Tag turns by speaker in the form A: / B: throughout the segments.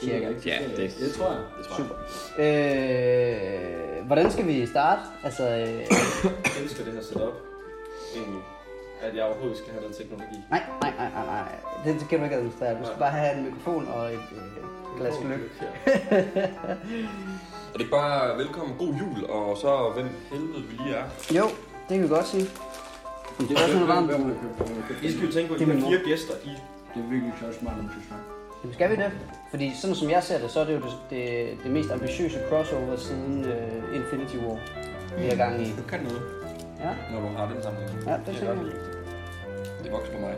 A: cirka.
B: Ja, det,
C: Det tror jeg.
B: det tror jeg.
A: Super. Øh, hvordan skal vi starte? Altså, øh,
C: Jeg elsker det her setup, egentlig. At jeg overhovedet skal have noget teknologi.
A: nej, nej, nej, nej, nej. Det kan du ikke administrere. Du skal bare have en mikrofon og et øh, glas gløb.
B: Er det ikke bare velkommen, god jul, og så hvem helvede vi lige er?
A: Jo, det kan vi godt sige. Men det er også noget varmt.
C: I skal jo tænke på, at I
A: Det er min
C: har fire gæster i.
D: Det er virkelig så smart, om du snakker.
A: Jamen, skal vi det? Fordi sådan som jeg ser det, så er det jo det, det, det mest ambitiøse crossover siden øh, Infinity War, vi er gang i.
B: Du kan noget,
A: Ja,
B: når du har den sammenhæng.
A: ja det
B: er
A: tænker jeg.
B: godt. Det vokser for mig.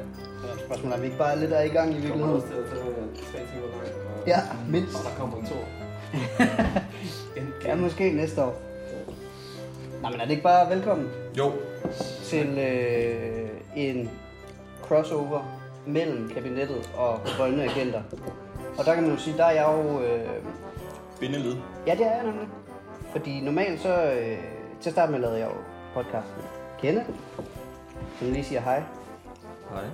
A: Spørgsmålet er, om vi ikke bare er lidt der i gang i
C: Vi kommer
A: virkeligheden.
C: også til at tage øh, tre timer langt. og-
A: Ja, mindst.
C: Og der kommer en to. en
A: Ja,
C: kæmpe.
A: måske næste år. Nej, men er det ikke bare velkommen
B: Jo,
A: til øh, en crossover mellem kabinettet og voldne agenter? Og der kan man jo sige, der er jeg jo... Øh,
B: bindeled.
A: ja, det er jeg nemlig. Fordi normalt så... Øh, til at starte med lavede jeg jo podcasten Kenneth, som lige siger hej.
B: Hej.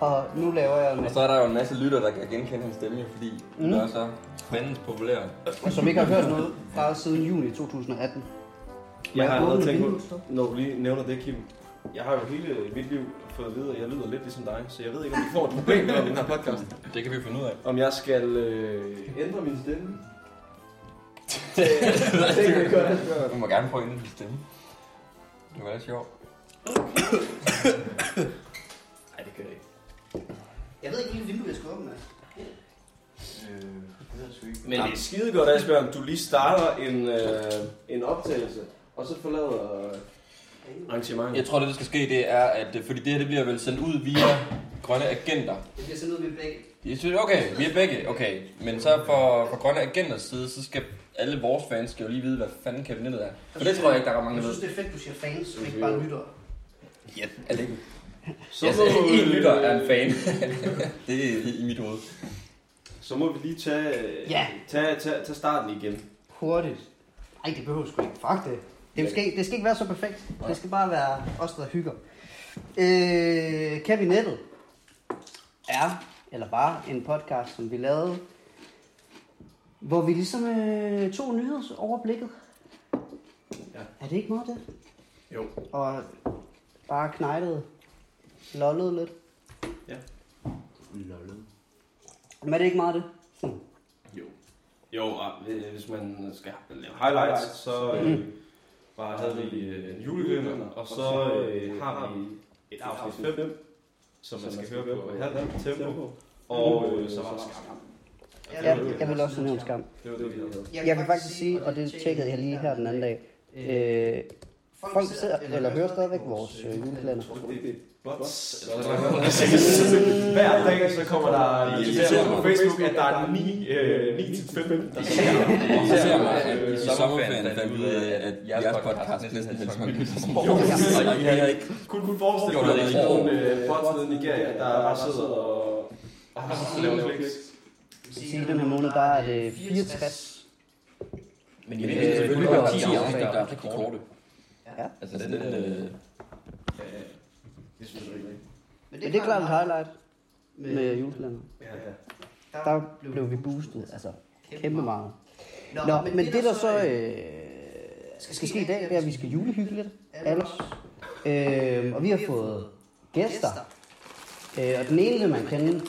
A: Og nu laver jeg
B: Og
A: med,
B: så er der jo en masse lytter, der kan genkende hans stemme, jo, fordi mm. den er så fandens populær.
A: som ikke har hørt noget fra os siden juni 2018.
C: Jeg har
A: Må
C: allerede
A: åbne
C: tænkt på,
A: vinduet?
C: når du lige nævner det, Kim. Jeg har jo hele øh, mit liv fået at vide, at jeg lyder lidt ligesom dig, så jeg ved ikke, om vi får et problem med den her podcast.
B: Det kan vi finde ud af.
C: Om jeg skal øh, ændre min stemme. Det kan vi godt.
B: Du må gerne få en lille stemme. Det var da sjovt.
C: Nej, det kan jeg ikke.
A: Jeg ved ikke, hvilket vindue jeg skal åbne. altså. Øh,
E: Øh,
C: Men det er skide godt, Ah, Asbjørn. Du lige starter en, øh, en optagelse, og så forlader øh, arrangementet.
B: Jeg tror, det der skal ske, det er, at øh, fordi det her det bliver vel sendt ud via grønne agenter.
A: Det bliver sådan ud med begge.
B: Jeg synes, okay, vi er begge, okay. Men så for, for grønne agenters side, så skal alle vores fans skal jo lige vide, hvad fanden kabinettet er. For det tror jeg ikke, der er ret mange,
A: Jeg
B: der
A: synes,
B: ved.
A: det er fedt, du siger fans, som ikke
C: ikke
A: bare
C: bare
A: lytter.
B: Ja, er det ikke?
C: så
B: Jeg
C: må-
B: en lytter er en fan. det er i mit hoved.
C: Så må vi lige tage, øh,
A: Ja.
C: tage, tage, tage starten igen.
A: Hurtigt. Nej, det behøver sgu ikke. Fuck det. Det skal, det skal ikke være så perfekt. Det skal bare være os, der hygger. Øh, kabinettet er, eller var, en podcast, som vi lavede, hvor vi ligesom øh, tog nyhedsoverblikket.
C: Ja.
A: Er det ikke meget det?
C: Jo.
A: Og bare knejlede, lollede lidt.
C: Ja.
D: Lollet.
A: Men er det ikke meget det? Hmm.
C: Jo. Jo, og øh, hvis man skal lave highlights, så øh, bare havde vi øh, en julegrinder, og så øh, har vi et afsnit 5, som man skal høre på i halvt tempo, og øh, så var der skam.
A: Ja, jeg vil også nævne skam.
C: Det var det, vi havde.
A: Jeg vil faktisk sige, og det tjekkede jeg lige her den anden dag, øh, folk ser, eller hører stadigvæk vores øh, julekalender.
C: Det er bots, eller hvad man kan Hver dag så kommer der notificationer på Facebook, at der er 9 øh, 9 til 5, der skal
B: Og så ser mig, at i sommerferien fandt vi ud af, at jeres podcast næsten hed Smål. Og I har ikke...
C: Kunne du forestille dig, at der er nogle øh, bots nede i Nigeria, der bare sidder og, og har lavet flex?
A: Så i den her måned, der er det 64.
B: Men
A: I ved, det er selvfølgelig kun 10 afsnit, der
B: er korte.
A: Ja.
B: Altså, den, øh,
C: Det synes Øh, jeg ikke.
A: Men det er klart et highlight med julekalenderen.
C: Ja, ja.
A: Der blev vi boostet, altså kæmpe meget. Nå, men, men det der så øh, skal ske i dag, det er, at vi skal julehygge lidt, alle os. Øh, og vi har fået gæster. Øh, og den ene vil man kende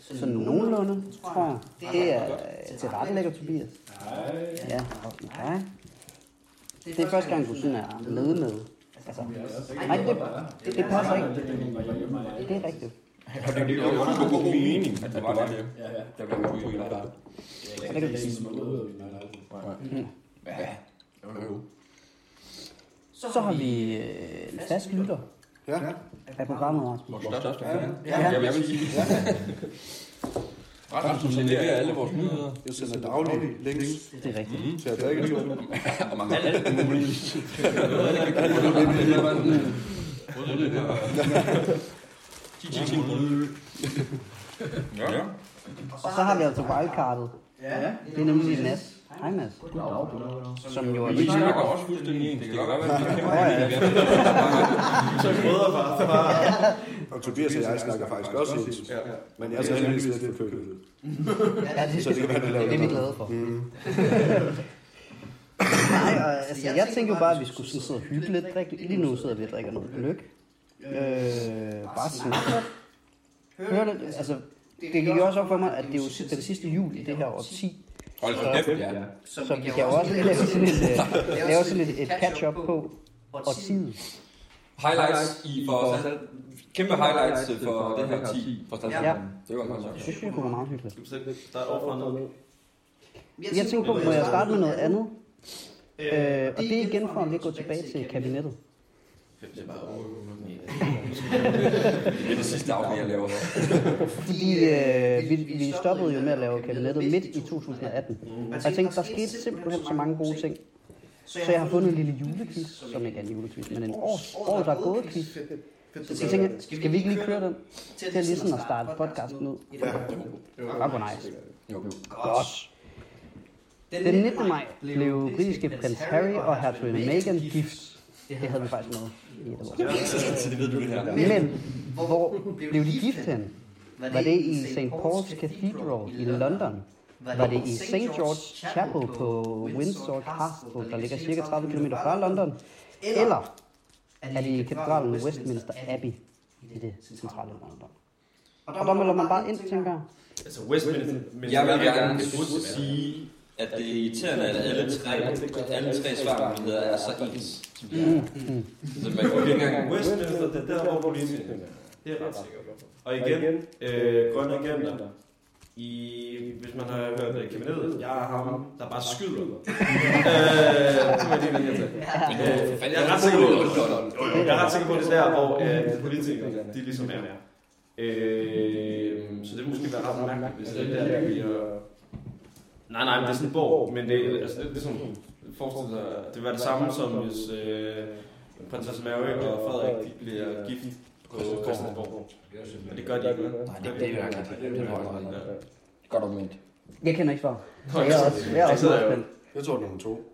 A: sådan nogenlunde, tror jeg. Det er øh, til rettelægger Tobias. Ja, okay. Det er første gang, du sådan er med med. Altså, nej, det, det, det passer ikke. Det er rigtigt.
B: det var jo også god mening, at det var det. Der blev jo ikke der.
A: Og det kan vi sige. Mm.
B: Ja.
A: Så har vi øh, en fast lytter
D: Ja.
A: af programmet, Rasmus.
B: Vores største fan. Ja, jeg vil sige. Rasmus leverer alle vores nyheder.
D: Jeg sender dagligt links
A: Det er rigtigt.
D: til at drikke lige om.
B: Og mange alt muligt. Ja.
A: Og så har vi altså wildcardet. Ja. altså Det er nemlig Mads. Hej Mads. Som jo er
B: Vi
A: lige
B: snakker også fuldstændig ens. Det kan godt være, at vi kæmper hinanden i hvert fald.
C: Så jeg prøver bare.
D: Og Tobias og jeg snakker faktisk også ens.
C: Ja.
D: Men jeg er så heldigvis lidt forkølet.
A: Ja, det,
D: Så det kan være, det laver
A: det er vi
D: noget.
A: glade for.
D: Mm.
A: Nej, og, altså, jeg tænker jo bare, at vi skulle sådan sidde og hygge lidt. Drikke. Lige nu sidder vi og drikker noget gløk. Øh, bare snakke lidt. Hør lidt. Altså, det gik jo også op for mig, at det er jo si- det er det sidste jul i det her årti,
B: Hold da kæft, ja.
A: så vi kan jo også lave sådan et, øh, lave sådan et, et catch-up på årtiet.
B: Highlights i for os alle. Kæmpe highlights øh, for det her 10. For
A: Ja.
B: Det var godt nok.
A: Det synes jeg kunne være meget hyggeligt.
C: Der er overfor noget.
A: Jeg tænker på, må jeg starte med noget andet? Øh, og det er igen for at lige gå tilbage til kabinettet.
C: Det er bare overhovedet.
B: Det er det sidste afsnit, jeg laver.
A: Fordi øh, vi, vi stoppede jo med at lave kabinettet midt i 2018. Og jeg tænkte, der skete simpelthen så mange gode ting. Så jeg har fundet en lille julequiz, som ikke er en julequiz, men en års, år, der er gået quiz. Så jeg tænker, skal vi ikke lige køre den til lige sådan at starte podcasten ud? Fuck, hvor nice.
B: Jo, jo.
A: Godt. Den 19. maj blev britiske prins Harry og hertuginde Meghan gift. Det havde vi faktisk med i et år.
B: Så det ved du det her.
A: Men hvor blev de gift hen? Var det i St. Paul's Cathedral i London? Var det i St. George's Chapel på Windsor Castle, der ligger cirka 30 km fra London? Eller er det i katedralen Westminster Abbey i det centrale London? Og der melder man bare ind, tænker jeg.
C: Altså Westminster. men-
B: Jeg vil gerne sige, at det er irriterende, at alle tre, alle tre svarmuligheder er så ens. som de er. Så man kan ikke engang...
C: Westminster, det er der, hvor politikerne er. Det er jeg ret sikker på. Og igen, øh, grønne agenter. I, hvis man har hørt det, kabinettet, jeg er ham, der bare skyder. øh, det var det, jeg tænkte.
B: Men du er for fanden-
C: Jeg er ret sikker på det.
B: Godt, godt.
C: Jo, jo, jeg er ret sikker på, det er der, hvor øh, politikerne, de ligesom er med. Øh, så det måske være ret mærkeligt, hvis det er der, vi bliver... Nej, nej, men det er sådan en borg, men det, er- altså, det, det er sådan, forestil dig, det vil være det samme som, hvis øh, prinsesse Mary og Frederik, de bliver gift på Christiansborg. Men det gør de ikke, vel?
B: Nej, det- det er jo ikke rigtigt. Det er jo ikke rigtigt.
C: Ja.
B: Godt argument.
A: Jeg kender ikke svaret. Så jeg er også, jeg er også meget spændt.
D: Jeg tror, det er nummer to.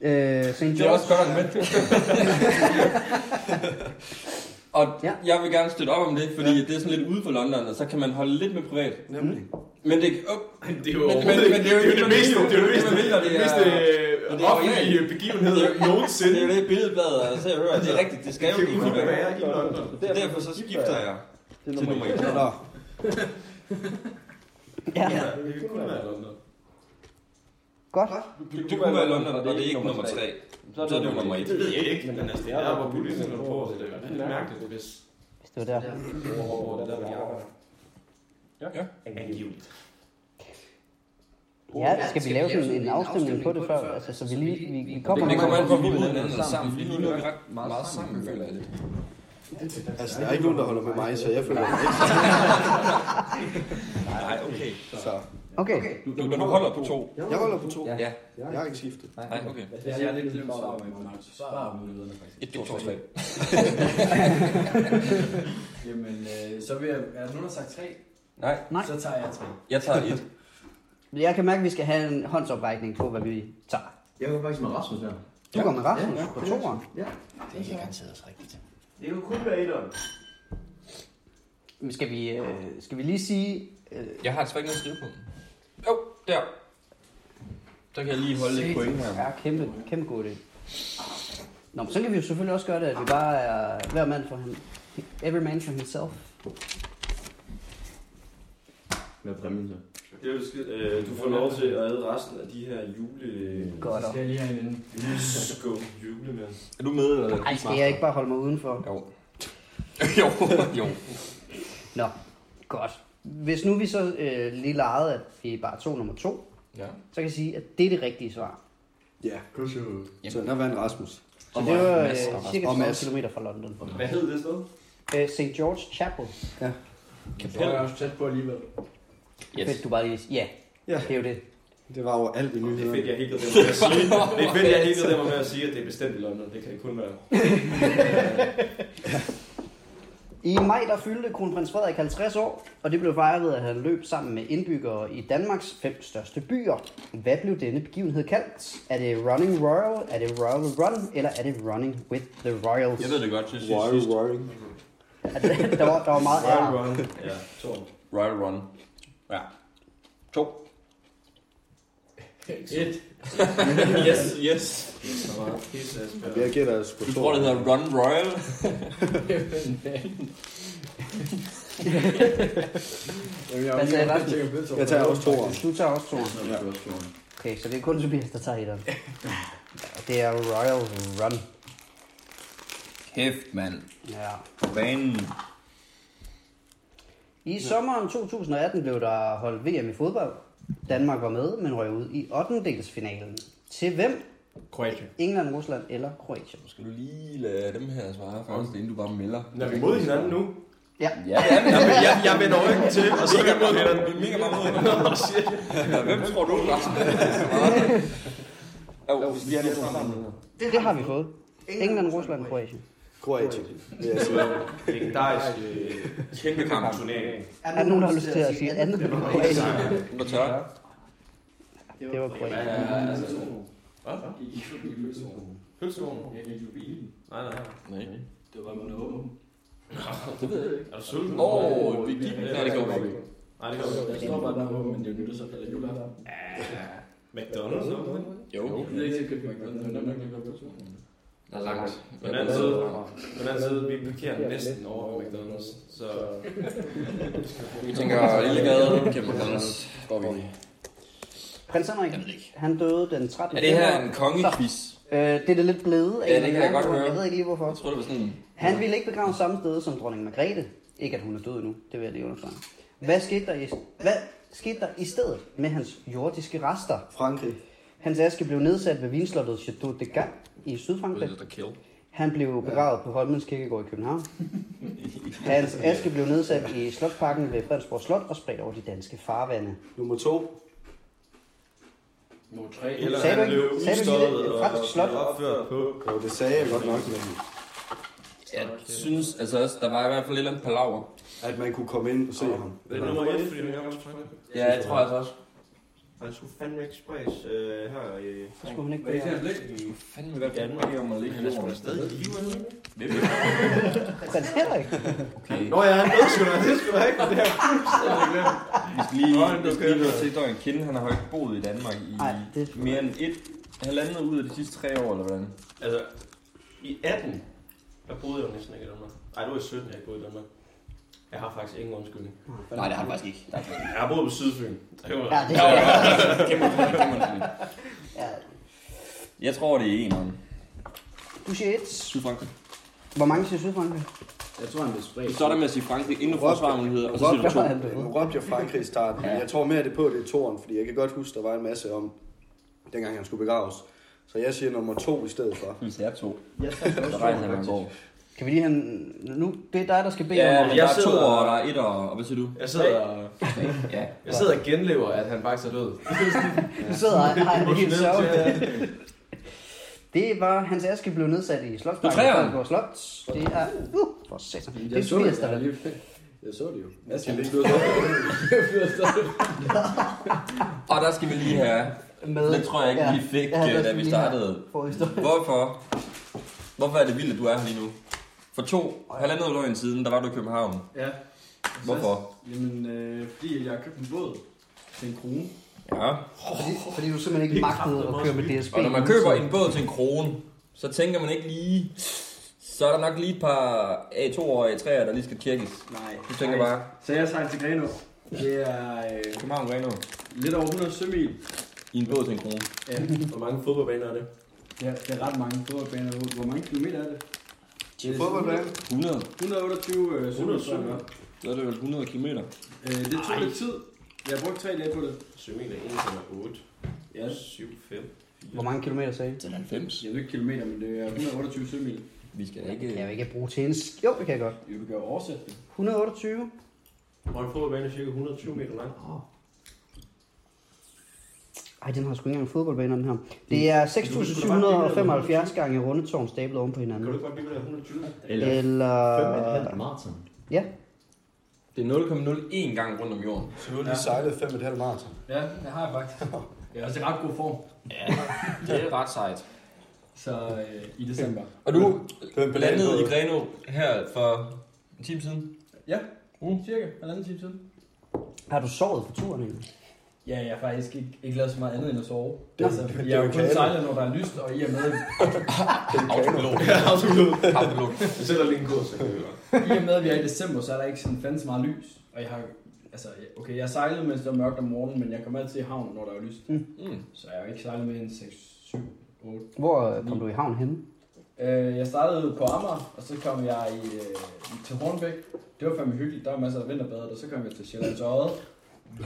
A: Øh, St.
B: Det er også
A: George.
B: et godt argument. og
A: Ja.
B: ja. jeg vil gerne støtte op om det, fordi ja. det er sådan lidt ude for London, og så kan man holde lidt med privat.
D: Nemlig.
B: Men det, oh,
C: Det er jo
B: men, men, men det er jo
C: det meste, det er jo det meste,
B: det, er jo det,
C: det
B: man
C: meste
B: mener, det, er, og det
C: øh,
B: er
C: offentlige begivenhed nogensinde.
B: det er jo det billedbladet, og så jeg hører, det er rigtigt, det skal
C: Det
B: jo
C: kan
B: ikke
C: kun
B: være.
C: være i London.
B: Så Derfor så skifter jeg til nummer 1.
D: Nå,
A: Ja,
C: Det kan kun være i London.
A: godt.
B: Du, det kunne være i London, og det er ikke nummer 3. Så er det jo nummer 1.
C: Det ved jeg ikke, men altså, det er der, hvor politikerne er på, så det er lidt mærkeligt, hvis
A: Hvis det var der.
C: hvor det er der, hvor de arbejder.
B: Ja.
C: Angiveligt.
A: Ja, skal vi lave sådan en afstemning på det før? Altså, så vi lige vi, vi kommer
B: Det, det kommer an på,
A: med-
B: om vi lyder hinanden sammen, fordi nu er vi ret meget sammen, føler jeg lidt.
D: altså, der er ikke nogen, der holder med mig, så jeg føler mig ikke.
B: Nej, okay.
D: Så
A: Okay,
B: Du, du, du holder på to.
D: jeg holder på to.
B: Ja.
D: Jeg har ikke skiftet.
B: Nej, okay.
F: Jeg er lidt glemt svarmulighederne faktisk.
B: Et, to, to, tre.
F: Jamen, øh, så vil jeg... Er der nogen, der har sagt tre?
B: Nej,
A: Nej.
F: Så tager jeg tre.
B: jeg tager et.
A: jeg kan mærke, at vi skal have en håndsoprækning på, hvad vi tager.
F: Jeg var faktisk med Rasmus her.
A: Du går med Rasmus på toeren.
F: Det er garanteret også rigtigt.
C: Det kan kun være i London.
A: Men Skal vi, øh, skal vi lige sige... Øh,
B: Jeg har altså ikke noget at skrive på. Jo, der. Så kan jeg lige holde lidt point her.
A: ja, kæmpe, kæmpe god idé. Nå, men så kan vi jo selvfølgelig også gøre det, at vi bare er hver mand for ham. Every man for himself.
F: Med præmien så.
C: Det er jo skidt. Øh, du får lov til at æde resten af de her jule...
A: Godt op.
F: Skal jeg lige have en inden?
C: Lysko julemænd.
B: Er du med, eller?
A: Ej, skal jeg ikke bare holde mig udenfor?
B: Jo. jo, jo.
A: Nå, godt. Hvis nu vi så øh, lige legede, at vi bare tog nummer to,
B: Ja.
A: så kan jeg sige, at det er det rigtige svar.
D: Ja. Så der vandt Rasmus.
A: Så det var øh,
B: Mads og
A: cirka
D: Og
A: 30
D: Mads.
A: km fra London.
C: Hvad hed det sted?
A: Øh, St. George Chapel.
F: Så er jeg også tæt på alligevel.
A: Yes. Fedt, du bare lige... Ja,
D: Ja.
A: det er jo det.
D: Det var overalt i
C: Det er fedt,
D: nyhederne.
C: jeg hækkede dem med at sige. Det er fedt, jeg hækkede dem med at sige, at det er bestemt i London. Det kan det kun være.
A: I maj der fyldte kronprins Frederik 50 år, og det blev fejret ved, at han løb sammen med indbyggere i Danmarks fem største byer. Hvad blev denne begivenhed kaldt? Er det Running Royal, er det Royal Run, eller er det Running with the Royals?
B: Jeg ved det godt, jeg synes
D: Royal
B: sidst.
D: Roaring.
A: At det- der, var, der var meget
C: Royal
A: ære.
C: Run. Ja, to.
B: Royal Run. Ja. To.
F: Et.
B: Yes, yes.
C: Der var helt af spil.
D: Jeg gætter sgu
B: Du
D: to.
B: tror, det hedder Run Royal?
F: Jamen, jeg
A: Hvad sagde Rasmus?
D: Jeg tager også to.
A: Du tager også to.
F: Ja. du også gjorde.
A: Okay, så det er kun Tobias, der tager etteren. Og Det er Royal Run.
B: Kæft, mand.
A: Ja.
B: På banen.
A: I sommeren 2018 blev der holdt VM i fodbold. Danmark var med, men røg ud i 8. Til hvem?
C: Kroatien.
A: England, Rusland eller Kroatien?
B: Skal du lige lade dem her svare først, inden du bare melder?
C: Når vi mod hinanden nu.
B: Ja, det er det. Jeg, jeg, jeg vender ryggen til, og så kan jeg hælder den mega meget mod hinanden. Ja, Hvem tror du, Rasmus? Jo, vi er lidt sammen.
A: Det, det har vi fået. England, Rusland, Kroatien.
D: Kroatien. altså- vil jeg sige.
C: Legendarisk øh,
B: Kæmpe kamp.
C: turnering.
A: Er der nogen, der har lyst til at sige andet? Det var Kroatien.
B: Hun er tør.
A: Det var Kroatien.
B: Ja, altså.
C: Hvad? Pølsevogn. Jeg gik jo bilen. Nej, nej.
B: Nej.
C: Er du sulten?
B: Åh, vi gik. Nej, det går ikke.
C: Nej, det går ikke.
F: Jeg står bare, den er åben, men det er jo nytårsaften eller juleaften.
C: McDonald's, så.
B: Jo.
F: Jeg ved ikke, det kan man ikke. Det kan man ikke.
B: Der er langt.
C: På den anden side, på den anden side, vi parkerer næsten over ved McDonald's. Så
B: Vi tænker, lille gade, kæmpe McDonald's. Går vi.
A: Prins Henrik, han døde den 13.
B: Er det her
A: februar.
B: en kongequiz?
A: Øh, det er det lidt blevet. af
B: Ja, det
A: en
B: kan jeg
A: gang.
B: godt høre.
A: Jeg ved ikke lige hvorfor.
B: Jeg tror, det var sådan en...
A: Han ville ikke begraves samme sted som dronning Margrethe. Ikke at hun er død nu, det vil jeg lige understrege. Hvad skete der i, hvad skete der i stedet med hans jordiske rester?
D: Frankrig.
A: Hans aske blev nedsat ved vinslottet Chateau de Gap i Sydfrankrig.
B: Hvad er kill?
A: Han blev begravet på Holmens Kirkegård i København. Hans aske blev nedsat i Slotsparken ved Fredensborg Slot og spredt over de danske farvande.
D: Nummer to.
F: Nummer tre.
C: eller
A: Sagde du
C: han blev
A: ikke- sagde du ikke det?
C: udstoppet
A: Et
C: og
A: fransk slot?
C: blev opført på.
D: Jo, det sagde jeg godt nok, men
B: Jeg synes, altså også, der var i hvert fald et eller andet palaver.
D: at man kunne komme ind og se ham.
C: Det er nummer et, fordi han er også fransk.
B: Ja, jeg tror altså også.
C: Han skulle fandme ikke spredes øh, her i...
A: Så skulle han ikke begraves.
B: Hvad fanden vil der Danmark om at ligge i jorden?
C: stadig i live, eller
A: Prins Henrik?
B: Okay.
C: Nå ja, han ved sgu da, det skulle da ikke, det her fuldstændig glemt.
B: Vi skal lige,
C: Nå,
B: vi
C: du
B: skal lige
C: kører.
B: nå til Dorian Kinde. Han har jo ikke boet i Danmark i
A: Nej, det-
B: mere end et, halvandet ud af de sidste tre år, eller hvordan?
C: Altså, i 18, der boede jeg jo næsten ikke i Danmark. Nej, det var i 17, jeg ikke boede i Danmark. Jeg har faktisk ingen undskyldning.
B: Nej, det har han faktisk ikke.
C: Jeg har boet på Sydfyn. Det var
A: Ja, det
B: Ja,
A: er
B: Kæmpe, kæmpe, kæmpe.
A: ja.
B: Jeg tror, det er en om.
A: Du siger et.
B: Sydfrankrig.
A: Hvor mange siger Sydfrankrig?
F: Jeg tror, han blev spredt.
B: Du starter med at sige Frankrig, inden du får svarmuligheder, og så siger
D: Råbte,
B: du to.
A: han
D: nu råbte jeg Frankrig i starten, men jeg tror mere det på, at det er toren, fordi jeg kan godt huske, der var en masse om, dengang han skulle begraves. Så jeg siger nummer to i stedet for.
B: Hvis jeg er to,
F: Jeg sagde
B: så
F: også
B: rejser han en gård.
A: Kan vi lige have en... Nu, det er dig, der skal bede
B: Ja,
A: om...
B: men
A: at-
B: der
C: jeg
B: er to,
C: sidder-
B: og der er et, og og hvad siger du?
C: Jeg sidder,
B: Ja.
C: jeg sidder og genlever, at han faktisk er død.
A: Du sidder og har en helt
C: Emotionelt,
A: sørgelig.
C: ja.
A: Det var, hans aske blev nedsat i Slotsparken.
B: Du træer.
A: på Slot. Det er... Uh, for satan. Det er
F: Jeg så det,
A: Tobias,
F: jeg
A: der
F: har
A: vandt.
F: lige... Jeg så det jo.
D: Jeg skal ligge ud af
F: Jeg blev stadig.
B: Og der skal vi lige have,
A: Med-
B: det tror jeg ikke,
A: ja.
B: vi fik,
A: Ja, der
B: øh, da
A: skal
B: vi
A: lige have
B: startede.
A: forhistorie.
B: Hvorfor? Hvorfor er det vildt, at du er her lige nu? For to, halvandet løgn siden, der var du i København.
F: Ja.
B: Hvorfor?
F: Jamen, øh, fordi jeg har købt en båd til en krone.
B: Ja.
A: Fordi, fordi du simpelthen ikke magtede at køre med DSB.
B: Og når man køber en båd til en krone, så tænker man ikke lige... Så er der nok lige et par A2 og A3'er, der lige skal kirkes.
F: Nej.
B: Du tænker bare,
F: Så jeg sejler til Grenå. Det er øh,
B: København Reno,
F: lidt over 100 sømil.
B: i en båd til en krone.
F: Ja,
C: Hvor mange fodboldbaner er det?
F: det er, det er ret mange fodboldbaner. Hvor- Hvor mange kilometer er det? Det er
D: Fodboldbane.
B: 100.
F: 128 øh, sømil.
C: 107.
B: Så er det vel 100 km.
F: Øh, det tog lidt tid. Jeg har brugt tre dage på det.
C: 7 meter, 1,8.
F: Ja.
C: 7, 5.
A: Hvor mange kilometer sagde I?
B: Til 90.
F: Jeg ved ikke kilometer, men det er 128 sømil.
B: Vi skal da
A: Kan jeg
B: ikke...
A: jo ikke bruge til en sk- Jo, det kan jeg godt.
F: Jo, du kan jo oversætte det.
A: 128.
C: Og en fodboldbane er cirka 120 meter lang.
A: Ej, den har sgu ikke engang en fodboldbane, den her. Det er 6.775 gange rundetårn stablet oven på
C: Kan du
A: hinanden.
C: ikke bare blive ved der 120?
A: Eller...
F: maraton.
A: Ja.
B: Det er 0,01 gang rundt om jorden.
D: Så nu har de sejlet 5,5 maraton.
E: Ja, det har jeg faktisk. Jeg er også i ret god form.
B: Ja, det er ret sejt.
E: Så øh, i december.
B: Og du
D: Det er en
B: landede i
D: belejning.
B: Greno her for en time siden.
E: Ja, mm. cirka halvanden time siden.
A: Har du sovet på turen egentlig?
E: Ja, jeg har faktisk ikke, ikke lavet så meget andet end at sove.
D: Det-
E: altså,
D: det- det
E: jeg har
D: er jo
E: jo kun
D: kano.
E: sejlet, når der er lyst, og I er med,
B: Autopilot. Autopilot.
C: Jeg sætter lige en kurs, jeg kan høre.
E: I og med, at vi er i december, så er der ikke sådan fandme så meget lys. Og jeg har, altså, jeg- okay, jeg sejlede, mens det var mørkt om morgenen, men jeg kom altid i havn, når der var lyst.
B: Mm.
E: Så jeg har ikke sejlet mere end 6, 7, 8.
A: Hvor øh, kom du i havn henne?
E: Øh, jeg startede på Amager, og så kom jeg i, øh, til Hornbæk. Det var fandme hyggeligt, der var masser af vinterbadet, og så kom jeg til Sjællands Odde.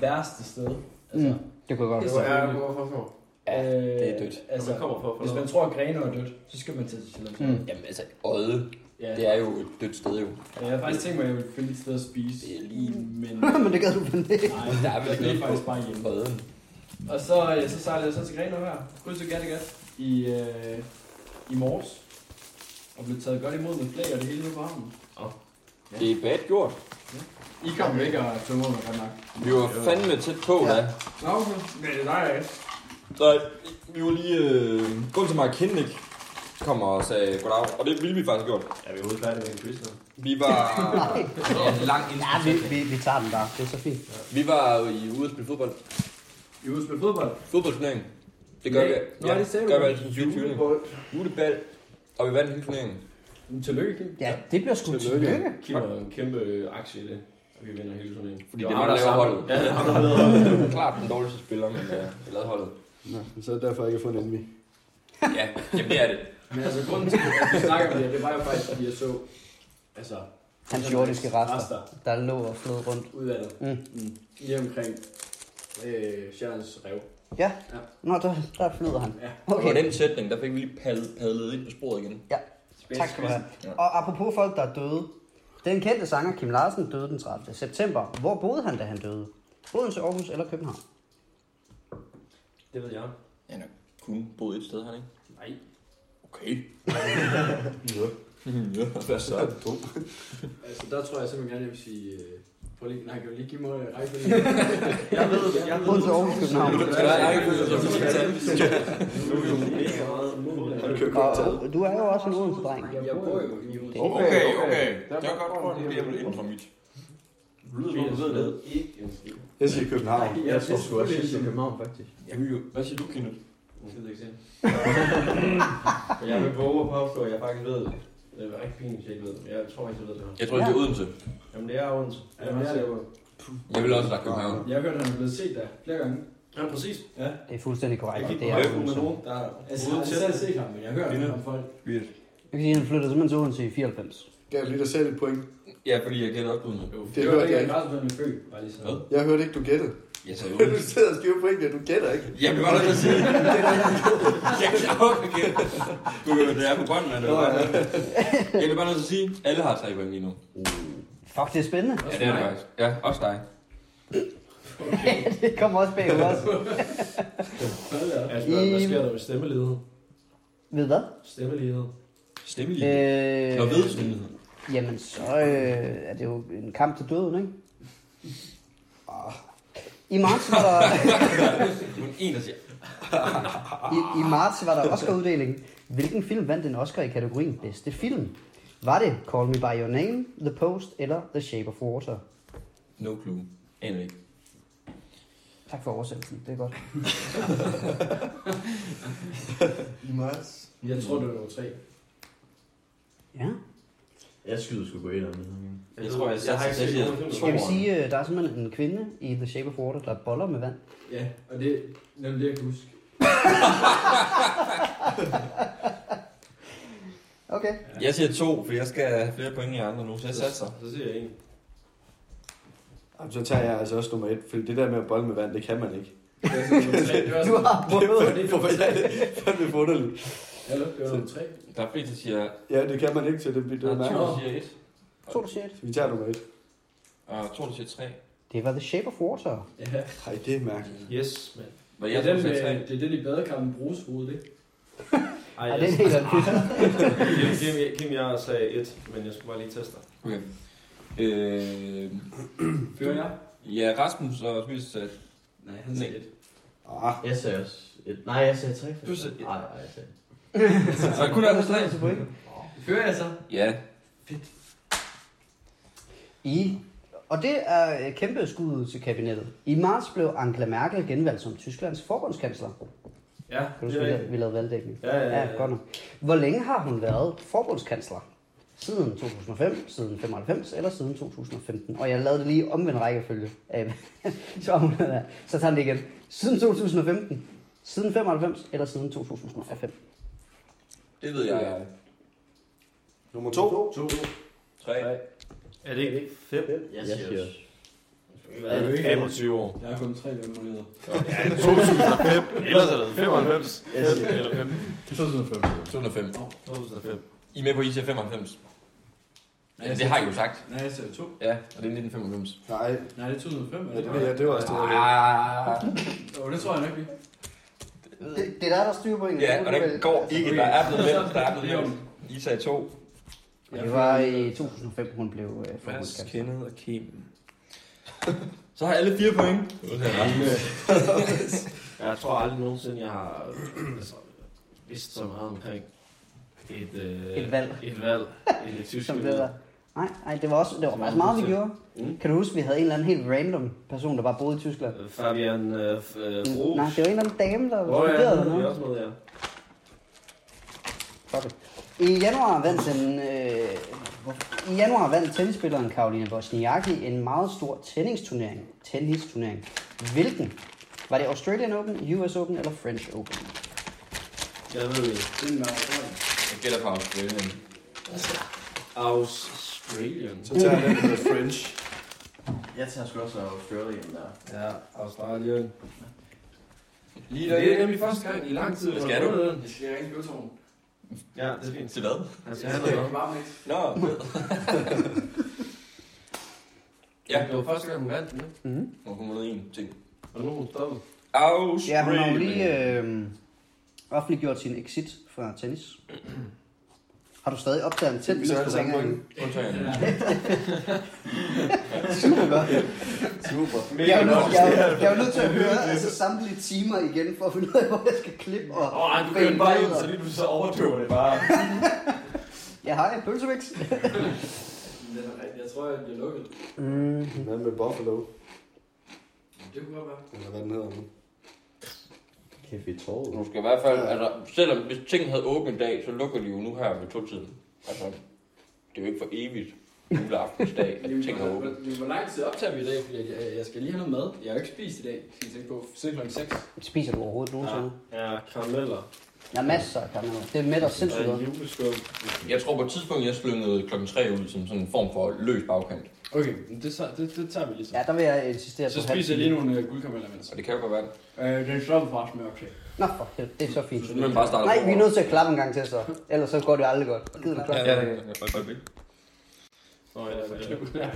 E: Værste sted. Altså,
A: Mm. Det kunne jeg godt
E: Det
A: forstå.
E: var-
C: Ja, hvor hvorfor?
B: Ja,
E: øh,
B: det er dødt.
C: Altså,
E: Altså,
C: man kommer for at få
E: hvis man
C: noget.
E: tror, at Grenaa er dødt, så skal man til Sjællands Odde.
A: Mm.
E: Mm.
B: Jamen altså, Odde,
E: Ja,
B: det er jo et dødt sted jo.
E: jeg havde faktisk tænkt mig, at jeg ville finde et sted at spise.
B: Det er lige-
E: Men
A: Men det gad du vel ikke.
E: nej,
B: Der er vel ikke
E: det er
B: noget
E: faktisk bare hjemme.
B: Odden.
E: Og så, øh, så sejlede jeg så til Grenaa her, krydsede Kattegat i, øh, i morges, og blev taget godt imod med flag og det hele ude på havnen.
B: Det er bad gjort.
E: I kom væk og tog mig godt nok.
B: Vi var fandme tæt på,
D: Ja.
B: da.
E: Nå, okay. Men det er dig, ikke?
B: Så vi var lige... Øh, grunden til Mark Henrik kom og sagde goddag, og det ville vi faktisk gjort.
C: Er vi ude færdige med en quiz nu?
B: Vi var... lang
A: Ja, vi, vi, vi tager den bare. Det er så fint.
B: Vi var jo i ude at spille fodbold.
E: I er ude at spille fodbold.
B: Fodboldturnering. Det gør
E: Nej.
B: vi.
E: Nå, det sagde du
B: gør vi
E: godt.
B: altid i turnering. Julebal. Og vi vandt hele turneringen.
E: Men tillykke, Kim.
A: Ja, det bliver sgu
D: Tillykke.
A: tillykke.
C: Kim har en kæmpe øh, aktie i det, og vi vinder hele turneringen.
B: Fordi
C: var
B: det er
C: ham,
B: mig, der laver holdet.
C: samlede- Ja, det er ham, der laver holdet.
B: Det er klart den dårligste spiller, men øh, jeg lavede holdet.
D: Nå, så er det derfor, jeg ikke har fået en enemy.
B: Ja, jamen det er det.
E: Men altså, grunden til, at vi snakker om det, det var jo faktisk, fordi jeg så altså,
A: Hans jordiske rester, der lå og flød rundt.
E: ud af det.
A: Mm.
E: Mm. Lige omkring øh, Sjællands Rev.
A: Ja,
E: Ja.
A: Nå, der, der flyder han.
E: Ja.
B: Okay. Og
A: Okay,
B: den sætning, der fik vi lige padlet, padlet ind på sporet igen.
A: tak skal du have.
B: Ja.
A: Og apropos folk, der er døde. Den kendte sanger Kim Larsen døde den 30. september. Hvor boede han, da han døde? Odense, Aarhus eller København?
C: Det ved jeg.
B: Han har kun boet et sted, han ikke?
E: Nej.
B: Okay. ja. ja, hvad så?
E: Altså, der tror jeg simpelthen gerne, jeg vil sige... Øh, prøv lige, nej, kan du lige give mig øh, rækkefølgen? jeg ved det, jeg ved
A: Odense, Aarhus, København.
C: Nu er vi jo mega meget ude.
D: Han kører kun tal.
A: Og øh, du er jo også en Odense-dreng.
E: Jeg bor jo i Odense.
B: Okay, okay. Det var godt, at jeg ville ændre mit.
C: Lyder som ved det.
D: Jeg siger København.
E: Jeg tror sgu også, jeg København, faktisk.
B: Jeg vil jo... Hvad siger du, Kenneth?
C: Jeg ved ikke selv. Men jeg vil våge at påstå, at jeg faktisk ved det. Det er rigtig fint, hvis jeg ikke ved det. men Jeg tror ikke, jeg ved det.
B: Jeg tror, det er Odense.
C: Jamen, det er Odense.
E: Ja, men jeg er det.
B: Jeg vil også lade København.
E: Jeg har hørt, at han er blevet set der flere gange.
C: Ja, præcis.
E: Ja.
A: Det er fuldstændig korrekt.
C: Jeg
A: og
C: gik
A: Det
C: på
A: er
C: højskole med
A: Odense.
C: nogen, der
E: Altså,
C: er
E: jeg
C: ude
E: har
C: til
E: selv set ham, men jeg har hørt
B: Kender.
E: om folk.
A: Jeg kan sige, at han flyttede simpelthen til Odense i 94.
D: Gav lige dig selv et point.
B: Ja, fordi jeg gætter også Odense.
D: Det hørte
E: ikke.
D: jeg ikke.
E: Rasmus blev født, bare lige sådan.
B: Hvad?
D: Jeg hørte ikke, du gættede.
B: Jeg sagde
D: Du
B: Odense.
D: sidder og skriver point, ja, du gætter ikke.
B: Jeg blev bare nødt til at sige det. Jeg kan ikke gætte. Du kan jo, det er på bånden, er det jo. Jeg bliver bare nødt til at sige, at alle har tre point lige nu.
A: Fuck, det er spændende.
B: Ja, det er det faktisk. Ja, også dig.
A: det kommer også bag os.
C: Altså, hvad, hvad sker der med stemmelighed?
A: Ved hvad?
C: Stemmelighed.
B: Stemmelige.
A: Øh,
B: Nå, ved stemmelighed.
A: Jamen, så øh, er det jo en kamp til døden, ikke? I marts var der,
B: Kun en, der siger,
A: i, i marts var der Oscar-uddeling. Hvilken film vandt en Oscar i kategorien bedste film? Var det Call Me By Your Name, The Post eller The Shape of Water?
B: no clue. Aner ikke.
A: Tak for oversættelsen, det er godt.
D: I marts.
E: Jeg tror, det var nummer tre.
A: Ja.
G: Jeg skyder sgu på et eller andet.
B: Jeg tror, jeg, jeg har ikke set
C: nogen
A: Jeg vil
B: Toren.
A: sige, øh, der er simpelthen en kvinde i The Shape of Water, der boller med vand.
E: Ja, og det er nemlig det, jeg kan huske.
A: Okay.
B: Jeg siger to, for jeg skal have flere point end jer andre nu, så jeg satser.
C: Så siger jeg en.
D: Jamen, så tager jeg altså også nummer et, for det der med at bolle med vand, det kan man ikke.
E: Det var sådan nummer tre. Det var
A: Du
E: sådan,
A: har prøvet.
D: Det er fandme forunderligt.
E: eller? Det var nummer tre.
B: Der er flest, der siger...
D: Ja, det kan man ikke til det, det
B: Der
D: er
B: er to,
D: mærkeligt.
B: der siger et,
A: Så du siger det.
D: Så vi tager nummer et.
B: og øh, to, der siger tre.
A: Det var The Shape of Water.
E: Ja.
D: Ej, det er mærkeligt.
C: Yes, mand.
B: Hvad
E: Det
B: jeg
E: er
B: tror,
E: den, øh,
B: der siger tre.
E: med, det er den i badekampen bruges hovedet, ikke?
C: Ej,
A: Ej,
C: jeg,
A: det er helt andet.
C: Kim, Kim, jeg sagde et, men jeg skulle bare lige teste dig.
B: Okay. Øh,
F: Fyrer jeg?
B: ja, Rasmus og Tobias sagde...
F: Nej, han sagde
B: Nej.
F: et.
D: Ah,
H: Jeg sagde også... Et, nej, jeg sagde tre.
B: Du sagde-
H: Nej, nej, jeg sagde...
B: Så jeg kunne have tre.
F: Fyrer jeg så?
B: Ja,
A: I, og det er et kæmpe skud til kabinettet. I marts blev Angela Merkel genvalgt som Tysklands forbundskansler.
C: Ja,
A: Kan du
C: det
A: huske,
C: er
A: vi
C: rigtigt.
A: lavede- vi lavede valgdækning?
C: Ja, ja, ja, ja.
A: ja, godt nok. Hvor længe har hun været forbundskansler? Siden 2005, siden 95 eller siden 2015? Og jeg lavede det lige i omvendt rækkefølge. af- så, har hun, været- så tager den det igen. Siden 2015, siden 95 eller siden 2005?
B: det ved jeg.
D: nummer to.
C: To.
B: Tre.
C: Er det ikke fem?
H: Jeg
A: Jeg
H: siger
A: siger
H: også.
F: Jeg er jo ikke.
C: 25 år.
F: Jeg har kun tre valgmuligheder.
C: 2005. Ellers er det 95.
H: Jeg siger... 2005.
B: 205.
C: 2005.
B: I er med på IC 95?
F: Ja,
B: Ja, det har I jo sagt.
F: Nej, jeg sagde to.
B: Ja, og det er 1995.
D: Nej,
F: Nej, det er 2005.
D: ja, det ved jeg, det var også det. jeg-
B: Ah,
F: Åh, det tror jeg nok ikke.
A: Det, det er der, der styrer på en.
B: Ja, og den går ikke. Der er blevet vendt. Der er
F: Det er
B: blevet vendt. I sagde to.
A: Det var i 2005, hun blev øh, forbundskansler.
B: Kenneth og Kim. Så har alle fire point.
C: Jeg tror aldrig nogensinde, jeg har altså, vidst så meget omkring et, øh,
A: Et valg.
C: Et valg. Et tysk
A: Som det der.
C: valg.
A: Nej, nej, det var også det var faktisk meget, vi gjorde.
C: Mm.
A: Kan du huske, vi havde en eller anden helt random person, der bare boede i Tyskland?
C: Fabian øh, f- øh, Bruch.
A: Mm, Nej, det var en eller anden dame, der
C: Hvor er
A: studerede
C: det? Det er
A: noget.
C: også noget, ja.
A: Fuck it. I januar vandt den, øh, hvor- i januar vandt tennisspilleren Karoline Wozniacki en meget stor tennisturnering. Tennisturnering. Hvilken? Var det Australian Open, US Open eller French Open?
C: Jeg ved det.
F: Den med Australien.
B: Jeg gætter på Australien.
C: Australian.
D: Så tager jeg den med French.
H: Jeg tager sgu også Australien der.
C: Ja, Australien.
B: Lige
C: Det er nemlig første gang i lang tid.
B: Hvad skal du?
F: Jeg skal ringe Gøtoren.
C: Ja, det er fint.
B: Til hvad?
C: Han skal have noget.
B: Nå, Ja.
C: Det var første gang, hun vandt den, ikke?
A: Mm-hmm.
B: Nå, hun havde en ting.
C: Og nu er hun stoppet.
B: Australien.
A: Ja, hun har jo lige øh, offentliggjort sin exit fra tennis. Har du stadig optaget en
D: Vi tager alle sammen
A: tennisturnering?
B: Undtagen.
D: Super.
A: Jeg er, jo nødt, jeg, er- jeg er jo nødt til at høre altså, samtlige timer igen, for at finde ud af, hvor jeg skal klippe. Og
C: Åh, oh, du
A: bage
C: kørte bare
A: mad
C: ind,
A: og-
C: så lige pludselig så overdøver det bare.
A: Ja, hej, pølsemix.
F: Det er rigtigt. Jeg tror, jeg bliver lukket.
A: Mm.
D: Hvad med Buffalo?
F: Det kunne godt være.
D: Eller hvad den hedder nu.
H: Kæft, vi er tåret.
B: Du skal i hvert fald, altså, selvom hvis ting havde åbent en dag, så lukker de jo nu her ved to-tiden. Altså, det er jo ikke for evigt juleaftensdag, at ting har
F: Jamen,
B: åbent.
F: hvor- Hvor hvor lang tid optager vi i dag? Fordi jeg, jeg skal lige have noget mad. Jeg har jo ikke spist i dag, skal I tænke på. Siden klokken 6.
A: Spiser du overhovedet nogensinde?
C: Ja, karameller.
A: Der er masser af karameller. Det mætter
C: Og
A: sindssygt
C: en
A: godt.
C: juleskum.
B: Jeg tror på et tidspunkt, jeg slyngede klokken 3 ud som sådan en form for løs bagkant.
F: Okay, men det, så- det, det tager vi lige så.
A: Ja, der vil jeg insistere på
F: Så
A: halv
F: spiser jeg
A: time.
F: lige nogle øh, guldkarameller mens.
B: Og det kan jo godt være,
F: Øh, den stoppede faktisk med okay.
A: Nå, fuck, det, det er så fint.
B: så man bare starter
A: Nej, vi er nødt til at klappe en gang til så. Ellers så går det aldrig godt. Gid mig klappe.
B: Ja, ja, ja. Øjeblik.
C: Nå, ja, det er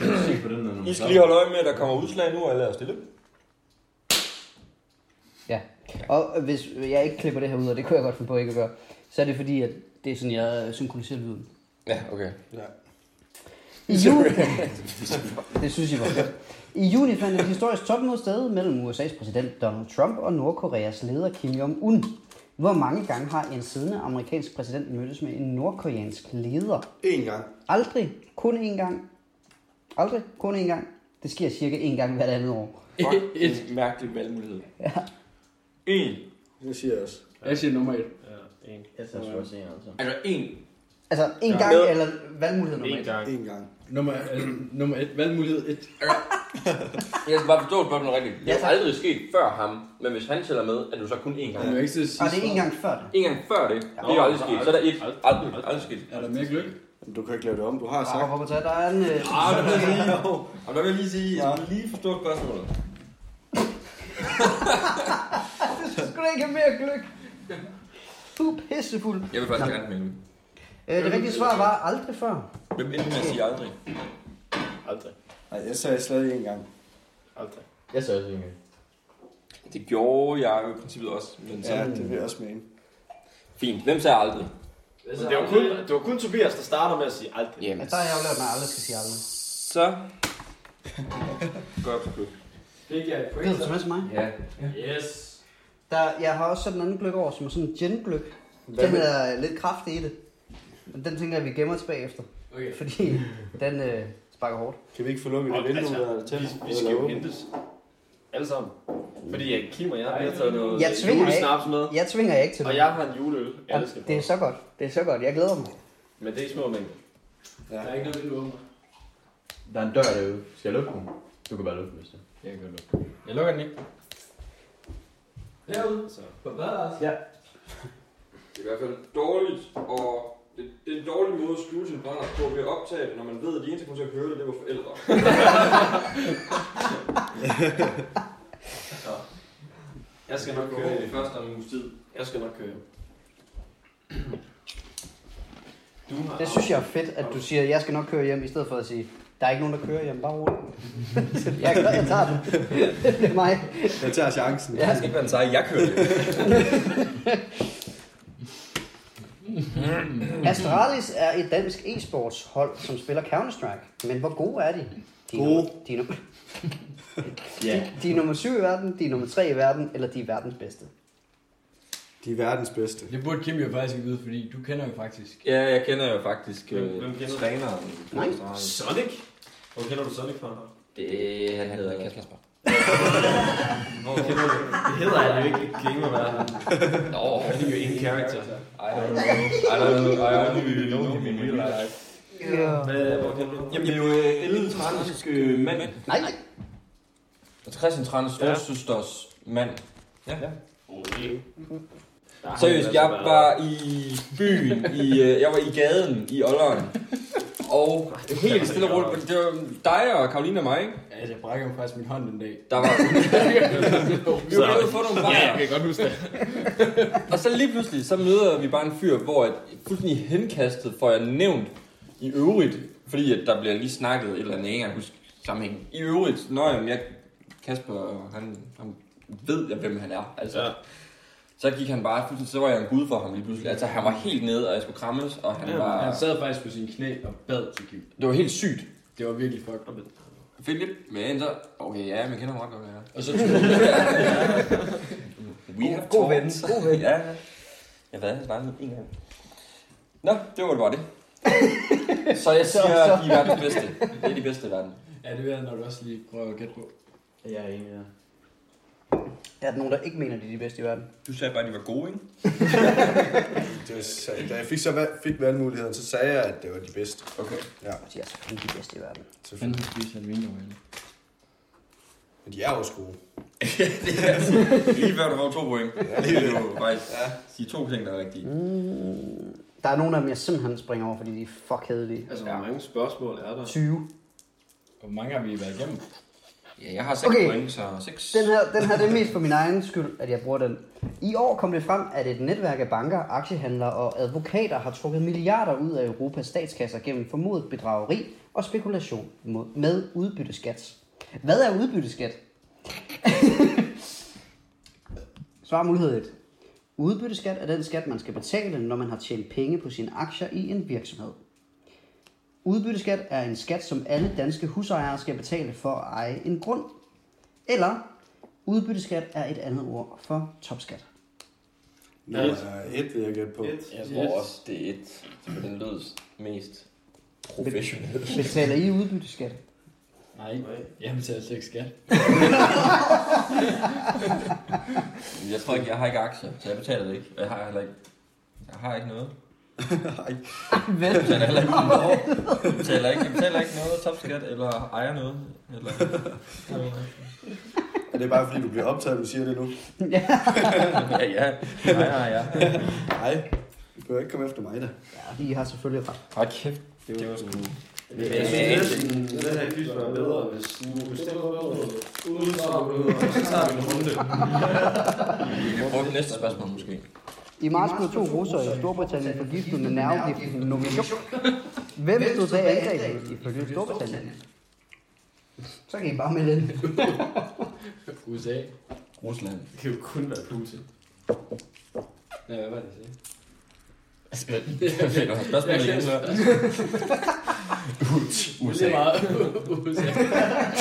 C: det.
H: Se på den der nummer.
B: I skal lige holde øje med, at der kommer udslag nu, og alle er stille.
A: Ja. Og hvis jeg ikke klipper det her ud, og det kunne jeg godt finde på ikke at gøre, så er det fordi, at det er sådan, jeg synkroniserer lyden.
B: Ja, okay.
A: I juni... det synes jeg var godt. I juni fandt et historisk topmøde sted mellem USA's præsident Donald Trump og Nordkoreas leder Kim Jong-un. Hvor mange gange har en siddende amerikansk præsident mødtes med en nordkoreansk leder?
D: En gang.
A: Aldrig. Kun én gang. Aldrig. Kun én gang. Det sker cirka én gang hvert andet år.
B: Fuck, en mærkelig valgmulighed. En.
D: Det siger jeg også.
F: Jeg siger nummer 1.
C: Ja, en.
H: Jeg tager sgu også en, altså.
B: Altså, en.
A: Altså, én
C: Ja.
A: gang
B: Med-
A: eller valgmulighed nummer
C: En
A: et.
C: gang.
D: En gang.
F: Nummer, øh, nummer 1. Valgmulighed 1.
B: Jeg skal bare forstå spørgsmålet rigtigt. Det
A: Ja,
B: er
A: tak.
B: aldrig sket før ham, men hvis han tæller med, er du så kun én
F: Jeg
B: gang.
F: ikke til at sige
A: Og Ah, det er én gang før det.
B: En gang før det, det er jo aldrig sket. Så er der et. Aldrig, aldrig sket.
F: Er der mere gløk?
D: Jamen, Du kan ikke lave det om. Du har
A: Hop,
D: sagt.
A: hop, hop, Ah, der er en... Øh,
B: Ah, der vil jeg lige, og der vil jeg lige sige, jeg skulle lige forstå spørgsmålet.
C: Ah.
A: skulle da ikke have mere gløk. Du er pissefuld.
B: Jeg vil faktisk gerne melde.
A: Øh, det rigtige svar var aldrig før.
B: Hvem endte med at sige aldrig?
C: Aldrig.
D: Nej, jeg sagde stadig en gang.
C: Aldrig.
H: Jeg sagde også en gang.
B: Det gjorde jeg jo i princippet også. Men så...
D: Ja, det vil jeg også mene.
B: Fint. Hvem sagde aldrig?
C: Men det var kun, det var kun Tobias, der starter med at sige aldrig.
B: Jamen,
A: Ja, der har jeg jo lært mig, at aldrig skal sige aldrig.
B: Så går jeg på klub.
F: Fik jeg et
A: Gider
F: point?
A: du tage
F: så?
A: med til mig?
B: Ja.
F: Yes.
A: Der, jeg har også sådan en anden gløk over, som er sådan en gin-gløk.
D: Hvad
A: Den
D: med,
A: er lidt kraftig i det. Men den tænker jeg, vi gemmer til bagefter.
F: Okay.
A: Fordi den øh, sparker hårdt.
D: kan vi ikke få lukket det
C: Og,
D: vindue,
C: altså,
D: der er til?
C: vi, vi skal jo hentes. Alle sammen. Fordi jeg, Kim og jeg, vi har taget noget
A: Jeg tvinger ikke.
C: julesnaps med.
A: Jeg tvinger jer ikke til
C: Og
A: det.
C: jeg har en juleøl, jeg elsker
A: Det er så godt. Det er så godt. Jeg glæder mig.
C: Men det er i små mængder.
F: Der er ikke noget, vi lukker.
H: Der er en dør derude. Skal jeg lukke den? Du kan bare lukke den, hvis det er.
F: Jeg kan lukke den. Jeg lukker den ikke. Derude.
C: Så.
F: På badeværelset.
B: Det er i hvert fald dårligt, og det, det er en dårlig måde at skjule sin brænder på ved at optage det, når man ved, at de eneste, der kommer til at høre det, det var forældre.
C: Jeg skal nok køre i første om en uges tid. Jeg skal nok køre. Du har...
A: Det synes jeg er fedt, at du siger, at jeg skal nok køre hjem, i stedet for at sige, der er ikke nogen, der kører hjem. Bare roligt. jeg, gør, jeg tager den. det er mig.
D: Jeg tager chancen.
A: Ja.
D: Ja.
A: Jeg skal
H: ikke være en sej, jeg kører det.
A: Mm-hmm. Astralis er et dansk e-sportshold, som spiller Counter-Strike. Men hvor gode er de? De er,
D: Gode.
A: nummer- de, er nummer,
H: Ja.
A: de er nummer syv i verden, de er nummer tre i verden, eller de er verdens bedste.
D: De er verdens bedste.
F: Det burde Kim jo faktisk ikke vide, fordi du kender jo faktisk.
H: Ja, jeg kender jo faktisk øh,
C: Hvem- hvem kender du?
H: træneren.
A: Nej.
C: Sonic? Hvor kender du Sonic fra?
H: Det, han hedder Kasper.
C: Hvor kender du det? hedder han jo ikke i gamerverdenen.
H: Nå,
C: Han er jo ingen character.
H: I don't know. I don't know. I only really know him in real life.
A: Ja.
C: Hvad, hvor kender du?
B: Jamen, det er jo øh, Ellen Transk øh, mand.
A: Nej, nej.
B: Christian Transk
C: Ja.
B: storsøsters mand.
C: Okay.
B: Seriøst, jeg
C: altså
B: var i byen, i, øh, jeg var i gaden i Olderen. Og helt stille og roligt, det var dig og Karoline og mig, ikke?
F: Altså, jeg brækker jo faktisk min hånd den dag.
B: Der var... vi var blevet få nogle bajer.
F: kan godt huske det.
B: Og så lige pludselig, så møder vi bare en fyr, hvor at fuldstændig henkastet får jeg nævnt i øvrigt, fordi at der bliver lige snakket et eller andet, jeg ikke engang husker sammenhæng. I øvrigt, når jeg, jeg Kasper, han, han ved jeg, hvem han er. Altså,
C: Ja.
B: ja. Så gik han bare, fuldstændig, så var jeg en gud for ham lige pludselig. Altså, han var helt nede, og jeg skulle krammes, og han
C: Ja,
F: Han
B: var...
F: sad faktisk på sin knæ og bad til Kim.
B: Det var helt sygt.
F: Det var virkelig fucked.
B: Philip, men så... Okay, ja, man kender ham ret godt, ja.
F: Og så tog
B: We have
A: god
B: talked.
A: ven, god ven.
B: ja, ja. Jeg ved, jeg snakkede med en gang. Nå, det var det bare det. så jeg siger,
A: Så- så.
B: de er verdens bedste. Det er de bedste i verden.
F: Ja, det vil jeg, når du også lige prøver at gætte på.
H: Jeg er enig, ja.
A: Er der nogen, der ikke mener, de er de bedste i verden?
B: Du sagde bare, at de var gode, ikke?
D: Det var, sa- da jeg fik, så valg, fik valgmuligheden, så sagde jeg, at det var de bedste.
B: Okay.
D: Ja,
A: Og de er selvfølgelig de bedste i verden.
D: selvfølgelig.
H: spiser han vindue eller?
D: Men de er også gode.
B: det er altså lige før, du får to point. Det er jo faktisk sige to ting, der er rigtige.
A: Mm. Der er nogen af dem, jeg simpelthen springer over, fordi de er fuck kedelige.
C: Altså, hvor mange spørgsmål er der?
A: 20.
F: Hvor mange har vi været igennem?
B: Ja, jeg har seks
A: Okay.
B: point, så seks.
A: Den her, den her det er mest for min egen skyld, at jeg bruger den. I år kom det frem, at et netværk af banker, aktiehandlere og advokater har trukket milliarder ud af Europas statskasser gennem formodet bedrageri og spekulation mod- med udbytteskat. Hvad er udbytteskat? Svar mulighed 1. Udbytteskat er den skat, man skal betale, når man har tjent penge på sine aktier i en virksomhed. Udbytteskat er en skat, som alle danske husejere skal betale for at eje en grund. Eller udbytteskat er et andet ord for topskat.
D: Nå, et vil jeg gætte på.
C: Et.
B: Jeg tror også, det er et. Så den lød mest professionel.
A: Betaler I udbytteskat?
F: Nej, jeg betaler slet ikke skat.
B: Jeg tror ikke, jeg har ikke aktier, så jeg betaler det ikke. Og Jeg har heller ikke... Jeg har ikke noget.
A: Vel,
B: Jeg betaler heller ikke noget. Jeg betaler ikke, jeg betaler ikke noget topskat, eller ejer noget. Eller...
D: Er det bare fordi, du bliver optaget, du siger det nu?
B: ja, ja. Nej, ja, ja.
D: Nej, du behøver ikke komme efter mig da.
A: ja, I har selvfølgelig ret.
B: Hold kæft. Det var sgu...
C: Jeg synes næsten, at den her quiz var bedre, hvis nu hvis det var bedre. Uden svarmuligheder, og så tager vi en runde.
B: Vi kan prøve det næste spørgsmål måske.
A: I marts blev to russere i Storbritannien forgiftet med nervegiften Novichok. Hvem stod til angrebet ifølge Storbritannien? Så kan I bare melde ind.
F: USA.
B: Rusland.
C: Det kan jo kun være Putin.
F: Nej, hvad var det, jeg sagde?
B: Altså, Perfekt, du har spørgsmål igen, så.
I: USA.
B: USA.
I: USA.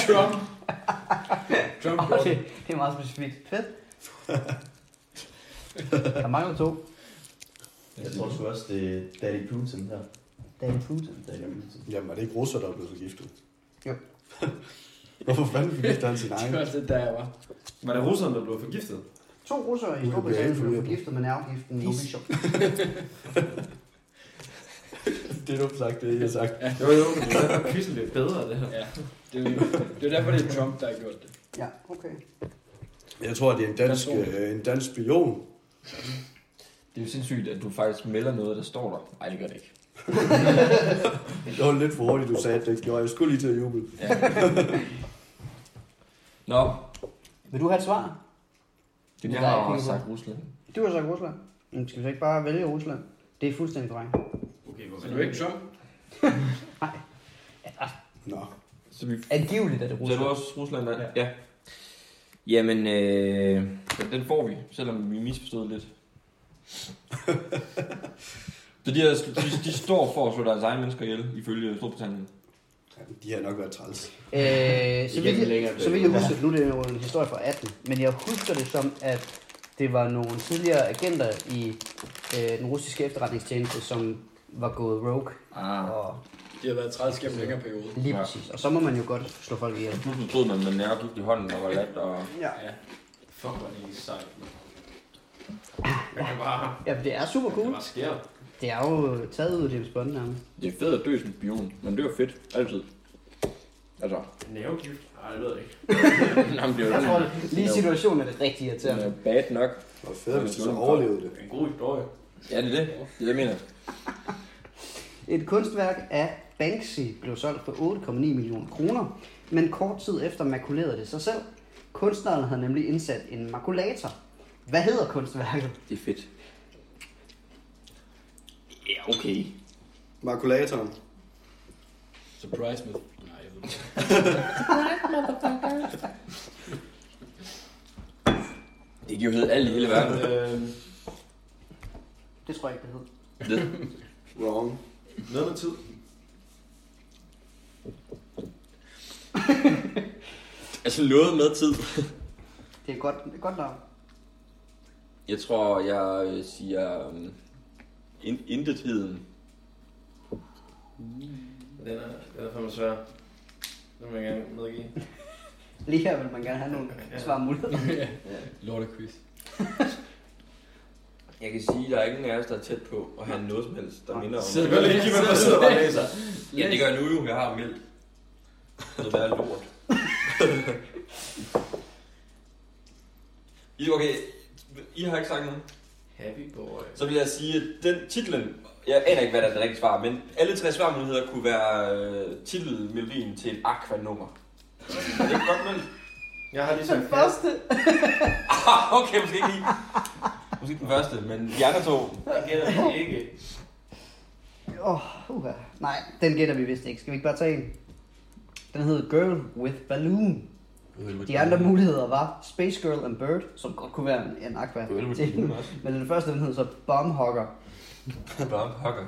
I: Trump. Trump.
A: Okay, det er meget specifikt. Fedt. Der mangler to.
H: Jeg tror sgu også, det er Daddy Putin her.
A: David Putin.
H: Daddy Putin.
D: Jamen, er det ikke russer, der er blevet forgiftet?
A: Jo.
D: Hvorfor fanden forgifter han sin
I: Det
D: egen?
I: var også det, der jeg var.
C: Var det russerne, der blev forgiftet?
A: To russere i
D: Ui,
A: Storbritannien
D: hvad er det for
A: blev
D: noget?
A: forgiftet med nervegiften i Bishop.
H: Det du har sagt, det jeg har sagt.
C: Jo, jo, men det er derfor, quizzen bliver bedre, det her.
I: Ja. Det er, jo- det er derfor, det er Trump, der har gjort det.
A: Ja, okay.
D: Jeg tror, det er en dansk,
I: Person.
D: øh, en dansk spion.
B: Det er jo sindssygt, at du faktisk melder noget, der står der. Nej, det gør det ikke.
D: Det var lidt for hurtigt, du sagde, at det ikke gjorde. Jeg skulle lige til at juble.
B: Ja. Nå,
A: Vil du have et svar?
B: det
A: Jeg
B: jeg
A: har
B: har
A: ikke
B: også
A: noget.
B: sagt Rusland.
A: Du har sagt Rusland. Men skal vi så ikke bare vælge Rusland? Det er fuldstændig korrekt.
C: Okay,
I: Så du er ikke Trump?
D: Nå,
B: Så vi
A: Angiveligt er det
B: Så er du også Rusland, der? Ja. ja. Jamen, øh, den- den får vi, selvom vi misforstod lidt. så de, her, de, de står for at slå deres egne mennesker ihjel, ifølge Storbritannien.
D: Jamen, de har nok været træls.
A: Øh, så,
H: Igennem
A: vidt jeg,
H: længere
A: så vidt jeg husker, det. nu er det jo en historie fra 18, men jeg husker det som, at det var nogle tidligere agenter i øh, den russiske efterretningstjeneste, som var gået rogue.
B: Ah.
A: Og
I: De har været 30 gennem en længere periode.
A: lige
B: Ja.
A: præcis. Og så må man jo godt slå folk ihjel.
B: Pludselig stod man med nærgift i hånden og var lat, og
A: Ja.
I: Ja.
C: Fuck, hvor er det ikke sejt. mand. Jeg kan bare...
A: ja, det er super
C: Det
A: cool.
C: bare sker.
A: Det er jo taget ud af James Bond nærmest.
B: det er fedt at dø som spion. Man dør fedt, altid. Altså,
C: Nervegift? Nej, det ved jeg ikke.
B: han bliver
A: Jeg
B: jo
A: tror, lige situationen er det rigtig irriterende.
B: sådan øh, bad nok.
D: Og fedt, hvis de så overlevede det.
C: Det er en god historie.
B: Ja, det er det. Det er det, jeg mener.
A: Et kunstværk af Banksy blev solgt for 8,9 millioner kroner, men kort tid efter makulerede det sig selv. Kunstneren havde nemlig indsat en makulator. Hvad hedder kunstværket?
B: Det er fedt. Ja, okay.
D: Makulatoren.
I: Surprise med... Nej, jeg ved det ikke.
B: Det giver jo hed alt i hele verden.
C: Øh,
A: Det tror jeg ikke, det hed.
B: Det.
D: Wrong.
C: noget med tid.
B: Altså noget med tid.
A: Det er godt, det er godt navn.
B: Jeg tror, jeg øh, siger um, in- intetheden.
C: Den er, den er fandme svær. Den vil jeg gerne medgive.
A: Lige her vil man gerne have nogle svarmuligheder.
I: Lortequiz.
B: Jeg kan sige, at der er ingen af os, der er tæt på at have noget som helst, der
A: Nej.
B: minder om
I: Sidder
C: Det gør
I: du-
C: det ikke, men man
I: sidder
C: sidder
I: du-
C: bare og læser.
B: Ja, det gør jeg nu jo. Jeg har meldt. Så det er lort. I, okay, I har ikke sagt noget.
C: Happy boy.
B: Så vil jeg sige, at den titlen, jeg aner ikke, hvad der er det rigtige svar, men alle tre svarmuligheder kunne være øh, titelmelodien til et aqua-nummer. Er det ikke godt meldt?
C: Jeg har lige sagt
A: Første.
B: Ah, okay, måske ikke lige. Måske ikke den første, men de andre to.
C: Jeg gætter det ikke.
A: Åh, oh, uha. Nej, den gætter vi vist ikke. Skal vi ikke bare tage en? Den hedder Girl with Balloon. De andre muligheder var Space Girl and Bird, som godt kunne være en, en aqua.
B: Girl with
A: ting.
B: Balloon også.
A: Men den første, den hed så Bomb Hugger.
B: Bomb Hugger.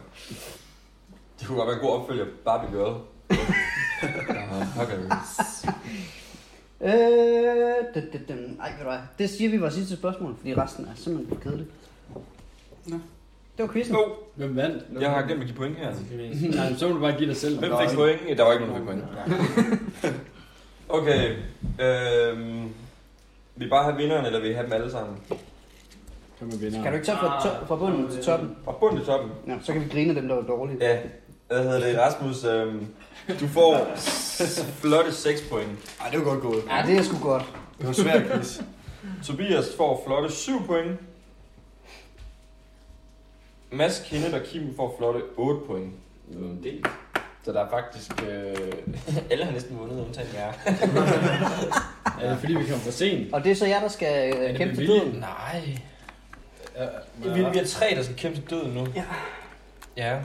B: Det kunne godt være en god opfølger. Barbie Girl. Bomb Huggers.
A: Øh, det, det, det, ej, ved du hvad? Det siger vi var sidste spørgsmål, fordi resten er simpelthen for kedeligt.
D: Nå.
A: Det var quizzen.
B: Jo,
I: Hvem vandt?
B: jeg har glemt at give point her.
I: Nej, men så må du bare give dig selv.
B: Hvem fik point? Der var ikke nogen, der fik point. Okay. Øhm, vil I bare have vinderen, eller vil I have dem alle sammen?
I: Kom med vinder.
A: Kan du ikke tage fra, to, fra bunden til toppen?
B: Og bund til toppen.
A: Ja, så kan vi grine af dem, der var dårlige.
B: Ja. Hvad hedder det, Rasmus? Øhm, du får flotte 6 point.
D: Ej, det var godt gået.
A: Ja, det er sgu godt.
D: Det var en svær quiz.
B: Tobias får flotte 7 point. Mads, Kenneth og Kim får flotte 8 point.
C: en del.
B: Så der er faktisk... Øh, alle har næsten vundet, undtagen jer.
I: Er det fordi, vi kom for sent?
A: Og det er så jer, der skal øh,
I: det
A: kæmpe til
I: med
A: døden.
B: Nej.
I: Ja,
B: Vi, vi er tre, der skal kæmpe til døden nu. Ja. Ja.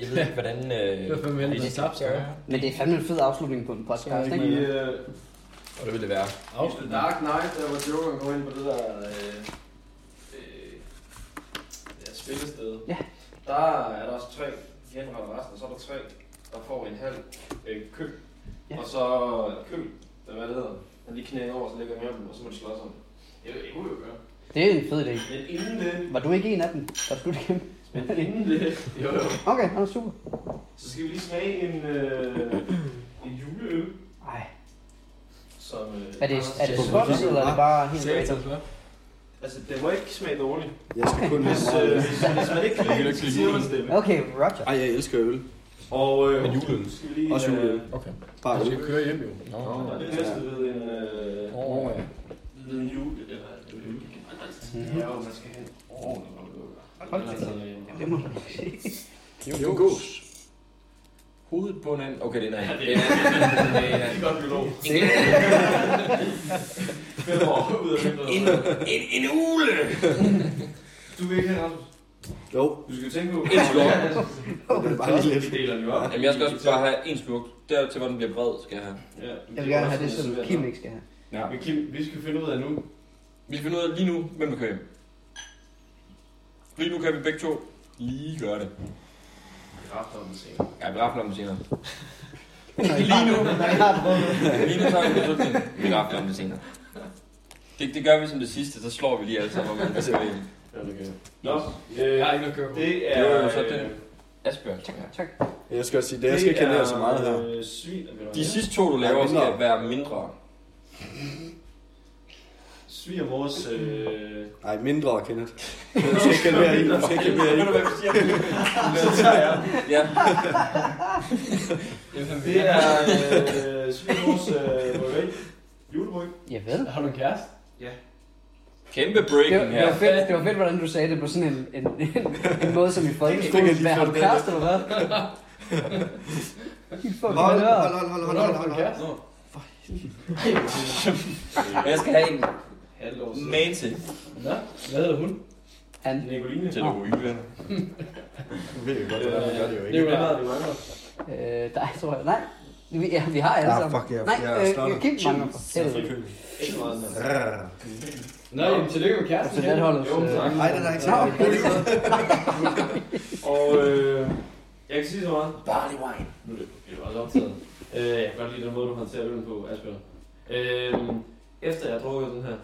B: Jeg ved ikke, hvordan... Øh,
I: Det var fandme heldigt, at slap, så.
A: Men det er fandme en fed afslutning på en podcast,
C: Vi,
A: ikke?
C: øh,
B: Og det vil det være.
C: i The Dark Knight, der var Joker gået ind på det der... Øh, øh, ja, spillestede,
A: Ja.
C: der er der også tre genretter resten, og så er der tre, der får en halv øh, køl.
A: Ja.
C: Og så køl, der hvad det hedder, der lige knækker over, så ligger jeg dem, og så må de slås om. Det er jo gøre.
A: Det er en fed idé.
C: Men inden det,
A: Var du ikke en af dem, der skulle kæmpe?
C: men inden det, jo, jo.
A: Okay, han er super.
C: så skal vi lige smage en, øh, en juleøl,
A: Ej,
C: som... Øh,
A: er det, er det
C: Anders-
A: spons, eller er det bare helt
C: Satan. Altså, det må ikke smage dårligt.
D: Jeg skal kun have
C: Hvis, øh,
D: meget.
C: hvis, hvis man ikke kan lide det, så siger man det.
A: Okay, Roger.
D: Ej, jeg elsker øl.
C: Og øh,
B: Men juleøl.
C: skal vi lige...
D: Også juleøl.
C: Øh,
D: Bare øl.
I: køre hjem jo.
B: Nå.
C: og det næste ved en... Øh,
I: Åh, ja.
C: ved en jule, eller... Ja, jo, man skal have en ordentlig Altså, øh, juleøl.
A: Det må man sige.
B: Jo, gås. Hovedet på en anden. Okay, det er en anden. Det er en anden. Det er en
C: Det
B: anden.
C: er godt biolog.
B: En-
C: Fem år ud af
B: En,
C: vinduet.
B: en, en ule!
C: Du vil ikke have Rasmus.
D: Jo,
C: Du skal tænke på... altså,
B: En skål.
D: det er bare lige lidt.
C: Vi deler den jo op.
B: Jamen, jeg skal også bare have en smuk. Der til, hvor den bliver bred, skal jeg have.
C: Ja,
A: Jeg vil gerne have det, som Kim ikke skal have.
B: Ja.
C: Men Kim, vi skal finde ud af nu.
B: Vi skal finde ud af lige nu, hvem der kører hjem. Lige nu kan vi begge to lige gøre det.
C: Kræfter den senere.
B: Ja, vi rafler om det senere. lige nu, lige nu tager vi beslutningen. Vi rafler om det senere. Det, det gør vi som det sidste, så slår vi lige alle sammen om det senere.
C: Ja, det kan jeg. Nå, øh,
I: Jeg har ikke noget at køre på.
C: det
B: Det
C: er... øh,
B: var jo så det. Asbjørn,
A: Tak,
B: tænker jeg.
A: tak.
D: Jeg skal også sige, det jeg skal ikke have ned så meget her.
C: Øh, svin, er vi nok.
B: De sidste to, du laver, skal være mindre.
C: Svin er vores... Øh,
D: Nej, mindre, Kenneth. Du skal ikke have mere i, du skal ikke have mere i.
B: hvad vi siger?
C: så tager jeg.
B: Ja,
C: Det er øh, svin er vores øh, bryggeri. Julebryg.
A: Jeg ved.
F: Har du en kæreste?
B: kæmpe
A: Det var,
B: breaking
A: det,
B: her.
A: var fedt, det var fedt, hvordan du sagde det på sådan en, en, en, en måde, som i folkeskolen. Hvad har du kæreste, eller hvad? Helt fucking
D: Hold,
A: nørdere.
D: hold, hold, hold, hold, hold, hold, hold.
B: Jeg skal have en
C: Halvår siden.
B: man til.
F: Nå, hvad hedder hun?
A: Han,
C: Nicoline.
B: Til du ikke
H: Du ved jo godt, hvordan man gør det jo
F: Det
H: ikke.
F: er jo meget.
C: det mangler.
A: øh, dig, tror jeg. Nej, vi, ja, vi har alle
D: Ah,
A: sammen.
D: fuck, jeg-
A: Nej,
D: jeg
A: øh,
D: starter.
A: Kim mangler for helvede.
C: Ikke meget. den her.
D: Rrr.
F: Nå, jamen, tillykke med kæresten.
A: Så Altså, det holder
C: Jo, tak.
D: Nej, den er ikke så.
A: Nå, okay.
C: Og øh, jeg kan sige så meget.
B: Barley wine.
C: Nu er det, det er også optaget. øh, jeg kan godt lide den måde, du håndterer øl på, Asbjørn. Øh, efter jeg har drukket den her,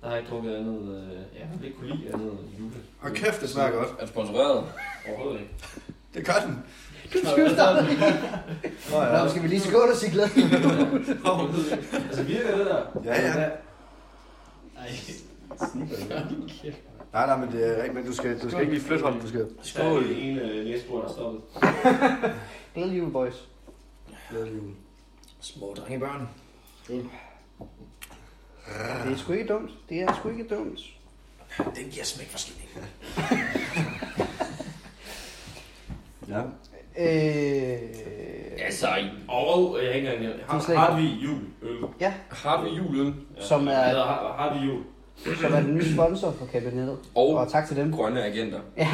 C: der har jeg ikke drukket andet, øh, jeg har ikke kunne lide andet end jule.
D: Og kæft, det smager godt.
B: Er du sponsoreret?
C: Overhovedet ikke.
D: Det gør den.
A: Du tvivler.
D: Nå, ja.
A: Nå, skal vi lige skåle og sige glad?
C: Overhovedet ikke. altså virker det der?
D: Ja, ja.
I: Ej.
D: Nej, nej, men det er rigtigt, men du skal, du skal ikke lige flytte hånden, du skal.
C: Skål. Der er en øh, næsebord, der er stoppet.
A: Glædelig jul, boys.
D: Glædelig jul.
B: Små drengebørn.
A: Det er sgu ikke dumt. Det er sgu ikke dumt.
B: Den giver smæk forskelligt.
D: Ja.
A: Øh,
B: Altså,
C: Og øh, jeg har ikke engang nævnt.
A: Du
C: Har,
A: slet ikke-
C: har vi jul? Øl.
B: har vi julen
A: Som er-
C: Eller har, har vi jul?
A: som er den nye sponsor for kabinettet.
B: og
A: Og tak til dem.
B: grønne agenter.
A: Ja,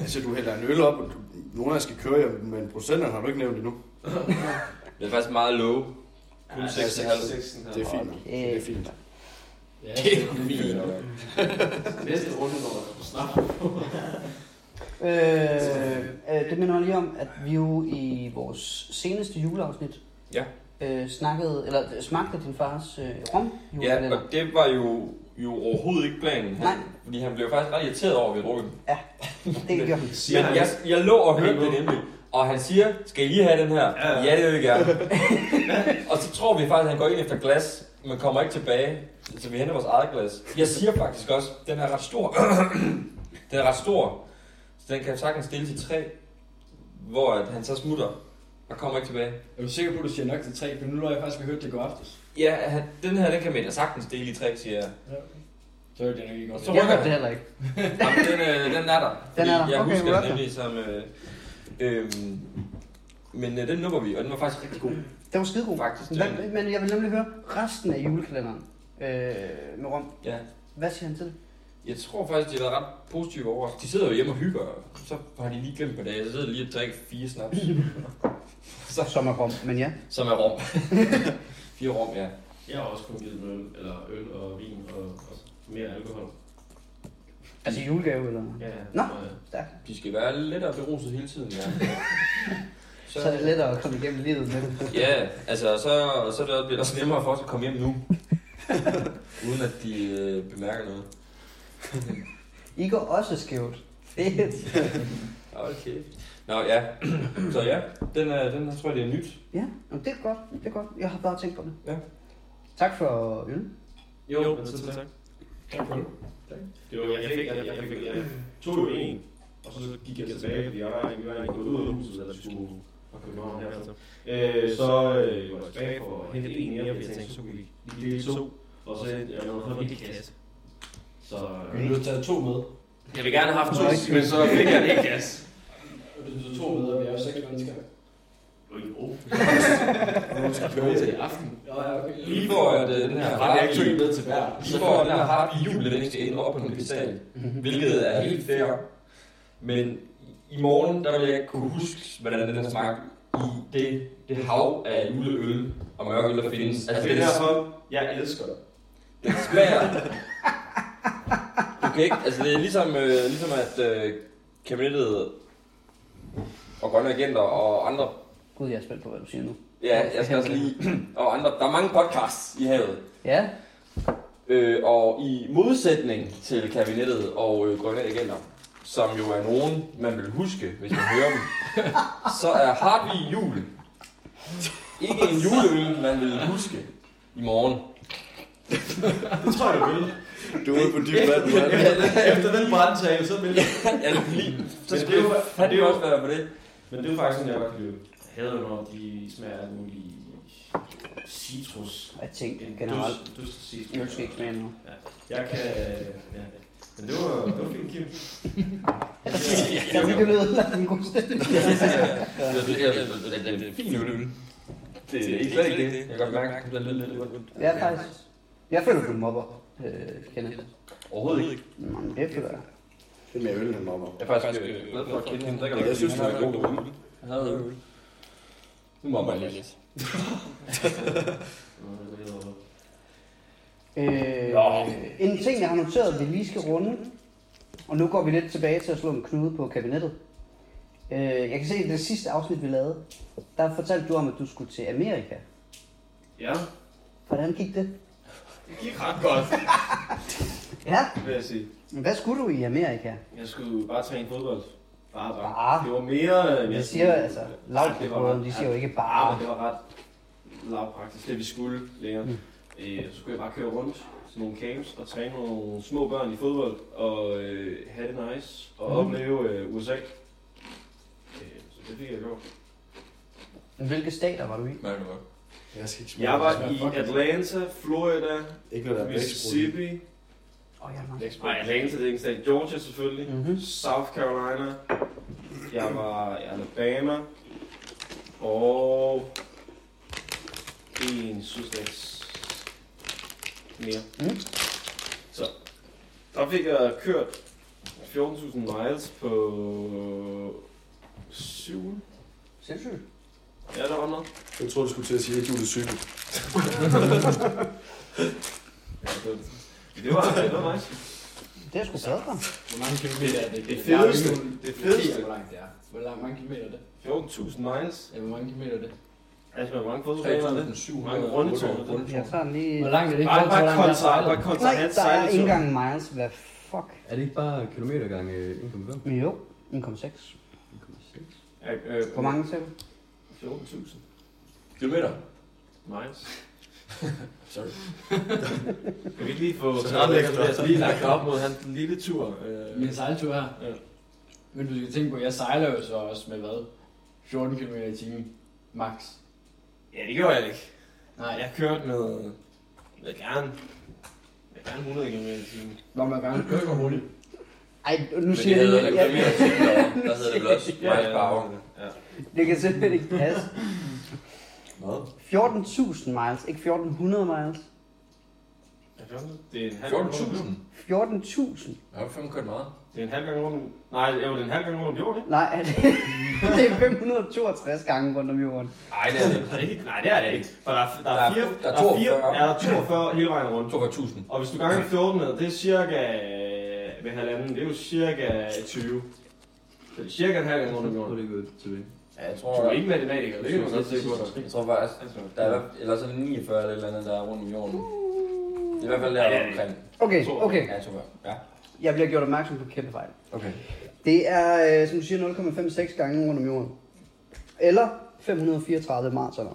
D: Altså, du hælder en øl op, og du, nogen af jer skal køre hjem, men procenterne har du ikke nævnt endnu.
B: Det er faktisk meget low.
C: Kun
B: Ja,
C: 6,5.
D: Det er fint.
A: okay.
D: Det er fint.
I: Ja,
B: Det er fint.
C: Næste runde, når der snart.
A: Øh, øh, det minder mig lige om, at vi jo i vores seneste juleafsnit
B: Ja.
A: øh, snakkede, eller øh, smagte din fars øh, rom
B: Ja, og det var jo, jo overhovedet ikke planen.
A: Nej.
B: Fordi han blev faktisk ret irriteret over, at vi drukkede den.
A: det gjorde han.
C: Siger
B: Men
C: han.
B: jeg, jeg lå og hørte det nemlig. Og han siger, skal I lige have den her?
C: Ja, ja.
B: Ja, det vil vi gerne. og så tror vi faktisk, at han går ind efter glas, men kommer ikke tilbage. Så vi henter vores eget glas. Jeg siger faktisk også, den er ret stor. den er ret stor. Så den kan sagtens dele til tre. Hvor at han så smutter og kommer ikke tilbage.
F: Er du sikker på, at du siger nok til tre? For nu har jeg faktisk hørt det går aftes.
B: Ja, han- den her, den kan man da sagtens dele i tre, siger jeg.
F: Så er det nok ikke godt.
B: Så
A: Jeg
B: rykker
A: hørte det heller ikke.
B: Jamen, den, øh, den er der. Fordi
A: er der.
B: Jeg
A: Okay,
B: husker
A: rocker.
B: den nemlig som... Øh, øh, men øh, den nupper vi, og den var faktisk rigtig god.
A: Det var skidegod.
B: Faktisk, det
A: Hvad, men jeg vil nemlig høre resten af julekalenderen øh, med rom.
B: Ja.
A: Hvad siger han til det?
B: Jeg tror faktisk, de har været ret positive over. De sidder jo hjemme og hygger, og så har de lige glemt på dagen. Så sidder de lige og drikker fire snaps,
A: Som er rom, men ja.
B: som er rom. fire rom, ja.
C: Jeg har også kun givet dem øl, eller øl og vin og, og mere alkohol.
A: Altså julegave eller?
C: Ja,
A: Nå.
C: øh,
A: Stærkt.
B: De skal være lidt og beruset hele tiden, ja.
A: Så er det lettere at komme igennem livet med det.
B: Ja, altså så, så er det også- bliver det også nemmere for os at komme hjem nu. Uden at de øh, bemærker noget.
A: I går også skævt. Fedt.
B: Hold kæft. Nå ja, så ja, den, er, den her, tror jeg, det er nyt.
A: Ja, jamen, det er godt. Det er godt. Jeg har bare tænkt på det.
B: Ja.
A: Tak for øl.
C: Jo, jo men så tak. Det var, jeg fik, jeg, jeg, jeg, fik, jeg tog jo en, og så gik jeg tilbage, fordi jeg var, jeg var egentlig gået ud af huset, eller skulle fra København her. Så, øh, så øh, var jeg tilbage for at hente en mere, fordi jeg tænkte, så kunne vi lige dele to, og så hentede jeg noget fra min kasse. Så øh,
F: har taget to med.
B: Jeg vil gerne have haft
A: to,
B: men så fik jeg ikke gas.
F: Du to med, og vi er jo seks mennesker.
I: til i aften.
F: Ja, ja, okay.
B: Lige for at øh, den her harpy,
F: med til hver.
B: lige for at den her harpy jul, den ikke skal ende op på en pedestal, hvilket er helt fair. Men i morgen, der vil jeg ikke kunne huske, hvordan den her smagte i det, det hav af juleøl og mørke øl, der findes. Altså,
C: altså,
B: det
C: det
B: er
C: der hånd, jeg elsker dig.
B: Den smager... Du kan ikke... Altså, det er ligesom, øh, ligesom at øh, kabinettet og grønne agenter og andre...
A: Gud, jeg er spændt på, hvad du siger nu.
B: Ja, jeg skal også lige... Og andre... Der er mange podcasts i havet.
A: Ja,
B: Øh, og i modsætning til kabinettet og øh, grønne agenter, som jo er nogen, man vil huske, hvis man hører dem, så er Harvey Jul ikke en juleøl, man vil huske i morgen.
C: Det tror jeg, du vil.
D: Du er ude på dybt vand, mand.
C: Efter den brandtale, så vil jeg.
B: Ja, lige. Så skal
C: Men det er
B: det
C: jo- det er
B: fandme
C: jo-
B: også være på det.
C: Men det er jo faktisk sådan, jeg godt kan lide. Jeg hader, når de smager af mulige citrus.
A: jeg tænkte generelt.
C: Generelt. Dyst citrus.
A: Øl skal ikke smage noget.
C: Jeg kan... Ja. Men det var, det var fint, Kim.
A: Ja, vi kan lyde af en god stemning.
B: Det er fint øl. Det er ikke slet ikke det. Jeg kan godt mærke, at det bliver lidt lidt
A: Ja, faktisk. Jeg føler, du mobber, øh, Kenneth.
B: Overhovedet ikke.
A: Nå, men det føler jeg.
D: Det er med øl, han mobber.
B: Jeg er faktisk øh, glad for at kende hende. drikker
D: Jeg
B: lidt,
D: synes,
B: han
D: det er
B: en
D: god
B: øl. Han havde øl. Nu må man lidt.
A: Øh, en ting, jeg har noteret, vi lige skal runde, og nu går vi lidt tilbage til at slå en knude på kabinettet. Øh, jeg kan se, at det sidste afsnit, vi lavede, der fortalte du om, at du skulle til Amerika.
C: Ja,
A: Hvordan gik det?
C: det gik ret godt,
A: Ja.
C: vil jeg sige.
A: Hvad skulle du i Amerika?
C: Jeg skulle bare træne fodbold. Bare, bare.
A: Bare?
C: Det var mere... øh,
A: Jeg
C: skulle-
A: siger altså, lavt
C: det var ret-
A: de siger jo ikke
C: Ja,
A: bare.
C: Ah, men det var ret lavpraktisk, det vi skulle længere.
A: Mm.
C: Øh, så skulle jeg bare køre rundt til nogle camps og træne nogle små børn i fodbold og øh, have det nice og
A: Mm.
C: opleve øh, USA. Øh, så det fik jeg gjort.
A: Men Hvilke stater var du i?
B: Mærker du godt.
D: Jeg skal ikke smage.
C: Jeg var i Atlanta, Florida,
D: Ikke noget, der er vækstbrug.
C: Mississippi.
A: Åh, jeg var...
C: Nej, Atlanta det er ikke en stat. Georgia selvfølgelig.
A: Mhm.
C: South Carolina. Jeg var i Alabama. Og en sydstats mere.
A: Mm.
C: Så der fik jeg kørt 14.000 miles på 7.
A: Sindssygt.
C: Ja, der var noget.
D: Jeg tror, du skulle til at sige, at du er cykel.
C: Ja, det, det var, det var nice.
A: Det er sgu glad for.
I: Hvor mange kilometer er det?
C: Det fedeste, det
I: fedeste.
C: fedeste.
I: Hvor langt det er. Hvor lang- mange kilometer er det?
C: 14.000 miles.
I: Ja, hvor mange kilometer er det?
C: Altså, hvor mange fodboldbaner er det?
B: 3.700
C: Mange rundetårne.
A: Jeg tager den lige...
I: Hvor langt er det ikke?
C: Bare,
I: Hvor
C: bare
I: langt er det?
C: kontra, bare kontra
A: Nej,
C: hans
A: der er ikke
C: sejltur.
A: engang miles. Hvad fuck?
H: Er det ikke bare kilometer gange øh, 1,5?
A: Men Jo, 1,6.
H: 1,6?
C: Ja, øh,
A: Hvor mange sagde du?
C: 14.000.
B: Kilometer.
C: Nice.
B: Sorry.
C: Kan vi ikke lige få
I: Så er det ikke
C: Andreas lige lagt op mod hans lille tur? Øh,
I: Min sejltur her.
C: Ja.
I: Men du skal tænke på, jeg sejler jo så også med hvad? 14 km i timen. Max.
C: Ja, det gjorde jeg ikke.
I: Nej,
C: Jeg kørte med... Jeg gerne... Jeg gerne 100 km i timen.
I: hvor mange gange kører du hurtigt?
A: Ej, nu
B: Men det
A: siger jeg
B: hedder
A: det.
B: ikke
A: Jeg,
B: mere til derovre. Der hedder det vel også Mike Bauer.
C: Ja.
A: det kan simpelthen ikke passe.
B: Hvad?
A: 14.000 miles, ikke 1.400 miles.
C: Det er en halv gang rundt.
B: 14.000?
A: 14.000?
B: Jeg har fandme kørt meget.
C: Det er en halv gang rundt. Nej, jo, det er en halv gang rundt jorden, ikke?
A: Nej, er det, det er 562 gange rundt om jorden.
B: Nej, det er det.
C: Er det ikke? Nej, det er det ikke. For der er, der
B: Der
C: er,
B: er-
C: fire,
B: der er
C: fire,
B: 42.
C: ja, der er 42 hele vejen rundt.
B: 42.000.
C: Og hvis du ganger 14, det er cirka... øh, ved halvanden, det er jo cirka 20. Så det er cirka en halv måned om året.
H: det gået tilbage.
I: Ja, jeg
C: Du
I: tror,
C: er ikke matematiker, det kan man godt se på dig.
B: Jeg tror faktisk, der er, i hvert- eller så er det 49 eller et eller andet, der er rundt om jorden. Det er i hvert fald der omkring.
A: Okay, okay.
B: Ja, 42. Ja.
A: Jeg bliver gjort opmærksom på en kæmpe fejl.
B: Okay.
A: Det er, øh, som du siger, 0,56 gange rundt om jorden. Eller 534 maratoner.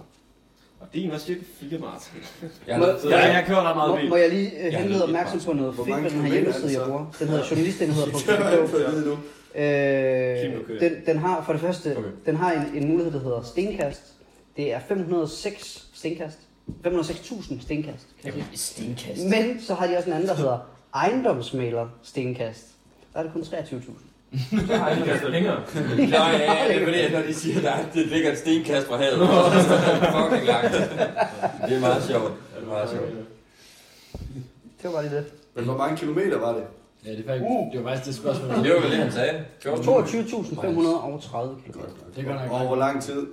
C: Og din var cirka 4 marts.
B: Altså, Jeg
A: Må-
B: har
C: Så jeg, jeg kører ret meget
A: Må,
C: bil.
A: må jeg lige øh,
B: Jeg
A: henlede
B: ved
A: opmærksom på noget
D: Hvor
A: fedt
D: mange
A: med den her
D: kilometer
A: hjemmeside, jeg
D: er det så?
A: bruger. Den hedder journalistenheder på
D: Jeg
A: Facebook.
D: får det nu.
A: Øh,
C: Kim, du kører.
A: den, den har for det første, okay.
B: Okay.
A: den har en, en mulighed, der hedder stenkast. Det er 506 stenkast. 506.000 stenkast.
B: stenkast.
A: Men så har de også en anden, der hedder ejendomsmaler stenkast. Der er det kun 23.000.
C: Jeg kaster altså længere.
B: Nej, ja, det er fordi, at når de siger, at der ligger et stenkast fra havet, så er det fucking langt. Det er meget sjovt. Det er meget sjovt.
A: Det var bare lige det.
D: Men hvor mange kilometer var det?
I: ja, det, er faktisk, uh. det var faktisk det spørgsmål.
B: Det var vel det, han sagde.
A: 22.530 km.
I: Det er godt nok
D: Og
I: langt.
D: hvor lang tid?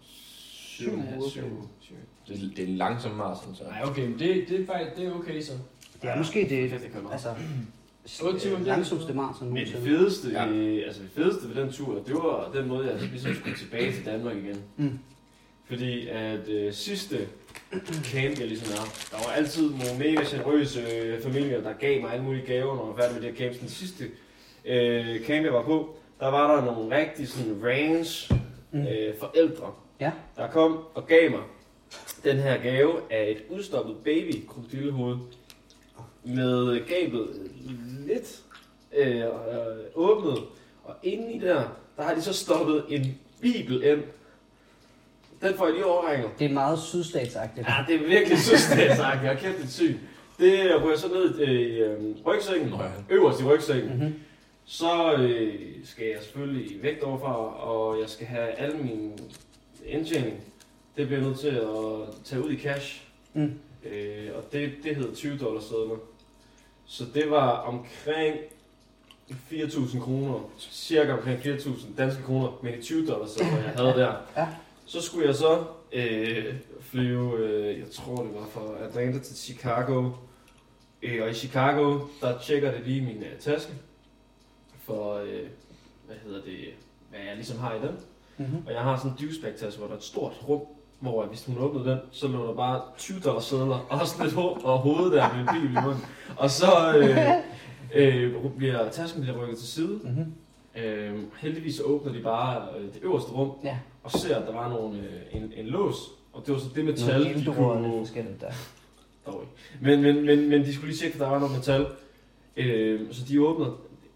C: 7 uger.
B: Det, det er en langsom mars, så.
I: Nej, okay, men det, det, er faktisk, det er okay så.
A: Det er måske det
C: Kæft, det kører meget.
A: altså, s-
I: Otte timer om
A: øh,
I: dagen.
A: langsomste maraton
C: Men det
A: nogensinde.
C: fedeste,
B: Ja.
C: ja. altså det fedeste ved den tur, det var den måde, jeg ligesom skulle tilbage til Danmark igen.
A: Mm.
C: Fordi at øh, sidste camp, jeg ligesom er, der var altid nogle mega generøse øh, familier, der gav mig alle mulige gaver, når jeg var færdig med det her camp. Den sidste øh, camp, jeg var på, der var der nogle rigtig sådan range
A: Mm.
C: øh, forældre,
A: Ja.
C: der kom og gav mig den her gave af et udstoppet baby krokodillehoved med øh, gabet lidt øh, øh, åbnet, og inde i der, der har de så stoppet en bibel ind. Den får jeg lige overhænget.
A: Det er meget sydstatsagtigt.
C: Ja, det er virkelig sødt, sagt. Jeg er kæft lidt syg. Det rører så ned i øh, rygsækken,
B: Nå ja.
C: øverst i rygsækken.
A: Mhm.
C: Så øh, skal jeg selvfølgelig væk derfra, og jeg skal have alle min indtjening. Det bliver jeg nødt til at tage ud i cash.
A: Mm.
C: Øh, og det, det hedder 20 dollars sædler. Så det var omkring 4.000 kroner, cirka omkring 4.000 danske kroner, men i 20 dollars sædler, jeg havde der.
A: Ja.
C: Så skulle jeg så øh, flyve, øh, jeg tror det var fra Atlanta til Chicago. Øh, og i Chicago, der tjekker det lige min øh, taske for, øh, hvad hedder det, hvad jeg ligesom har i den.
A: Mhm.
C: Og jeg har sådan en duesbag-taske, hvor der er et stort rum, hvor hvis hun åbnede den, så lå der bare 20 dollars sædler, og sådan et hår, og hovedet der med en bil i munden. Og så øh, øh, bliver tasken bliver rykket til side.
A: Mhm.
C: Øh, heldigvis så åbner de bare øh, det øverste rum,
A: Ja.
C: og ser, at der var nogle, øh, en, en lås. Og det var så det metal,
A: Nogle
C: de
A: dildoer og
C: kunne...
A: lidt forskelligt der.
C: Dog ikke. Men, men, men, men de skulle lige tjekke, at der var noget metal. Øh, så de åbnede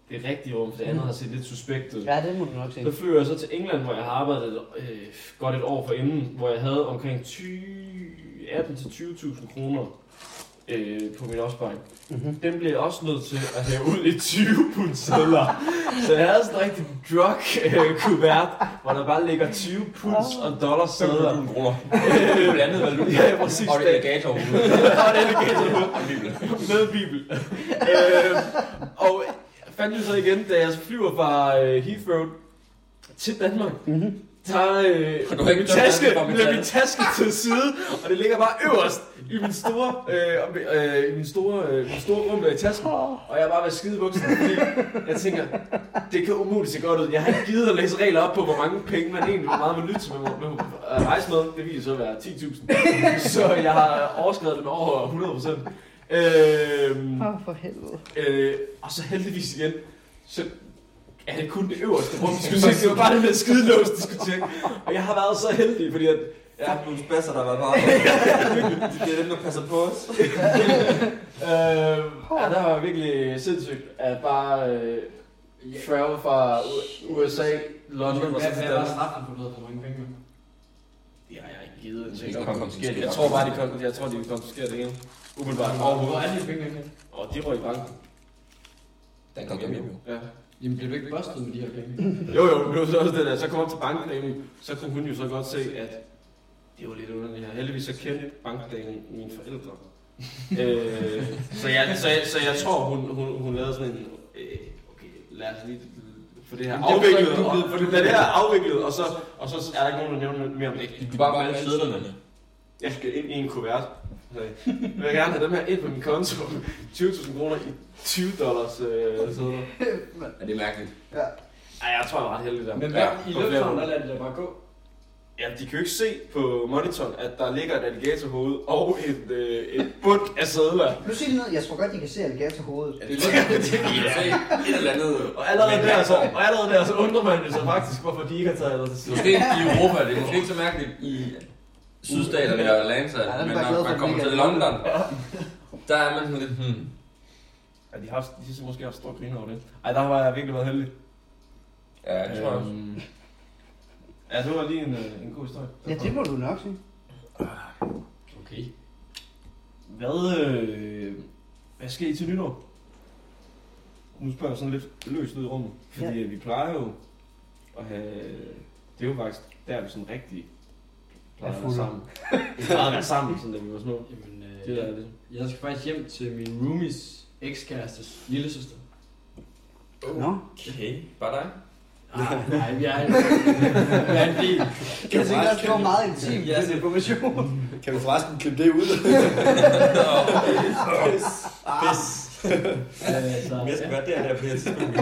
C: det rigtige rum, for det andet har set lidt suspekt ud.
A: Mm. Ja, det må du nok se.
C: Så flyver jeg så til England, hvor jeg har arbejdet øh, godt et år forinden, hvor jeg havde omkring 20, 18-20.000 kroner øh, på min opsparing.
A: Mhm.
C: Den blev jeg også nødt til at have ud i 20 pund sedler. Så jeg havde sådan en rigtig drug øh, kuvert, hvor der bare ligger 20 punds og dollars sedler.
B: 500.000 kroner. Det er blandet valuta.
C: Ja, præcis.
B: Og det er alligator ude.
C: Og det er legalt.
B: Og bibel.
C: med bibel. øh, og fandt jo så igen, da jeg så flyver fra øh, Heathrow til Danmark,
A: Mhm.
C: der øh,
B: Har du ikke
C: blev min,
B: dømt
C: taske,
B: alt for mit
C: blev
B: tal?
C: min taske til side, og det ligger bare øverst i min store, øh, om- øh, i min store, øh, min store rum der i tasken. Og jeg er bare ved skide i bukserne, fordi jeg tænker, det kan umuligt se godt ud. Jeg har ikke givet at læse regler op på, hvor mange penge man egentlig, hvor meget man lytter med, med, med at rejse med. Det ville så være 10.000. Så jeg har overskrevet det med over 100%. Øhm,
A: Åh, for helvede.
C: Øh, og så heldigvis igen, så er det kun det øverste rum, de skulle tjekke. Det var bare den der skidelås, de skulle tjekke. Og jeg har været så heldig, fordi at...
B: Ja,
C: Ja,
B: nogle spasser, der var bare. Det er dem, der passer på os.
C: øh, ja, der var virkelig sindssygt, at bare øh, travel fra U- USA, London og så til Danmark.
I: straffen for noget for mange penge? med?
C: Ja, jeg har ikke givet en ting.
B: De konfiskerer det.
C: Jeg tror bare, de, kon- jeg tror, de vil konfiskere det hele. Umiddelbart.
I: Hvor
C: Overhovedet.
I: er de penge henne?
C: Og de røg i banken.
B: Den kom hjem jo.
C: Ja.
I: Jamen, bliver du ikke bustet med de her penge?
C: Jo, jo, det var så også det der. Så kom jeg til bankdamen, så kunne hun jo så godt se, at det var lidt underligt her. Heldigvis så kendte bankdamen mine forældre. øh, så, jeg, så, jeg, så jeg tror, hun, hun, hun lavede sådan en, øh, okay, lad os lige få det her
I: Men det er jo så ikke,
C: afviklet,
I: du
C: og,
I: ved,
C: for det, lad det her afviklet, og så, og så er der ikke nogen, der nævner mere om det.
B: Du bare med alle sædlerne.
C: Jeg skal ind i en kuvert, Nej. Jeg vil gerne have dem her ind på min konto. 20.000 kroner i 20 dollars. Øh, så.
B: Ja, det er mærkeligt.
C: Ej, jeg tror, jeg var ret heldig der.
F: Men
B: Ja,
F: hvad, i
C: på
F: lufthavnen,
C: færgen.
F: der lader de det bare gå.
C: Ja, de kan jo ikke se på monitoren, at der ligger et alligatorhoved og et, øh, et bund af sædler.
A: Nu siger de noget, jeg tror godt, de kan se alligatorhovedet.
B: Ja, det er lidt, det er et eller andet.
C: Og allerede, der, så, altså, og allerede der, så undrer man sig faktisk, hvorfor de ikke har taget det til
B: Måske ikke i Europa, det er måske ikke så mærkeligt i sydstaterne og Atlanta,
A: Ja, der er
B: men
A: man bare glad
B: når
A: for,
B: man
A: at
B: kommer
A: den
B: til
A: ikke er-
B: London, der er man sådan lidt, hmm,
C: Ja, de har, de har måske haft stor griner over det. Ej, der har jeg virkelig været heldig.
B: ja, det tror jeg også.
C: Øhm, Ja, det var lige en, øh, en god historie.
A: Ja, det må du nok sige.
I: Okay.
C: Hvad, øh, hvad sker I til nytår? Nu spørger jeg sådan lidt løst ud i rummet, fordi ja. vi plejer jo at have... Det er jo faktisk der, vi sådan rigtig plejer
A: Er
C: at være
A: fulde.
C: sammen. Vi plejer at være sammen, sådan da vi var små.
I: Jamen, øh,
C: Det er det.
I: jeg skal faktisk hjem til min roomies ekskærestes lille søster.
A: Nå,
B: Okay, bare dig.
I: Nej, nej, vi er en, vi er en del.
A: jeg tænker også, det var meget intimt.
B: Ja, det
A: information.
D: Kan vi forresten klippe det ud?
B: Ah.
I: Øh, så, ja.
B: være der, der på det tidspunkt.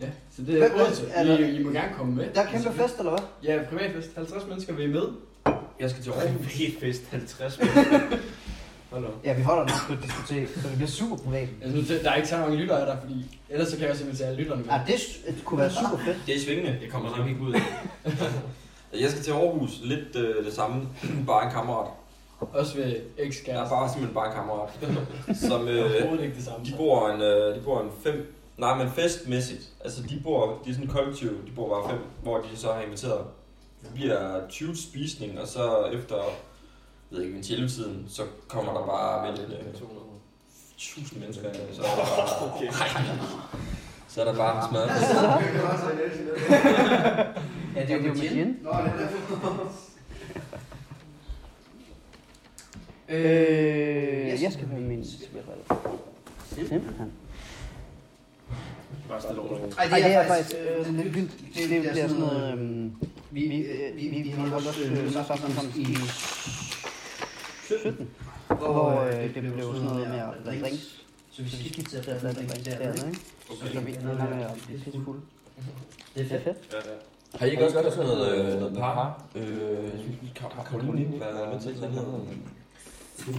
I: ja. så det er
A: Hvem-
I: Odense.
A: er der-
I: I, I må gerne komme med.
A: Der er kæmpe fest, eller hvad?
I: Ja, privatfest. 50 mennesker, vi er med.
C: Jeg skal til Aarhus. Helt fest, 50 minutter. Hold op.
A: Ja, vi holder nok på et diskotek, så det bliver super privat.
I: Jeg synes, der er ikke så mange lyttere der, fordi ellers så kan jeg også invitere alle lytterne med.
A: Ja, det, s- det kunne være super fedt.
B: Det er svingende, det kommer nok ikke ud af. Jeg skal til Aarhus, lidt øh, det samme, bare en kammerat.
I: Også ved
B: Jeg er
I: ekskæreste.
B: bare simpelthen bare en kammerat, som
I: Det er
B: øh,
I: overhovedet ikke det samme.
B: De bor en, øh, de bor en fem, nej, men festmæssigt. Altså, de bor, de er sådan kollektiv, de bor bare fem, hvor de så har inviteret. Det bliver 20 spisning, og så efter, jeg ved ikke, en tiden, så kommer der bare vel et, øh, 1000 mennesker, øh, så er der bare, okay. så er der bare smadret.
A: Ja, det er jo med gin. Øh, jeg skal have min spilbrille. Simpelthen.
C: Bare stille over.
A: Ej, det er faktisk øh, lidt vildt. Det, det, det er sådan noget... øhm, vi, vi, øh, vi, vi, vi holdt også øh, sammen sammen i 17, hvor øh, det blev sådan noget med at drikke drinks. Så vi skiftede til at drikke drinks dernede, ikke? Så vi endte med at blive pisse fulde. Det er fedt.
B: Har I ikke også gjort sådan noget, øh, noget par? Øh, jeg synes, Kar- Karoline, hvad er med til sådan noget?
A: Nej,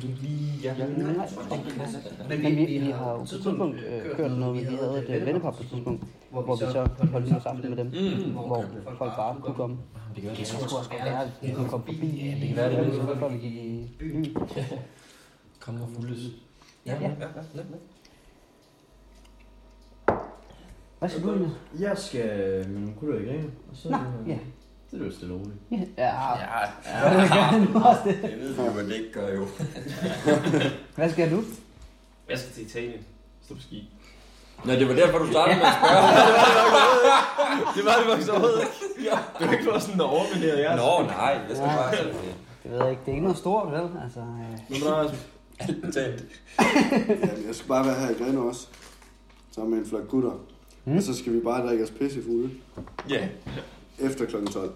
A: Men vi, vi, vi har jo på et tidspunkt øh, kørt noget, vi havde et øh, vennepar på et tidspunkt, hvor vi så holdt noget sammen med dem,
B: Mm,
A: hvor
B: okay.
A: folk bare kunne komme.
B: Det kan være,
A: Jeg tror også godt, være, at vi kunne komme forbi. Det kan være, det er før vi gik i byen.
B: Kom og fuldes.
A: Ja, ja. Hvad skal du med?
H: Jeg skal øh, med nogle gutter i Grene, og så...
A: Nå, ja.
H: Det lyder stille og roligt.
A: Ja,
B: Ja, jeg ved jo, hvad det ikke gør jo.
A: hvad skal du?
C: Jeg skal til Italien. Stå på ski.
B: Nå, det var derfor, du startede med at spørge.
C: Det var det faktisk overhovedet ikke. Det var ikke for sådan, at overminere jeres.
B: Nå, nej, jeg skal bare selv det.
A: Det ved jeg ikke. Det er ikke noget stort, vel? Altså, øh,
C: Men altså- der er
B: Talt.
D: Jamen, jeg skal bare være her i Grene også. Sammen med en flok gutter.
A: Mm.
D: Mm. Og så skal vi bare drikke os pissefulde
B: Ja.
D: efter kl. 12.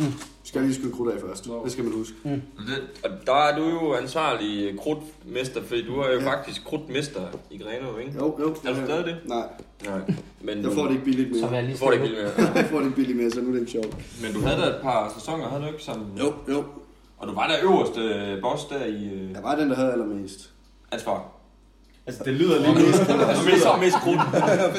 D: Mm. Vi skal lige skyde krudt af først. Det skal man huske.
B: Det- Og der er du jo ansvarlig krudtmester, fordi du er jo faktisk krudtmester i Grenaa, ikke?
D: Jo, jo.
B: Er du stadig det?
D: Nej,
B: Nej. Men
D: jeg får det ikke billigt
A: så
D: mere.
A: vil jeg lige
B: Du får det
A: stille
B: ikke
A: ud.
B: lige mere.
D: Jeg får det ikke billigt mere, så nu er det ikke sjovt.
B: Men du havde da et par sæsoner, havde du ikke som...
D: Jo, jo.
B: Og du var der øverste øh, boss der i øh,
D: Jeg var den, der havde allermest.
B: ansvar.
C: Altså, det lyder
B: Og
C: lige
B: mest, og mest, og mest krudt.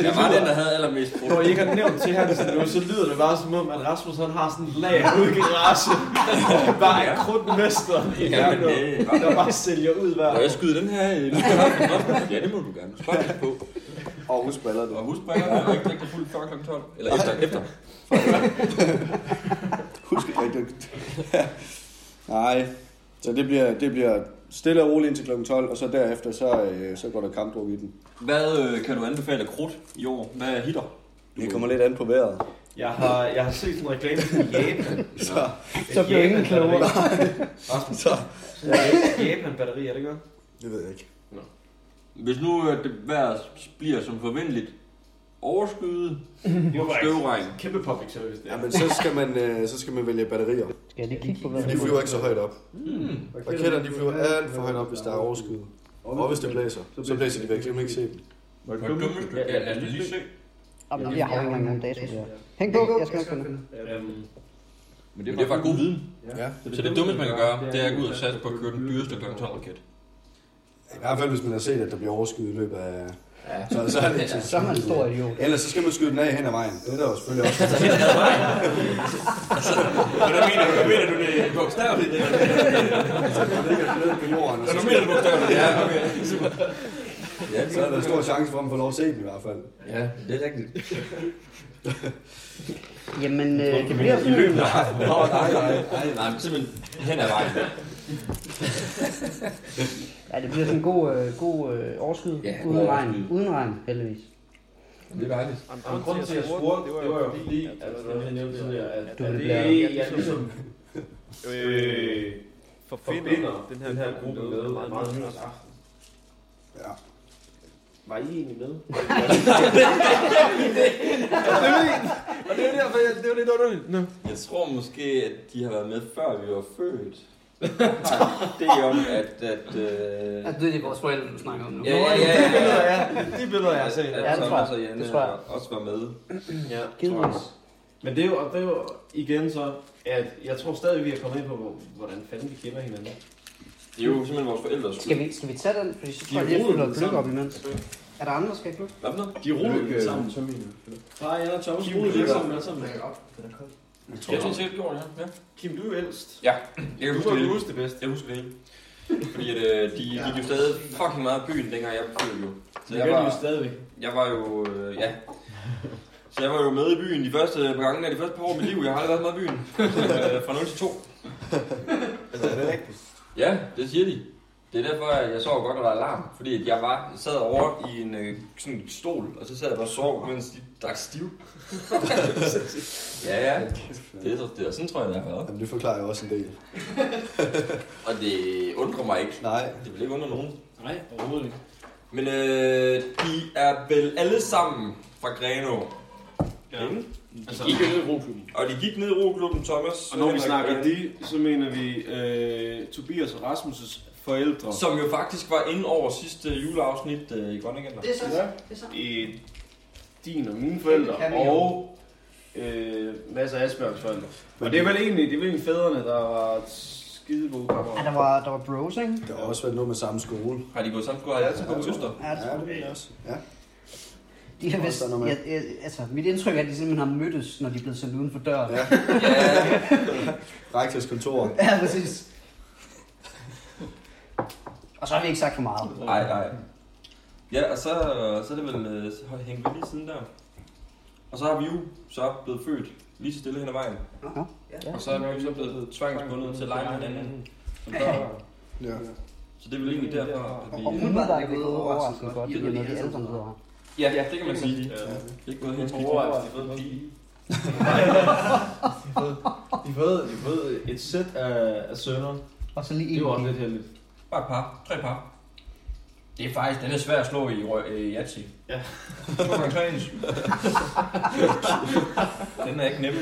B: Jeg var den, der havde allermest krudt.
C: Når I ikke har nævnt til ham sådan nu, så lyder det bare som om, at Rasmus han har sådan en lager ude i garagen. bare en krudtmester i
B: Ja, men
C: Danmark,
B: det
C: der bare sælger ud hver
B: Må jeg
C: år.
B: skyde den her øh, lille her? Ja, det må du gerne. Spørg lidt på.
D: Og hun spiller det.
B: Og husk, bringer er ikke rigtig fuld før kl. 12. Eller efter, efter.
D: Husk ikke rigtigt. Nej. Så det bliver, det bliver stille og roligt indtil kl. 12, og så derefter, så, øh, så går der kampdruk i den.
B: Hvad øh, kan du anbefale af krudt i år? Hvad er hitter?
D: Det kommer lidt an på vejret.
C: Jeg har, jeg har set sådan en reklame for Japan.
D: Så,
A: Så bliver ingen klogere.
C: Rasmus,
D: så.
C: Japan batteri, er det ikke noget?
D: Det ved jeg ikke.
B: Hvis nu øh, det vejr bliver som forventeligt, overskyde,
C: Det var faktisk
B: støvregn.
C: kæmpe public service. Det.
D: Ja, men så skal man, øh, så skal man vælge batterier.
A: Skal jeg lige kigge på, hvad
D: De flyver ikke så højt op. Raketterne de flyver alt for højt op, hvis der er overskud. Hmm. Og hvis det blæser, så blæser de væk, så kan man ikke se dem.
B: Hvor dumme du er, lad os lige se.
A: Jamen, jeg har ikke engang nogen dato der. Hæng på, jeg skal nok finde. det.
C: Øhm,
B: Men det er bare god viden.
D: Ja.
B: Så det dummeste, man kan gøre, det er at gå ud og satse på at købe den dyreste kl. 12-raket.
D: I hvert fald, hvis man har set, at der bliver overskud i løbet af... Så, så er det ikke
A: Så er man en stor idiot.
D: Ellers så skal man skyde den af hen ad vejen. Det er der jo selvfølgelig også.
B: Hvad mener du? Hvad mener du det bogstaveligt?
D: Den ligger ned på jorden, og
B: Hvad
D: så,
B: mener du bogstaveligt? Ja, okay.
D: ja, så er der en stor chance for, at man får lov at se den i hvert fald.
B: Ja, det er rigtigt.
A: Jamen, øh, det bliver sådan en...
B: Nå, nej, nej, nej, nej, men simpelthen hen ad vejen.
A: Ja, det bliver sådan en god, øh, god øh, overskud.
B: Ja,
A: uden
B: god
A: regn.
B: overskud.
A: Uden regn, heldigvis.
B: Det er dejligt.
C: og grunden til, at jeg spurgte, det var jo fordi, at jeg nævnte tidligere, at at
A: Du ville
C: det
A: blive-
C: er jeg ligesom øh, forbinder den her, den her gruppe med meget, meget nytårsaften.
D: Ja.
C: Var I egentlig med?
B: Og det er derfor, jeg, det var lidt underligt. No. Jeg tror måske, at de har været med, før vi var født. det er om, at... at øh...
E: Altså, det er vores forældre, du snakker om nu.
B: Ja, ja, ja, ja, ja.
C: De billeder, jeg har set.
B: At,
A: Ja,
B: at
A: det tror
B: Thomas
A: jeg.
B: og
A: Det
B: Janne
A: tror jeg.
B: har også var med.
C: Ja.
A: Givetvis.
C: Men det er jo, og det er jo igen så, at jeg tror stadig, vi er kommet ind på, hvor- hvordan fanden vi kender hinanden.
B: Det er jo simpelthen vores forældres skyld.
A: Skal vi, skal vi tage den? Fordi så tror jeg,
C: De
A: at jeg
C: roede
A: fylder
C: den
A: et gløk op
C: sammen.
A: imens. Er der andre, der skal have gløk?
B: Hvad for noget?
C: De rullede den sammen.
F: Far, jeg og Thomas
C: De
F: Rune,
C: rullede
F: vi
C: den
F: er
C: sammen alle sammen.
B: Jeg tror sikkert, du gjorde det, ja.
C: Kim, du er jo ældst.
B: Ja, jeg kan
C: Du
B: huske
C: må
B: det
C: jo
B: hele.
C: huske det bedst.
B: Jeg husker det hele. Fordi at, øh, de gik jo stadig fucking meget i byen, dengang jeg var født jo. Så jeg var,
F: stadigvæk.
B: jeg var jo, øh, ja. Så jeg var jo med i byen de første par gange af de første par år af mit liv. Jeg har aldrig været med i byen. Øh, fra 0 til 2.
D: Altså, er det rigtigt?
B: Ja, det siger de. Det er derfor, at jeg sov godt, og der var alarm. Fordi at jeg var, sad over i en øh, sådan en stol, og så sad jeg bare og sov, mens de drak stiv. ja, ja. Det er, så- det er sådan, tror jeg, det har været.
D: Jamen, det forklarer jo også en del.
B: Og det undrer mig ikke.
D: Nej.
B: Det vil ikke undre nogen.
F: Nej, overhovedet ikke.
B: Men øh, de er vel alle sammen fra Greno. Ja. Ikke?
C: Altså,
B: gik
C: ned i roklubben.
B: Og de gik ned i roklubben, Thomas.
C: Og når vi
B: Henrik
C: snakker
B: Greno,
C: de, så mener vi øh, Tobias og Rasmus' forældre.
B: Som jo faktisk var inde over sidste juleafsnit øh, i Grønne Agenda.
E: Det er så.
C: Ja.
E: Det er så.
C: Øh, din og mine forældre,
A: Det kan vi
C: og øh, Mads og Asbjørns forældre. Og det er vel egentlig, det er vel egentlig fædrene, der var skide gode
A: Ja,
C: kammerater.
A: Ah, der var, der var bros, ikke?
D: Det har også været noget med samme skole.
B: Har de gået sammen? Har de altid gået på Øster?
A: Ja,
D: Ja, det ved jeg også. Ja.
A: de har
D: Også
A: vist,
D: der er noget
A: ja,
D: med.
A: ja, altså, mit indtryk er, at de simpelthen har mødtes, når de er blevet sendt uden for døren.
D: Ja.
B: Ja,
D: Rektors kontor.
A: Ja, præcis. Og så har vi ikke sagt for meget.
B: Nej, nej. Ja, og så, så er det vel, øh, så har- hænger vi lige siden der. Og så har vi jo så blevet født lige så stille hen ad vejen.
A: Ja.
B: Og så er vi jo så blevet tvangsbundet til at lege med hinanden. som børn.
D: Ja.
B: Så det er vel egentlig derfra,
A: Og
B: at vi...
A: umiddelbart er det gået overraskende godt, i og med, at vi alle sammen sidder her.
B: Ja, ja, det kan man sige. Det er ikke gået helt skidt.
F: De fået, de fået et sæt af, af sønner.
A: Og så lige
F: Det
A: en
F: var også
A: pige.
F: lidt heldigt.
B: Bare et par. Tre par. Det er faktisk, den er svær at slå i rø- øh, Yatsi.
C: Ja.
B: To gange tre ens. Den er ikke nem.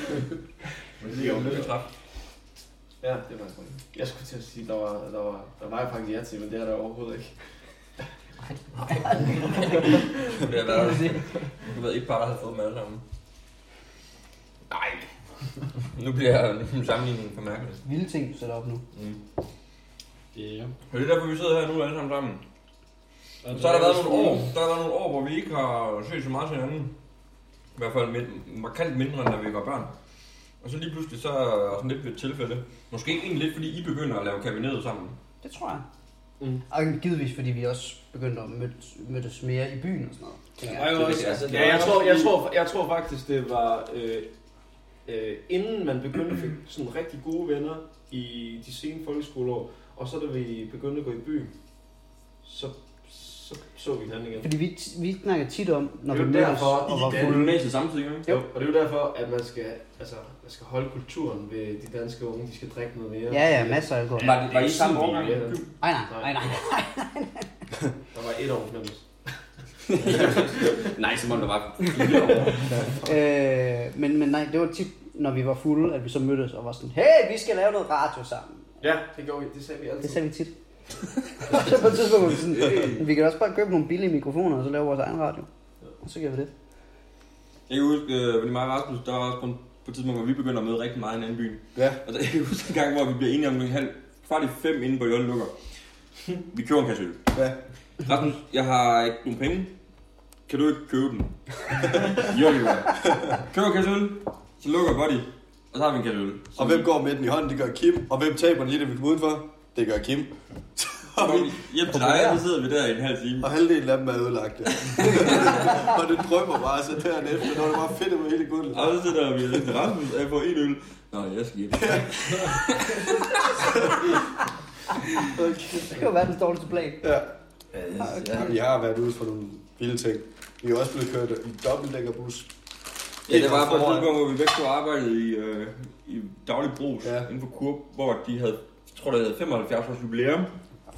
B: Men det er jo en lykketræf.
C: Ja, det var godt. Jeg skulle til at sige, der var, der var, der var jeg faktisk ja til, men det er der overhovedet ikke.
B: Det har været, du ved ikke bare, der havde fået dem alle sammen. Nej. nu bliver sammenligningen for mærkelig.
A: Vilde ting, du sætter op nu.
B: Mm.
I: Ja.
B: Og det er derfor, vi sidder her nu alle sammen sammen. Men Så har der været nogle år, der har været nogle år, hvor vi ikke har set så meget til hinanden. I hvert fald min, markant mindre, end da vi var børn. Og så lige pludselig, så er der sådan lidt ved et tilfælde. Måske ikke egentlig lidt, fordi I begynder at lave kabinetet sammen.
A: Det tror jeg.
C: Mm.
A: Og givetvis, fordi vi også begyndte at mødes, mødes mere i byen og sådan noget. tænker jeg.
C: var
B: Det er rigtigt, altså, det
C: ja,
B: var
C: jeg,
B: også
C: tror, jeg,
B: fordi-
C: tror, jeg tror faktisk, det var øh, øh, inden man begyndte at få sådan rigtig gode venner i de sene folkeskoleår, og så da vi begyndte at gå i byen, så så, så vi hinanden igen.
A: Fordi vi, vi snakker tit om, når
C: Det
A: vi
C: er jo
A: mødes
C: derfor,
A: og var
B: I
A: fulde.
B: gymnasiet samtidig, ikke?
C: Jo. Og det er jo derfor, at man skal, altså, man skal holde kulturen ved de danske unge. De skal drikke noget mere.
A: Ja, ja, masser af alkohol.
B: Var, det- var I samme
C: Siden vi
B: årgang?
C: er der.
A: Nej, nej, nej, nej.
C: Der var et år mellem os.
B: Nej, som om der var fire år.
A: Øh, men, men nej, det var tit, når vi var fulde, at vi så mødtes og var sådan, hey, vi skal lave noget radio sammen.
C: Ja, det gjorde vi. Det sagde vi altid.
A: Det sagde vi tit. så på et tidspunkt var vi sådan, vi kan også bare købe nogle billige mikrofoner, og så lave vores egen radio. Og så gør vi det.
B: Jeg kan huske, øh, fordi mig og Rasmus, der var også på, en- på et tidspunkt, hvor vi begyndte at møde rigtig meget hinanden i byen.
D: Ja.
B: Og der, jeg kan huske en gang, hvor vi blev enige om en halv, kvart i fem, inden på Jollen lukker. Vi køber en kasse øl.
D: Ja.
B: Rasmus, jeg har ikke nogen penge. Kan du ikke købe den? jo, det gør jeg. Køber en kasse øl, så lukker Buddy, og så har vi en kasse øl. Så
D: Og hvem går med den i hånden? Det gør Kim. Og hvem taber den lige, da vi kom udenfor? Det gør Kim.
B: går vi hjem til dig, og så sidder vi der i en halv time.
D: Og halvdelen af dem er ødelagt, ja. og det drømmer bare så dernæste, efter, når det var fedt med hele gulvet.
B: Og så sidder vi og siger til Rasmus, at jeg får en øl. Nå, jeg skal hjem.
D: Okay.
A: Det var verdens dårligste plan.
D: Ja. Ja, vi har været ude for nogle vilde ting. Vi er også blevet kørt i dobbeltdækkerbus.
B: Ja, det var på et tidspunkt, hvor vi begge to arbejdede i, øh, i daglig brus
D: Ja.
B: ja. inden for Kurp, hvor de havde, jeg tror, det havde 75 års jubilæum.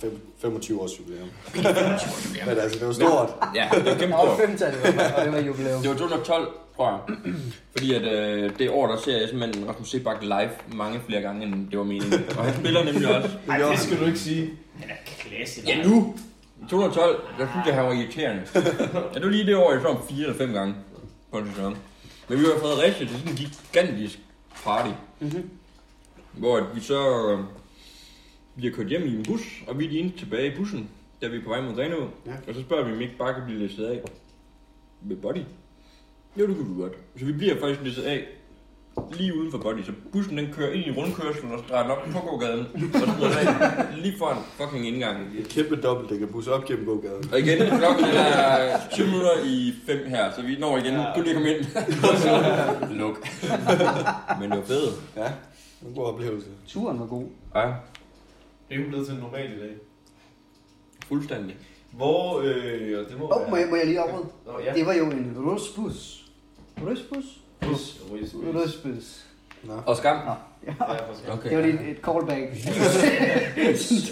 D: Fem- 25 års jubilæum. Men altså, det var stort.
B: Ja, det var kæmpe
A: Og
B: stort.
A: 5 og det var jubilæum.
B: Det var 2012, tror jeg. Fordi at øh, det år, der ser jeg simpelthen Rasmus Sebak live mange flere gange, end det var meningen. Og han spiller nemlig også.
C: Ej, det skal du ikke sige.
B: Ja, nu! I 2012, der synes jeg, han var irriterende. Ja, det var lige det år, jeg så ham fire eller fem gange på en sæson. Men vi var i Fredericia til sådan en gigantisk party. Mm-hmm. Hvor at vi så øh, bliver kørt hjem i en bus, og vi er de eneste tilbage i bussen, da vi er på vej mod Grenå. Ja. Og så spørger vi, om vi ikke bare kan blive læsset af med Buddy. Jo, det kunne vi godt. Så vi bliver faktisk læsset af lige uden for Buddy. Så bussen den kører ind i rundkørslen og streger den op på gågaden. Og så af lige foran fucking indgangen.
D: En kæmpe dobbeltdækkerbus op gennem gågaden.
B: Og igen, klokken den er 20 minutter i 5 her, så vi når igen. Ja. Kun lige komme ind. Og så luk. Men det var fedt.
D: Ja, det var en god oplevelse.
A: Turen var god.
B: Ja,
C: Det er jo blevet til en normal i dag.
B: fuldstændig.
C: Hvor, øh, og det må
A: Åh, oh, må, jeg,
C: være...
A: må jeg lige afrøde?
C: Nå, ja.
A: Det var jo en rusbus. Rusbus?
C: Rus, rus, rus.
A: Rusbus.
B: Og skam.
A: Nå, ja.
C: Ja, for satan.
B: Okay.
A: Det var lige et callback.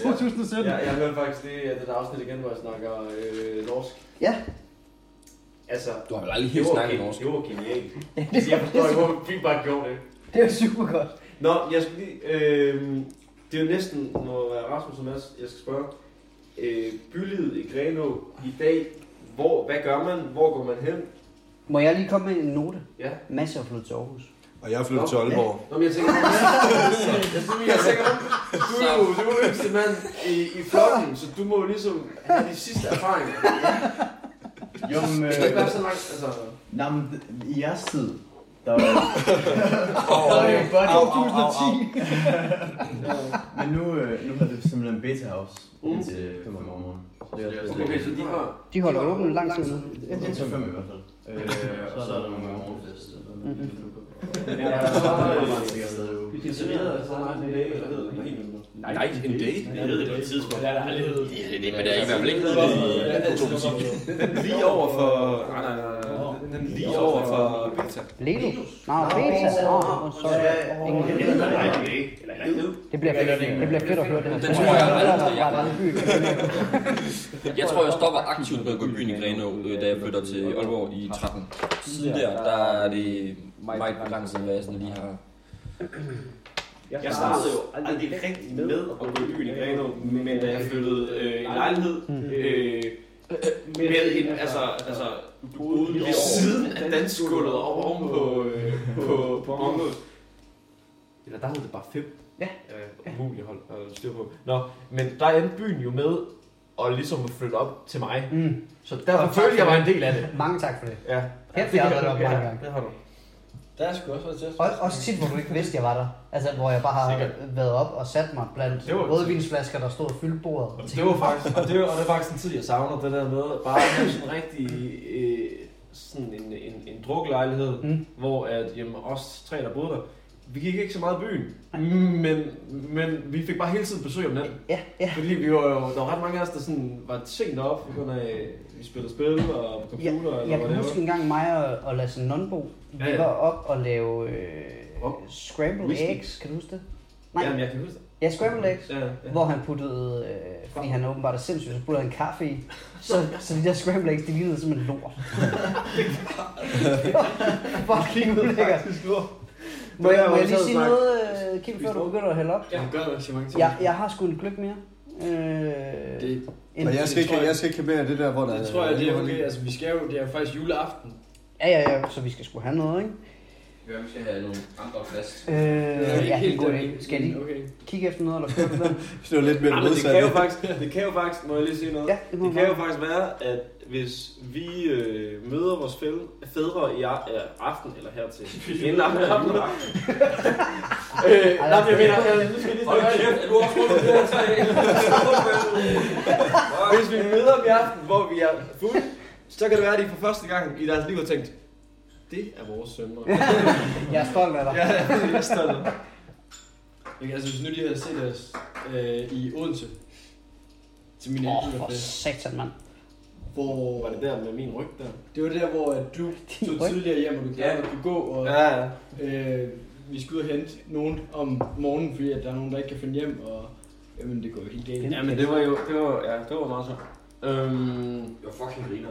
A: 2017.
F: Ja, jeg hørte faktisk det, det der afsnit igen, hvor jeg snakker øh, norsk.
A: Ja,
F: Altså,
B: Du har vel aldrig helt snakket norsk.
F: det var genialt. Altså,
A: det
F: Jeg forstår ikke, hvor vi bare gjorde det.
A: det var super godt.
F: Nå, jeg skal lige... Øh, det er jo næsten, må være Rasmus og Mads, jeg skal spørge. Øh, bylivet i Grenå i dag, hvor, hvad gør man? Hvor går man hen?
A: Må jeg lige komme med en note?
F: Ja.
A: Masser af flyttet til Aarhus.
D: Og jeg flyttede til Aalborg.
F: Nå, men jeg tænker... jeg tænker, jeg tænker du er jo, du er jo yngste mand i, i flokken, så du må jo ligesom have de sidste erfaringer.
H: Jo, men,
F: Det kan ikke være så langt, altså...
H: nej, øh, men i jeres tid, der var... Men nu, øh, nu har det simpelthen beta house indtil 5 om morgenen. Så det er også
F: Okay, så
H: lidt-
F: de har...
A: De holder åbent lang tid nu.
H: Indtil 5 i hvert fald. Øh, og så er der nogle morgenfest.
F: Ja, så har øh,
H: Det
F: de serveret, så har han en dag, eller hedder det?
B: Nej, en date.
C: Jeg ved det på et tidspunkt.
I: Det er der aldrig hedder.
B: Ja, det, det, men det er i hvert fald ikke noget, det to musik.
C: Lige over for... Nej, nej, nej, nej. Den- Den lige over for Beta.
A: Lego? Nå, Beta. Nå, sorry. Ingen- Det bliver fedt. Det bliver fedt at høre det her.
B: Den tror jeg aldrig, jeg-
A: var en by.
B: Jeg tror, jeg stopper aktivt med at gå i byen i Grenå, øh, da jeg flytter til Aalborg i 13. Siden der, der er det meget lang tid, hvad jeg sådan lige har...
C: Jeg startede jo aldrig rigtig med at gå i byen i Grenå, men da jeg flyttede øh, en lejlighed øh, med en, altså, altså, du boede ved siden af dansgulvet og oven på, øh, på, på området. Eller der hed det bare fem.
A: Ja.
C: Øh, umuligt hold at styr på. Nå, men der endte byen jo med at ligesom at flytte op til mig.
A: Mm.
C: Så derfor følte jeg var en del af det.
A: Mange tak for det.
C: Ja,
A: Kæft, jeg har været der mange gange.
C: det har du.
F: Der skulle også være test.
A: Og, også tit, hvor du ikke vidste, jeg var der. Altså, hvor jeg bare har været op og sat mig blandt
C: Det var-
A: rødvinsflasker, der stod og fyldte bordet. Og
C: Det var faktisk, og det, var, og det er faktisk en tid, jeg savner, det der med bare at have sådan en rigtig øh, sådan en, en, en druklejlighed,
A: Mm.
C: mm. hvor at, jamen, os tre, der boede der, vi gik ikke så meget i byen, men, men vi fik bare hele tiden besøg om natten.
A: Ja, ja.
C: Fordi vi var jo, der var ret mange af os, der sådan var sent op, på grund af, vi spillede spil og på
A: Jeg,
C: computer, ja, eller
A: jeg
C: hvad
A: kan
C: det
A: huske
C: var.
A: en gang mig og, og Lasse Nonbo, vi
C: Ja, ja.
A: var op og lave øh,
C: Op.
A: scrambled
C: Whisky.
A: eggs, kan du huske det? Nej,
C: Jamen, jeg kan huske det.
A: Ja, Scrambled Eggs.
C: Ja, ja.
A: Hvor han puttede, øh, fordi han åbenbart er sindssyg, så puttede han kaffe i. Så, så de der scrambled eggs, det lignede som en lort. Fucking ulækkert. Må jeg, må jeg lige sige noget, øh, Kim, før du begynder at hælde op?
E: Ja, gør det, Simon.
A: Jeg, jeg har sgu en gløk mere. Øh,
E: Det,
A: en-
D: Og jeg skal,
E: det
D: ikke,
E: tror jeg-
D: jeg skal ikke have mere af det der, hvor der
E: det tror jeg, det er okay. Altså, vi skal jo, det er faktisk juleaften.
A: Ja, ja, ja, så vi skal sgu have noget, ikke?
B: Ja, vi skal have nogle andre flasker.
A: Øh, ja,
E: ikke
A: det er en
E: helt
A: god
E: den-
A: idé. Skal jeg lige
E: Okay.
A: kigge efter noget, eller kører du den?
D: Det var lidt mere
C: Ja, men det
D: modsatte.
C: kan jo faktisk, det kan jo faktisk, må jeg lige sige noget.
A: Ja, det må
C: Det kan jo
A: man.
C: faktisk være, at hvis vi øh, møder vores fælle, fædre i a- øh, aften, eller her til inden aften, aften, aften. øh, nej, men jeg mener, øh, nu skal jeg lige
B: Hold
C: tage
B: kæft, er du også rundt om det her træ?
C: Hvis vi møder dem i aften, hvor vi er fulde, så kan det være, at de for første gang i deres liv har tænkt, det er vores sønner.
A: Jeg er stolt af dig.
E: Ja, det er stolt. Okay, altså hvis nu lige havde set os øh, i Odense til min
A: Åh,
E: oh,
A: for satan, mand.
E: hvor
C: Var det der med min ryg der?
E: det var der, hvor at du
A: Din
E: tog
A: ryg.
E: tidligere hjem, og du gerne kunne gå, og
C: Ja, ja.
E: øh, vi skulle ud og hente nogen om morgenen, fordi at der er nogen, der ikke kan finde hjem, og jamen, det går jo helt galt.
A: Ja.
C: Ja, men det var jo, det var, ja, det var meget sjovt. Øhm,
B: Jeg fucking griner.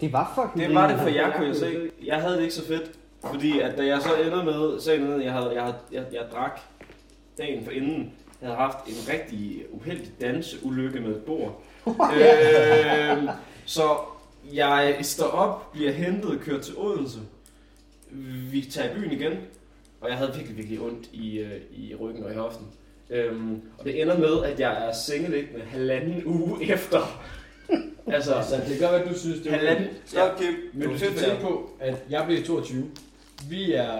A: Det var fucking
C: det var det
A: grineren.
C: for jer, kunne jeg se. Jeg havde det ikke så fedt, fordi at da jeg så ender med, sagen er, at jeg, havde, jeg, havde, jeg, jeg drak dagen for inden, jeg havde haft en rigtig uheldig danseulykke med et bord. øhm, så jeg står op, bliver hentet, kørt til Odense. Vi tager i byen igen, og jeg havde virkelig, virkelig ondt i, øh, i ryggen og i hoften. Øhm, og det ender med, at jeg er sengeliggende halvanden uge efter. altså,
E: Altså, det kan godt være, at du synes, det er
C: halvanden...
D: Stop, Kim.
E: Men du skal tænke på, at jeg bliver 22. Vi er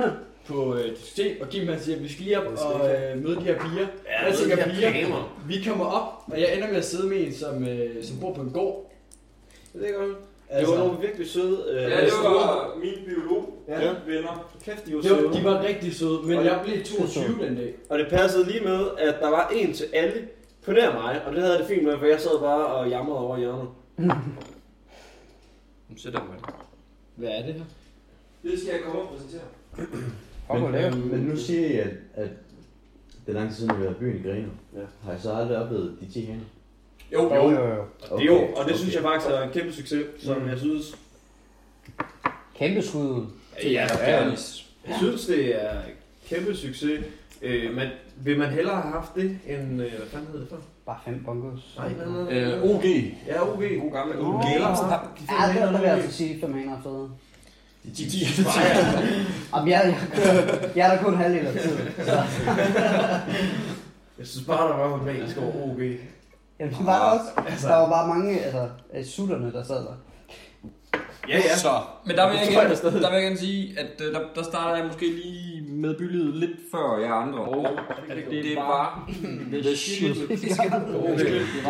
E: øh, på øh, diskotek, og Kim han siger, at vi skal lige op og øh, møde de her piger.
C: Ja,
E: jeg tænker,
C: de her
E: piger. Vi kommer op, og jeg ender med at sidde med en, som, øh, som bor på en gård.
C: Det er godt. Det
E: Altså,
C: var nogle virkelig søde... Øh,
B: Ja, det var min biolog.
C: Ja.
B: Ja. Venner.
C: Kæft, de var
E: det var,
C: søde.
E: de var rigtig søde, men jeg blev 22 den dag.
C: Og det passede lige med, at der var en til alle på nær mig. Og det havde jeg det fint med, for jeg sad bare og jamrede over i hjørnet.
B: Nu sætter mig.
E: Hvad er det her?
B: Det skal jeg komme og præsentere.
H: Men, øh, men nu siger I, at, at det er lang tid siden, jeg har været i byen i Greno.
C: Ja.
H: Har jeg så aldrig oplevet de 10 hænder?
B: Jo,
A: Jo,
B: jo.
A: jo, jo.
C: Okay, jo, og det okay. synes jeg faktisk er en kæmpe succes, som
A: Mm.
C: jeg synes...
A: Kæmpe skud.
B: Ja, Bernis.
C: Jeg synes, det er en kæmpe succes. Øh, men vil man hellere have haft det, end... Øh, hvad fanden hed det før?
A: Bare fem bongos.
C: Nej, hvad hedder
B: Øh,
C: det?
B: OG.
C: Ja, OB. God gamle
A: OB. Ja, det der vil jeg altså sige, fem hænder er fede.
B: De 10 hænder.
A: Jamen, jeg, jeg, kører- jeg er der kun halvdelen af tiden.
C: Jeg synes bare, der var magisk over OB.
A: Jamen, det var der også. Der var bare mange, altså, øh, sutterne, der sad der.
C: Ja, ja.
D: Så.
B: Men der vil, jeg
C: Det tror jeg
B: gerne, der vil jeg gerne sige, at øh, der, der starter jeg måske lige med bylivet lidt før jer andre. Og at det, det var the shit. Det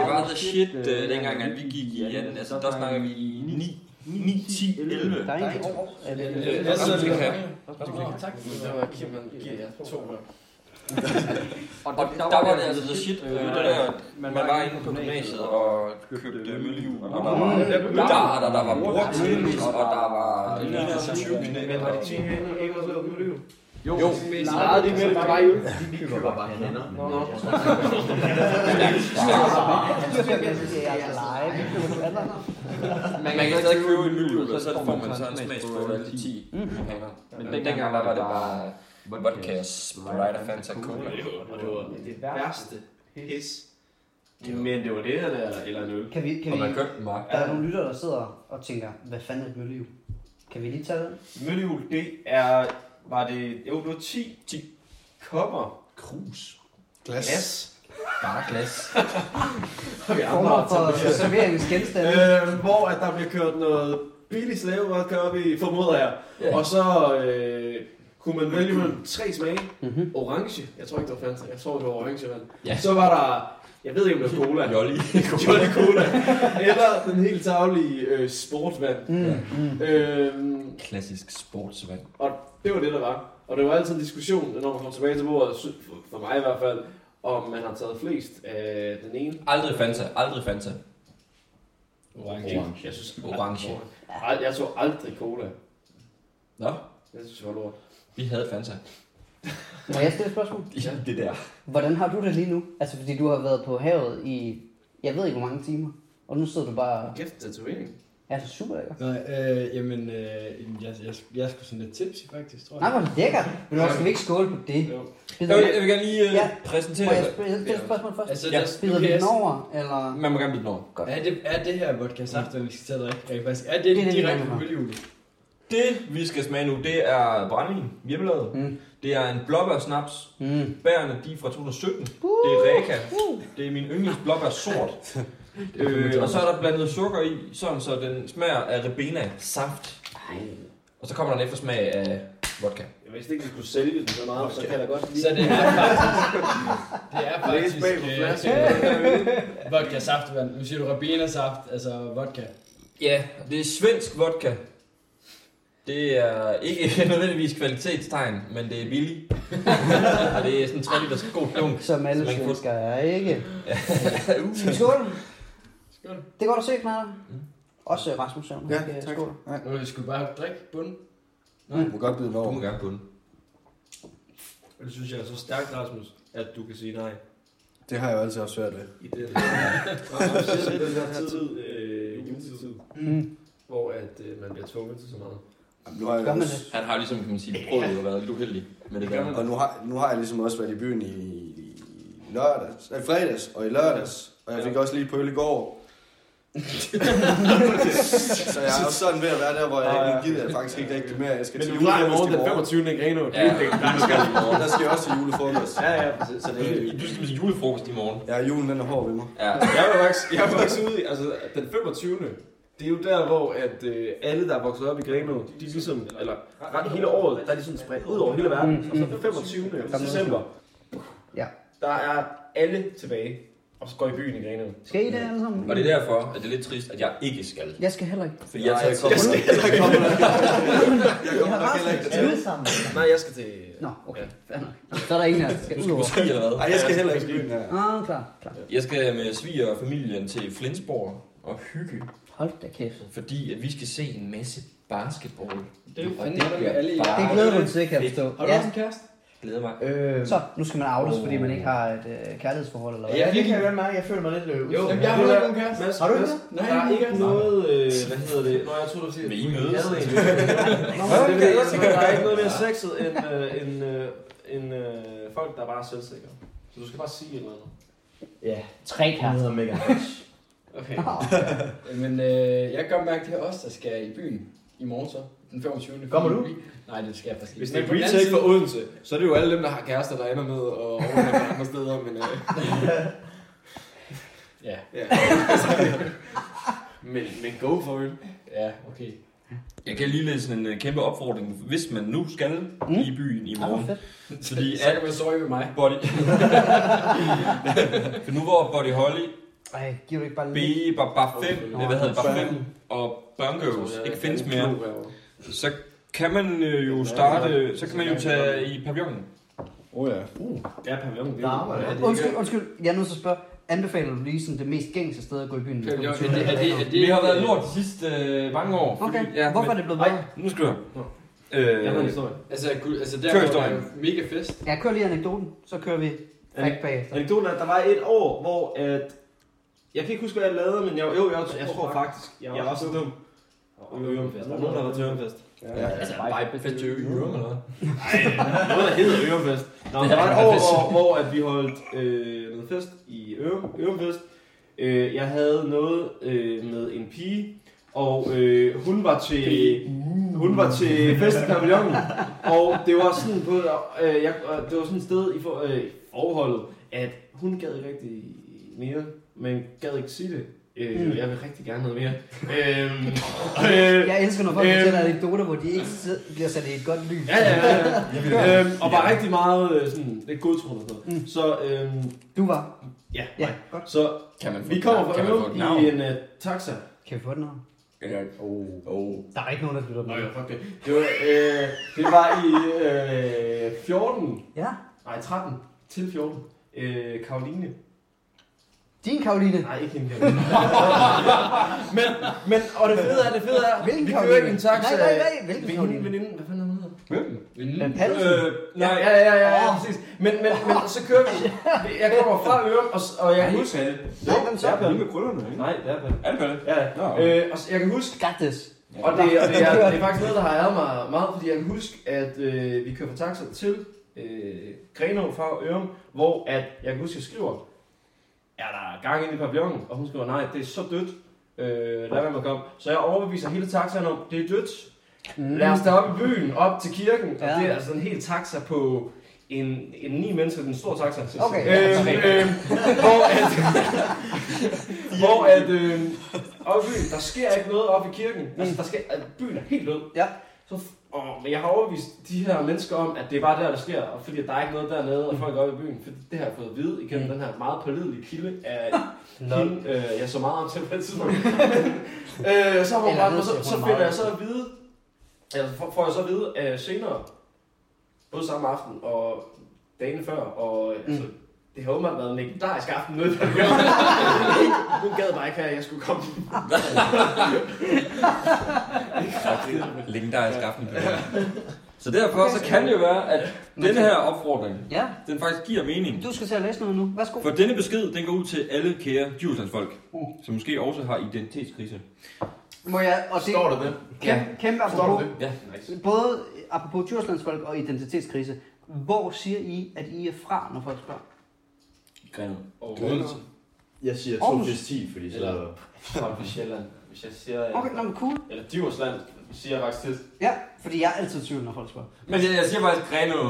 B: var the shit, øh, dengang at vi gik i anden. Altså, der snakker vi i 9, 9 10, 11.
A: Der er en år.
E: Øh,
B: Rasmus
E: altså,
B: Blichkamp.
E: Nå, tak. Det var Kim, han giver jer to.
B: Og der, der var det altså the shit. øh, Det der, man var inde på gymnasiet og købte øh, mølhjul. Og der var darter, der, der var bordtennis, og der var... Altså, Det lignede sådan 20
C: Men var det
B: knækker.
C: 10 hænder, ikke også lavet udliv?
B: Jo,
C: Nej, det er mere det bare i øl.
H: Vi køber bare hænder.
C: Nå, nå.
B: Man, man kan stadig købe en myld, og så får man så en smagsprøve af alle de 10 japanere. Men den- dengang der var det bare vodka, Sprite og Fanta Cola.
C: Og det var det værste pis. Men det var det her der, eller en øl.
A: Kan vi, kan
B: Og
A: vi,
B: man købte den bare.
A: der er nogle lytter, der sidder og tænker, hvad fanden er et møllehjul? Kan vi lige tage den?
C: Møllehjul, det er, var det, jo, det var 10, 10 kopper
B: Krus.
D: Glas.
C: glas.
B: Bare glas.
C: Og vi
A: Former
C: andre
A: for
C: for...
A: serveringsgenstande.
C: Øh, hvor at der bliver kørt noget billig slavevodka op i, formoder jeg.
B: Ja.
C: Og så øh, kunne man vælge mellem tre smage.
A: Mhm.
C: Orange, jeg tror ikke det var Fanta, jeg tror det var orange vand.
B: Ja.
C: Så var der, jeg ved ikke om det var cola.
B: Jolly.
C: Jolly Cola. Eller den helt tavlige øh, sportvand.
A: Mm, mm.
C: Øh,
B: Klassisk sportsvand.
C: Det var det, der var. Og det var altid en diskussion, når man kom tilbage til bordet, sy- for- for mig i hvert fald, om man har taget flest af den ene.
B: Aldrig Fanta. Aldrig Fanta.
H: Orange.
C: Jeg synes,
B: Orange.
C: Ald- jeg tog aldrig cola.
B: Nå,
C: Jeg synes, det var lort.
B: vi havde Fanta.
A: Må jeg stille et spørgsmål?
B: Ja. Det der.
A: Hvordan har du det lige nu? Altså, fordi du har været på havet i, jeg ved ikke hvor mange timer, og nu sidder du bare...
F: Kæft, tatovering.
A: Er det super lækker?
I: Nej, øh, jamen, øh, jamen, jeg, jeg, jeg er sgu sådan lidt tipsy faktisk, tror jeg.
A: Nej, hvor er det lækkert. Men nu skal vi ikke skåle på det.
F: Jo.
B: Jeg vil, jeg vil gerne lige
A: Ja.
B: ja. præsentere
A: Må jeg
B: dig.
A: spørge- jeg stille et spørgsmål først?
I: Altså,
B: Ja.
I: der-
A: Bider vi
I: okay,
A: den over, eller...
B: Man må gerne blive over.
I: Er det, er det her vodka saft, vi skal tage og drikke? rent faktisk? Er det,
A: Det er det, vi gerne
I: direkte
A: vil
I: på
A: have.
I: bølgehjulet?
B: Det, vi skal smage nu, det er brændvin, hjemmelavet.
A: Mm.
B: Mm. Det er en blåbærsnaps.
A: Mm.
B: Bærene, de er fra 2017. det er ræka. Det er min yndlingsblåbær sort. øh, og så er der blandet sukker i, sådan så den smager af ribena saft. Og så kommer der en eftersmag af vodka.
F: Jeg vidste ikke, vi kunne sælge den så meget, så kan jeg da godt
I: Så
F: lide.
I: det er faktisk... det er
F: Læs
I: faktisk...
F: bag på flasken.
I: øh, vodka saft, nu siger du rabina saft, altså vodka.
B: Ja, det er svensk vodka. Det er ikke nødvendigvis kvalitetstegn, men det er billigt. og det er sådan en 3 liters god klunk.
A: Som alle
B: Så man kan få-
A: svenskere er, ikke? Skål!
B: Uh.
I: Skål.
A: Det er godt at se, Knaller. Også øh, Rasmus Søvn.
D: Ja, tak.
A: Skål.
I: Nu skal vi bare drikke bunden.
D: Du må godt byde den
B: Du
D: over.
B: må gerne på den.
C: Det synes jeg er så stærkt, Rasmus, at du kan sige nej.
D: Det har jeg jo altid haft svært ved.
C: I det her. Og den her tid, øh, juletid,
A: Mm.
C: hvor at, øh, man bliver tvunget til så meget.
D: Jamen, nu har jeg
A: Gør man
D: også,
A: det?
B: Han har jo ligesom, kan man sige, prøvet at være lidt uheldig med det der.
D: Og nu har, nu har jeg ligesom også været i byen i, i lørdags, nej, fredags og i lørdags. Og jeg fik også lige pøl i går. så jeg er også sådan ved at være der, hvor jeg nu gider jeg faktisk ikke rigtig mere. Jeg skal
C: Men
D: til
C: du klarer i morgen
D: julefrokost i
C: den
D: morgen.
C: 25. i Grenå.
B: Ja.
D: Der skal, der skal jeg også til julefrokost.
C: Ja, ja, præcis.
D: Så det,
B: Du- Du skal til ligesom julefrokost i morgen.
D: ja, julen den er hård ved mig.
B: Ja.
C: Jeg var faktisk, jeg var faktisk ude i, altså den 25. Det er jo der, hvor at, øh, alle, der er vokset op i Grenå, de er ligesom, eller ret- hele året, der er de sådan spredt ud over hele verden.
A: Mm,
C: Og så den 25. december,
A: Ja.
C: der er alle tilbage, og så går i byen i Grenå.
A: Skal I det alle sammen?
B: Og det er derfor, at det er lidt trist, at jeg ikke skal.
A: Jeg skal heller ikke.
B: Fordi jeg
D: Nej,
B: tager
D: jeg kommer
B: kommer.
D: Jeg kommer nok- jeg
A: Jeg
D: kommer
A: har
D: nok heller ikke
A: Rasmus
D: til.
A: alle sammen.
C: Nej, jeg skal til...
A: Nå, okay. Fair nok. Så er der ingen af os, der skal ud over.
B: Måske eller hvad?
D: Ej, jeg skal heller ikke i byen her.
A: Ah, klar, klar.
B: Jeg skal med sviger og familien til Flensborg og hygge,
A: Hold da kæft.
B: fordi at vi skal se en masse basketball.
I: Det er jo
B: Og
I: fandme, hvordan vi
B: bliver
I: alle i.
B: bare-
A: Det glæder du dig til, kan jeg forstå.
I: Har du
A: Ja.
I: også en kæreste?
B: glæder mig.
H: Øh,
A: Så, nu skal man outes, fordi man ikke har et øh, kærlighedsforhold eller hvad.
H: ja, det kan jeg godt mærke. Jeg føler mig lidt øh,
I: Jo,
H: udsat.
I: Jamen, jeg har heller ikke nogen kæreste.
C: Mads,
A: Har du ikke
C: Mads,
A: det?
I: Nej,
C: Der
I: jeg
C: er
I: har
C: ikke
I: kæreste.
C: noget... Øh, hvad hedder det? Nå, jeg tror, du siger...
B: Vil I mødes?
C: Jeg ved ikke.
A: Nå,
C: Nå, det
A: okay.
C: ved jeg ikke. Der er ikke noget mere sexet end, øh, end, øh, end øh, folk, der er bare er selvsikre. Så du skal bare sige et eller andet.
H: Ja,
A: Tre
H: han
A: kærester.
H: hedder Megan Fox.
I: Okay.
A: Nå,
I: Men øh, jeg kan godt mærke, at det er os, der skal i byen i morgen så. Den 25.
H: Kommer du?
I: Nej, det skal jeg faktisk ikke.
C: Hvis det er
I: Men på den anden
C: retake
I: side-
C: for Odense, så er det jo alle dem, der har kærester, der ender med at overnatte andre steder. Men, øh,
I: Ja,
C: ja. men, men go for it.
I: ja, okay.
B: Jeg kan lige læse en øh, kæmpe opfordring, hvis man nu skal
A: Mm.
B: i byen i
A: Ej, hvor
B: morgen.
A: fedt.
B: Fordi
I: Så
B: at
I: kan man sove med mig.
B: Body... For nu hvor Body Holly,
A: Ej, giver du ikke bare lidt?
B: B, Bar, bar 5, eller hvad hedder det, Bar 5 og
C: Altså,
B: Bongos ikke findes mere, så kan man øh, jo starte, så kan man jo tage i pavillonen.
D: Åh ja.
C: Ja, pavillon.
H: Der arbejder jeg.
A: Undskyld, undskyld. Jeg er nødt til at spørge. Anbefaler du lige sådan det mest gængse sted at gå i byen?
I: Er det, er det, er det,
B: Vi har været lort de sidste øh, mange år.
A: Okay,
B: fordi- ja,
A: hvorfor er
B: men-
A: det blevet bedre?
B: Nu skal du høre.
C: Nå. Jeg har en
B: Øh,
C: historie.
I: Altså, gud, altså der
B: Kør
I: hvor der er
B: historien.
I: jo mega fest.
A: Jeg kører lige anekdoten, så kører vi back bagefter.
C: Anekdoten er, at der var et år, hvor at... Jeg kan ikke huske, hvad jeg lavede, men jeg, jo, jeg, jeg tror faktisk, jeg var, jeg var så dum. Og Ørumfest. Der er nogen, der har været til Ørumfest.
D: Ja.
B: altså, bare fest til Ørum, eller hvad?
C: Noget, der hedder Ørefest. Nå, der var et år, hvor, hvor at vi holdt øh, noget fest i Ørum- Ørefest. Øh, jeg havde noget øh, med en pige, og øh, hun var til hun var til fest i pavillonen, og det var sådan på øh, jeg, og det var sådan et sted i for, øh, i forholdet, at hun gad ikke rigtig mere, men gad ikke sige det. Øh,
A: Mm.
C: Jeg vil rigtig gerne noget mere. øhm, øh,
A: Jeg elsker, når folk
C: Øhm.
A: fortæller anekdoter, hvor de ikke sid- bliver sat i et godt lys.
C: Ja, ja, ja. ja. øhm, og var rigtig meget øh, sådan, lidt godtroende og sådan noget.
A: Mm.
C: Så, øhm,
A: Du var.
C: ja,
A: Ja,
C: ja.
A: godt.
C: Så
B: Kan man få
C: vi
B: et
C: kommer
B: navn?
C: fra
B: Kan man få et
C: Ørum
B: navn?
C: i en uh, taxa.
A: Kan vi få den her?
C: Oh,
B: Åh. Åh.
A: Der er ikke nogen, der lytter med.
C: ja, fuck det. Det var, øh, det var i øh, 14,
A: Ja.
C: nej 13 til 14. Øh, Karoline.
A: Din Karoline.
C: Nej, ikke hende. her. men, men, og det fede er, det fede er,
A: Hvilken
C: vi
A: Karoline?
C: kører i en taxa.
A: Nej, nej, nej. Hvilken
C: Hende,
A: Karoline?
C: veninden, hvad fanden er hun hedder?
B: Hvem?
A: Men Patterson?
C: Øh, nej, ja, ja, ja, ja, ja præcis. Men, men, men så kører vi. Jeg kommer fra Ørum, og, s- og jeg kan huske...
A: Nej, hvem så?
J: Lige med krøllerne, ikke?
E: Nej, det er det.
B: Er det Palle?
E: Ja, ja.
B: Nå,
C: Øh, og s- jeg kan huske,
A: Got this.
C: og det, og det, er, det er faktisk noget, der har ærget mig meget, fordi jeg kan huske, at øh, vi kører fra taxa til øh, Grenå fra Ørum, hvor at, jeg kan huske, jeg skriver, er der gang ind i pavillonen? Og hun skriver, nej, det er så dødt. Øh, lad være med at komme. Så jeg overbeviser hele taxaen om, det er dødt. Mm. Lad os da op i byen, op til kirken. Ja.
A: Ja.
C: Og det er altså en hel taxa på en, en ni mennesker, den store taxa.
A: Okay.
C: Øhm, øhm, hvor at, hvor at øh, op i byen, der sker ikke noget op i kirken. Altså, der sker, at byen er helt død.
A: Ja.
C: Så, f- og men jeg har overbevist de her mennesker om, at det er bare der, der sker, og fordi at der er ikke noget dernede,
A: Mm.
C: og folk er oppe i byen. Fordi det har jeg fået at vide igennem den her meget pålidelige kilde af hende, øh, jeg så meget om til på det tidspunkt. øh, så, har hun
A: Eller
C: bare,
A: ved
C: så,
A: jeg, hun er
C: så finder
A: meget-
C: jeg så at vide, altså får- får jeg så at vide øh, senere, både samme aften og dagen før, og mm. altså, det har åbenbart været en legendarisk aften nede på Bjørn. Hun gad bare ikke have, at jeg skulle komme.
B: Legendarisk aften. Så derfor så kan det jo være, at denne her opfordring,
A: Ja,
B: den faktisk giver mening.
A: du skal til at læse noget nu. Værsgo.
B: For denne besked, den går ud til alle kære Djurslandsfolk, som måske også har identitetskrise.
A: Må jeg, og det,
H: Står der det?
A: kæmpe, kæmpe
H: Står
A: apropos,
H: der det?
B: Ja,
A: både apropos Djurslandsfolk og identitetskrise. Hvor siger I, at I er fra, når folk spørger?
B: Grenet.
E: Overhovedet.
H: Jeg siger
A: Aarhus.
H: 2 fordi så...
E: Eller- Folk fra Sjælland. Hvis jeg siger...
A: Okay, nå, men cool.
E: Eller Djursland, siger jeg faktisk tit.
A: Ja, fordi jeg er altid i tvivl, når folk spørger.
B: Men jeg, jeg siger faktisk Greno.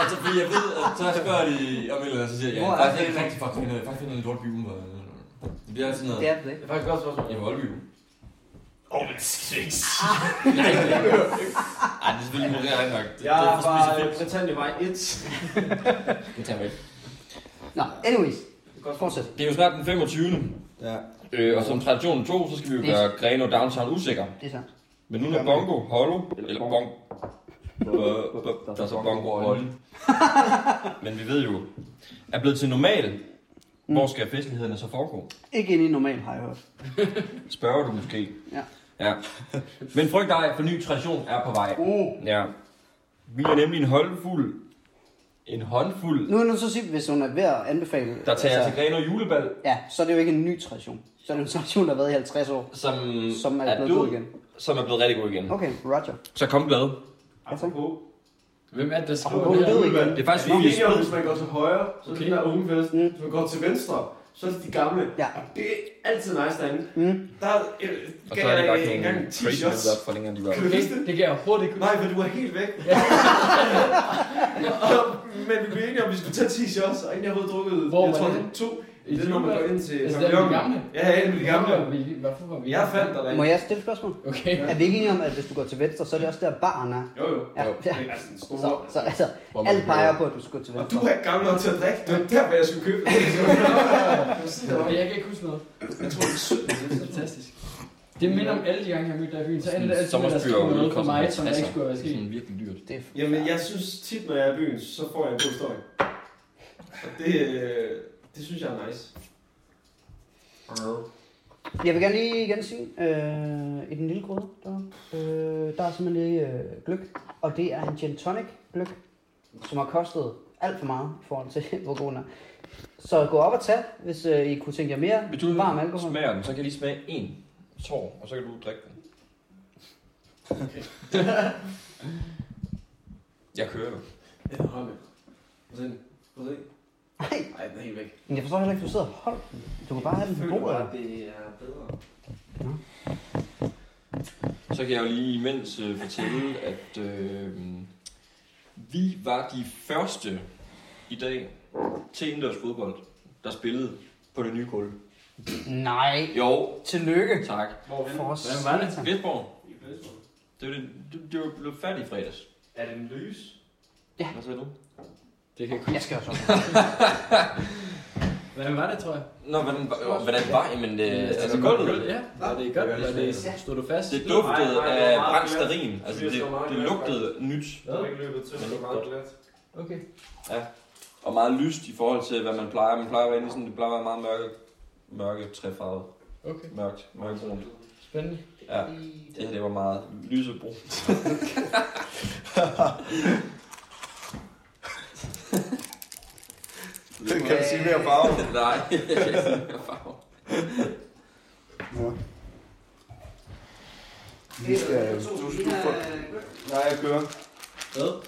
B: altså, fordi jeg ved, at så spørger de om et eller andet, så siger jeg,
A: Hvor
B: ja,
A: er
B: faktisk
A: det?
B: ikke rigtig faktisk finder, faktisk finder en lort by udenfor. Det bliver sådan noget,
A: Det er det
E: Det
A: ikke.
E: er faktisk godt spørgsmål.
B: i
E: Jamen,
B: Voldby. Åh, oh, men det skal du ikke sige. Nej, det er Ej, det er selvfølgelig modereret nok. Det,
E: Jeg
B: det
E: er
B: er for
E: fra
B: specifikt.
E: øh, Britanniavej 1. Det
B: Det tager vi ikke.
A: Nå, anyways.
E: er godt
A: Fortsæt.
B: Det er jo snart den 25.
D: Ja.
B: Øh, og som traditionen tog, så skal vi jo gøre Greno Downtown usikker.
A: Det er sandt.
B: Men nu når Bongo Hollow, eller Bong... Øh, øh, Der er så Bongo Hollow. Men vi ved jo, er blevet til normal. Hvor skal festlighederne så foregå?
A: Ikke inde i normalt, har jeg hørt.
B: Spørger du måske.
A: Ja.
B: ja. Men frygt dig, for ny tradition er på vej. Uh. Ja. Vi er nemlig en håndfuld... En håndfuld,
A: Nu er nu så sige, hvis hun er ved at anbefale... Altså,
B: der tager til Greno julebal,
A: Ja, så er det jo ikke en ny tradition. Så er det en tradition, der har været i 50 år,
B: som,
A: som er blevet god igen.
B: som er blevet rigtig god igen.
A: Okay, Roger.
B: Så kom glad.
E: Apropos.
C: Hvem er det, der
A: Apropos hun død igen.
B: Det er faktisk
E: Vi er
B: virkelig
E: enige om, hvis man går til højre, så er det
C: Okay.
E: den der unge fest.
A: Mm.
E: Hvis man går til venstre, så er det de gamle.
A: Ja.
E: Det er altid nice derinde.
A: Mm.
E: Der øh,
B: Og
E: gav
B: så er det
E: jeg
B: bare
E: engang
B: nogle
E: 10
B: crazy
E: shots.
B: op for længere, de var.
E: Kan du huske det?
C: Det kan jeg overhovedet ikke
E: Nej, for du er helt væk. Og, men vi blev enige om, at vi skulle tage 10 shots, og inden jeg havde drukket,
C: Hvor
E: jeg
C: var
E: tror,
C: det?
E: det er to.
C: I
E: Det er, når man går
C: Djursland?
E: ind til
C: Altså, der er de
E: pavillonen.
C: gamle?
E: Ja, ja, det er de gamle.
C: Hvorfor var vi- Hvorfor var vi?
E: Jeg fandt dig
A: Må
E: derinde.
A: jeg stille et spørgsmål?
C: Okay.
A: Er vi ikke enige om, at hvis du går til venstre, så er det også der baren er?
E: Jo, jo.
A: Ja, ja.
E: Det er altså en stor...
A: Så, så altså, alt peger på, at du skal gå til
E: Og
A: venstre.
E: du er ikke gammel nok til at drikke. Det var der, hvor jeg skulle købe det.
C: Okay, jeg kan ikke huske noget.
E: Jeg tror, det er sødt.
C: Fantastisk. Det minder om alle de gange, jeg mødte dig i byen, så endte det altid med, at der
B: Sommerspyr
C: stod
B: og
C: noget for
B: ølkoster.
C: mig, som der
B: Altså,
C: ikke skulle være
B: Det er
C: sket.
B: sådan virkelig dyrt.
A: Det er f-
E: Jamen, jeg synes tit, når jeg er i byen, så får jeg en god historie. Og det, øh, det synes jeg er nice.
A: Jeg vil gerne lige igen sige, øh, i den lille gryde, der, øh, der er simpelthen lige øh, gløk, og det er en gin tonic gløk, som har kostet alt for meget i forhold til, hvor god den er. Så gå op og tag, hvis øh, I kunne tænke jer mere
B: Hvis du
A: varm alkohol.
B: smager den, så kan jeg lige smage en tår, og så kan du drikke den. Okay. jeg kører jo.
E: Ja, hold med. Prøv at se den. Prøv at se.
A: Nej,
E: Ej, den er helt væk.
A: men jeg forstår heller ikke, at du sidder og holder den. Du kan bare have den på
E: føler
A: bordet.
E: bare, det er bedre.
B: Så kan jeg jo lige imens øh, fortælle, at øh, vi var de første i dag til indendørs fodbold, der spillede på det nye kul.
A: Nej,
B: Jo,
A: tillykke.
B: tak.
A: For
C: Hvordan var det?
B: Vestborg, det var det, det, det var blevet færdigt i fredags.
E: Er den lys?
B: Hvad sagde du?
C: Det kan jeg
A: Jeg skal også op.
C: Hvordan var det, tror jeg?
B: Nå, hvordan, hvordan var, jamen, øh, altså gulvet,
C: Ja, var det godt? Var det, stod du fast?
B: Det duftede
E: Nej, nej, det
B: af
E: var meget
B: brændt
E: glat.
B: stearin. Altså, det,
E: Det var meget
B: det
E: glat,
B: lugtede nyt
E: Jeg har ikke løbet til, det er meget glat.
C: Okay.
B: og meget lyst i forhold til, hvad man plejer. Man plejer at være inde i sådan, det plejer at være meget mørke, mørke træfarvet.
C: Okay.
B: Mørkt, mørkebrunt. Spændende. Ja, det her det var meget lysebro.
D: Det kan du sige mere farve.
B: Nej, jeg kan ikke sige mere farve.
D: Ja. Vi skal... Du, du, får... Nej, jeg kører.
F: Hvad?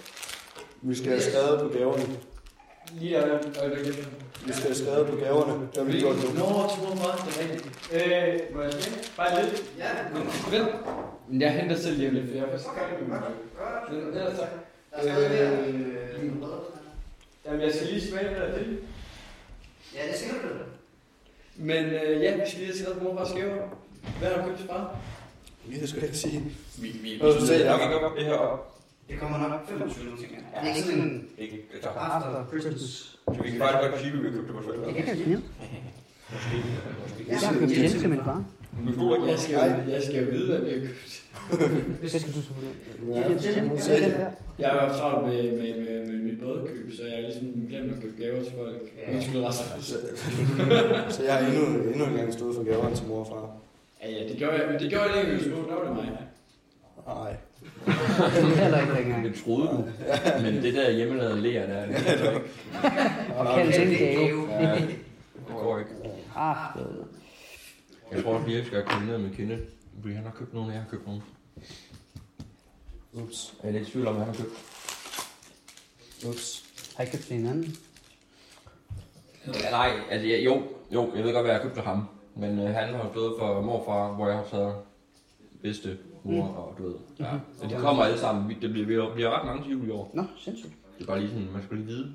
D: Vi skal have skrevet på gaverne.
E: Lige der, der, der giver
D: Vi skal have skrevet på gaverne. Det har vi gjort nu.
E: Nå, to og meget, det er rigtigt. Øh, må jeg spille? Bare lidt. Ja, vent. Men jeg henter selv lige om lidt, for jeg er først. Men ellers tak. Øh, jamen, jeg skal lige smage, hvad der er til.
A: Ja, det skal du.
E: Men øh, ja, vi skal lige have skrevet på morfars gave. Hvad har du købt fra?
D: Vi kan sgu da ikke sige.
B: Vi, vi, vi,
D: Hvad vil du sige,
B: vi nok
D: Jacob?
B: ikke op det her op.
A: Det kommer nok 25, tænker jeg. Det er ikke sådan en
B: Ikke, ikke.
A: after Christmas.
B: Vi kan faktisk godt sige, at vi har købt det på Twitter.
A: Jeg kan ikke Jeg har købt hjem til min far.
B: Du stoler ikke.
E: Jeg skal, jo- jeg skal jo vide, hvad vi har købt.
A: Det skal du selvfølgelig.
D: Ja, nu ser jeg.
E: Jeg har været travlt med, med, med, med mit badekøb, så jeg har ligesom glemt at købe gaver til folk. Ja. Undskyld, Rasmus.
D: Så, så jeg har endnu, endnu en gang stået for gaverne til mor og far.
E: Ja, ja, det gjorde jeg, men det gjorde jeg ikke, hvis der var det mig.
D: Nej.
A: Det er heller ikke dengang.
B: Det troede du, men det der hjemmelavede læger der, det går ikke.
A: Og kaldt en gave.
B: Ja, det går ikke.
A: Ah,
B: Jeg tror, at vi skal komme ned med Kenneth. Fordi han har købt nogen, og jeg har købt nogen.
D: Ups.
B: Jeg er lidt i tvivl om, hvad han har købt.
D: Ups.
A: har I købt en anden?
B: Ja, nej, altså ja, jo, jo, jeg ved godt, hvad jeg har købt til ham. Men øh, han har jo stået for morfar, hvor jeg har taget bedste mor og du ved. Ja. Så de kommer alle sammen. Vi- Det bliver, vi bliver ret mange til jul i år.
A: Nå, sindssygt.
B: Det er bare lige sådan, man skal lige vide,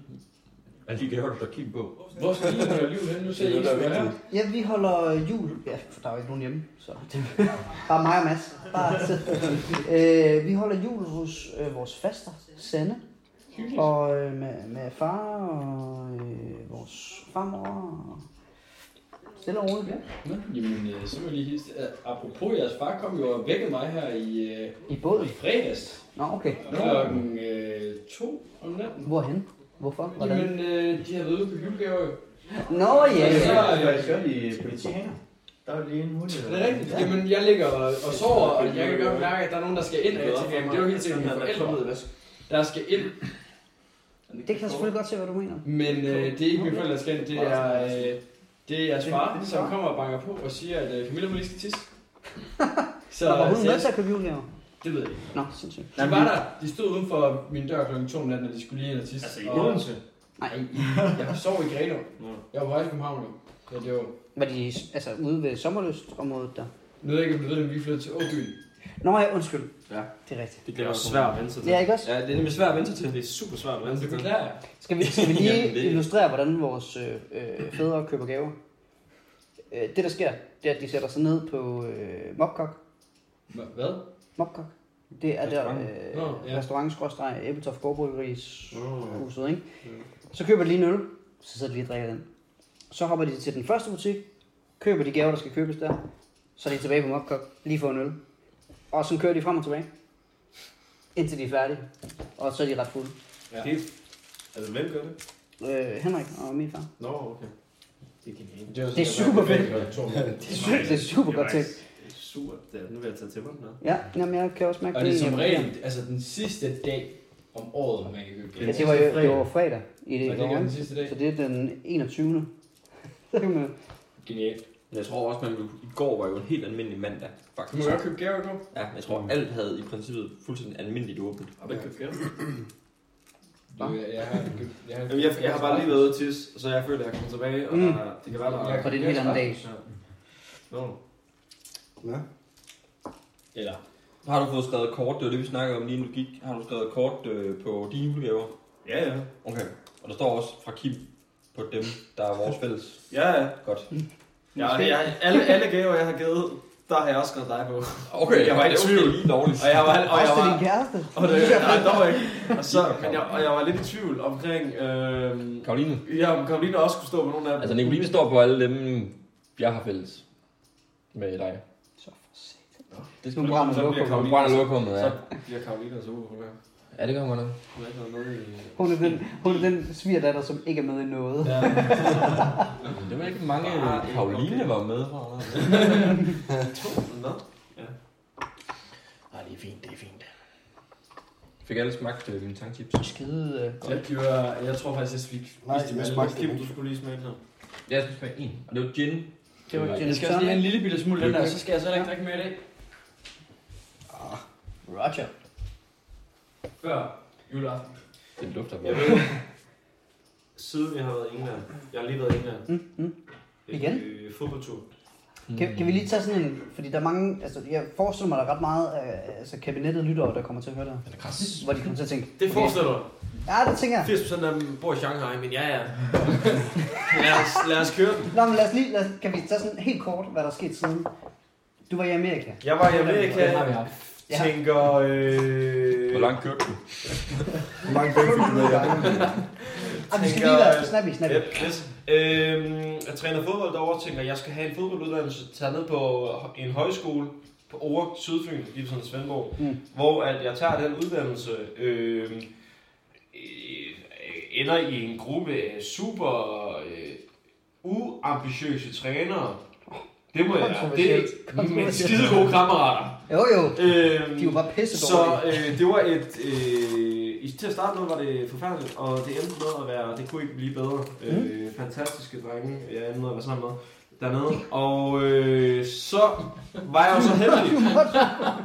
B: at de gaver, der står kigge på.
E: Hvor skal I holde liv hen? Nu ser
D: Det er
E: I ikke,
D: noget, der er
E: hvad her.
D: vigtigt.
A: Ja, vi holder jul. Ja, for der er jo ikke nogen hjemme, så det bare mig og Mads. Bare til. øh, vi holder jul hos øh, vores faster, Sanne. Og øh, med, med far og øh, vores farmor. og- Stille og roligt.
E: Nå, jamen, øh, så må jeg lige hilse. Øh, Apropos, jeres far kom jo og vækkede mig her i, øh,
A: I båden?
E: i fredags.
A: Nå, okay.
E: Klokken øh, to om natten.
A: Hvorhen? Hvorfor? Hvordan?
E: Jamen, øh, de har været ude på julegaver jo.
A: Nå, ja,
E: Så,
A: ja.
E: øh,
H: faktisk godt i politihaner. Der er lige en hund.
E: er det rigtigt? Jamen, jeg ligger og, og sover, og jeg kan godt mærke, at der er nogen, der skal ind. Og jeg tænker, jamen, det er jo helt sikkert mine forældre, der skal ind.
A: Det kan jeg selvfølgelig godt se, hvad du mener.
E: Men øh, det er ikke mine forældre, der skal ind. Det er, øh, det er jeres far, som kommer og banker på og siger, at øh, Camilla må lige skal tisse. Så,
A: Der var hun
E: så
A: med
E: jeg,
A: til at købe julegaver.
E: det ved jeg ikke.
A: Nå, sindssygt.
E: De var der. De stod uden for min dør kl. 2 om natten, og de skulle lige ind og tisse. Altså i Odense? Nej, i- jeg sov i Grenaa. Jeg var på vej til København jo. Ja, det var
A: Var de altså, ude ved sommerlystområdet der?
E: Nu ved jeg ikke, om du ved, men vi flyttede til Åbyen.
A: Nå, ja, undskyld.
B: Ja.
A: Det er rigtigt.
B: Det
F: Det er
B: glemmer
F: også
B: jeg.
F: svært at vente sig til.
A: Ja, ikke også?
B: Ja, det er nemlig svært at vente sig til.
F: Det er super svært at
E: Men
F: vente
E: det
F: sig til.
E: beklager jeg.
A: Skal vi, skal vi
B: Jamen,
A: lige
B: det-
A: illustrere, hvordan vores øh, øh, fædre køber gaver? Øh, det, der sker, det er, at de sætter sig ned på øh, Mopkok.
E: Hva- Hvad?
A: Mopkok. Det er der øh,
E: Nå, ja.
A: restaurant skråstreg Æbletoft Gårdbryggeris huset, ikke? Så køber de lige en øl, så sidder de lige og drikker den. Så hopper de til den første butik, køber de gaver, der skal købes der, så er de tilbage på Mopkok, lige får en øl. Og så kører de frem og tilbage, indtil de er færdige, og så er de ret fulde.
F: Altså, hvem gør det?
A: Øh, Henrik og min far.
F: Nå, okay. Det er genialt.
E: var
A: Det er
E: sådan,
A: super
E: at jeg
A: fedt.
E: var to måneder.
A: Det er, det er super godt tænkt.
F: Det er super. Det er, nu vil jeg tage til mig den her.
A: Ja, jamen, jeg kan også mærke
E: Og det er som
A: i-
E: regel, altså den sidste dag om året, man kan købe
A: Ja,
E: gaver.
A: det var jo det var fredag i det
E: Og det
A: går,
E: er den
A: ikke?
E: sidste dag.
A: Så det er den 21. Så kan man-
E: Genialt.
B: Jeg tror også, man i går var jo en helt almindelig mandag,
E: Du må
B: faktisk.
E: godt købe gaver i går.
B: Ja, jeg tror, alt havde i princippet fuldstændig almindeligt åbent.
F: Har du ikke købt gaver?
E: Du, jeg- Jeg har købt... har
F: Jamen, jeg, jeg har bare lige været ude at tisse, så jeg føler, at jeg kommer tilbage, og
A: Mm.
F: mm. der, det kan være, der
E: Jeg
F: er...
A: For det er en helt anden dag.
F: Ja. Nå,
D: Ja.
E: Eller...
B: Har du fået skrevet kort, det var det vi snakkede om lige inden du gik, har du skrevet kort øh, på dine julegaver?
F: ja, ja.
B: Okay, og der står også fra Kim på dem, der er vores fælles.
F: Ja, ja.
B: Godt.
F: ja jeg, alle, alle gaver, jeg har givet, der har jeg også skrevet dig på.
B: Okay, jeg var ikke
F: i
B: tvivl.
F: tvivl.
B: lige lovligt.
F: Og jeg var, og jeg
A: Også til
F: var,
A: din kæreste.
F: og det, nej, dog ikke. Og, så, men jeg, og jeg var lidt i tvivl omkring, øh,
B: Karoline.
F: ja, om Karoline også kunne stå på nogle af dem.
B: Altså, Nicoline står på alle dem, jeg har fælles med dig.
A: Så for satan.
B: Det
A: Nu brænder
F: så bliver
A: lokummet.
F: Karoline-
B: Brænder lokummet, ja.
F: Så bliver Karoline så upopulær.
B: Ja, det kommer nok.
F: Hun har ikke været med i...
A: Hun er den, hun er den svigerdatter, som ikke er med i noget.
F: Ja.
B: Det var ikke mange, øh,
F: Ah, det er
B: Karoline
F: okay.
B: var med.
F: Nå.
B: Fik alle smagt øh, mine tangchips?
A: Skide øh, godt.
E: Jeg, gjorde, jeg tror faktisk, jeg fik
K: Nej,
E: vist dem
K: jeg
E: alle.
K: smagte
E: Kim,
K: dem
E: du skulle lige smage den her.
B: Jeg synes, det var en. Og det var gin.
A: Det var ikke
E: Jeg
A: Dennis
E: skal også lige have en
A: Tørman.
E: lille bitte smule den der, så skal jeg så heller ikke drikke mere i dag.
A: Ah, Roger.
E: Før juleaften.
B: Det lugter
C: Jeg
B: godt.
C: ved, siden jeg har været i England, jeg har lige været i England.
A: Mm, mm. Igen?
C: Øh, fodboldtur.
A: Kan, kan, vi lige tage sådan en, fordi der er mange, altså jeg forestiller mig, der er ret meget øh, altså, kabinettet lytter, der kommer til at høre det
B: Den er kras.
A: her, hvor de kommer til at tænke,
C: Det forestiller du.
A: ja, det tænker jeg.
C: 80% af dem bor i Shanghai, men ja, ja. lad, os, lad os køre den.
A: Nå, men lad os lige, lad os, kan vi tage sådan helt kort, hvad der er sket siden. Du var i Amerika.
C: Jeg var i
E: Det har vi
C: Amerika,
E: haft.
A: Ja.
C: tænker... Øh,
B: Hvor langt kørte du?
K: Hvor mange penge fik du med jer?
A: Ah, vi skal
C: Tænker,
A: lige være
C: øh,
A: snappy, snappy.
C: Yep, yes. øhm, jeg træner fodbold derovre, tænker, jeg skal have en fodbolduddannelse, tage ned på en højskole på Ore, Sydfyn, lige ved sådan Svendborg,
A: Mm.
C: mm. hvor at jeg tager den uddannelse, øh, øh, ender i en gruppe af super øh, uambitiøse trænere. Det må jeg, det er
A: Kontroversielt.
C: men skide gode kammerater.
A: Jo, jo.
C: Øhm,
A: De var bare pisse
C: så øh, det var et... Øh, i- til at starte med var det forfærdeligt, og det endte med at være... Det kunne ikke blive bedre. Øh, fantastiske drenge, jeg endte med at være sammen med dernede. Og øh, så var jeg jo så heldig...
A: Mm.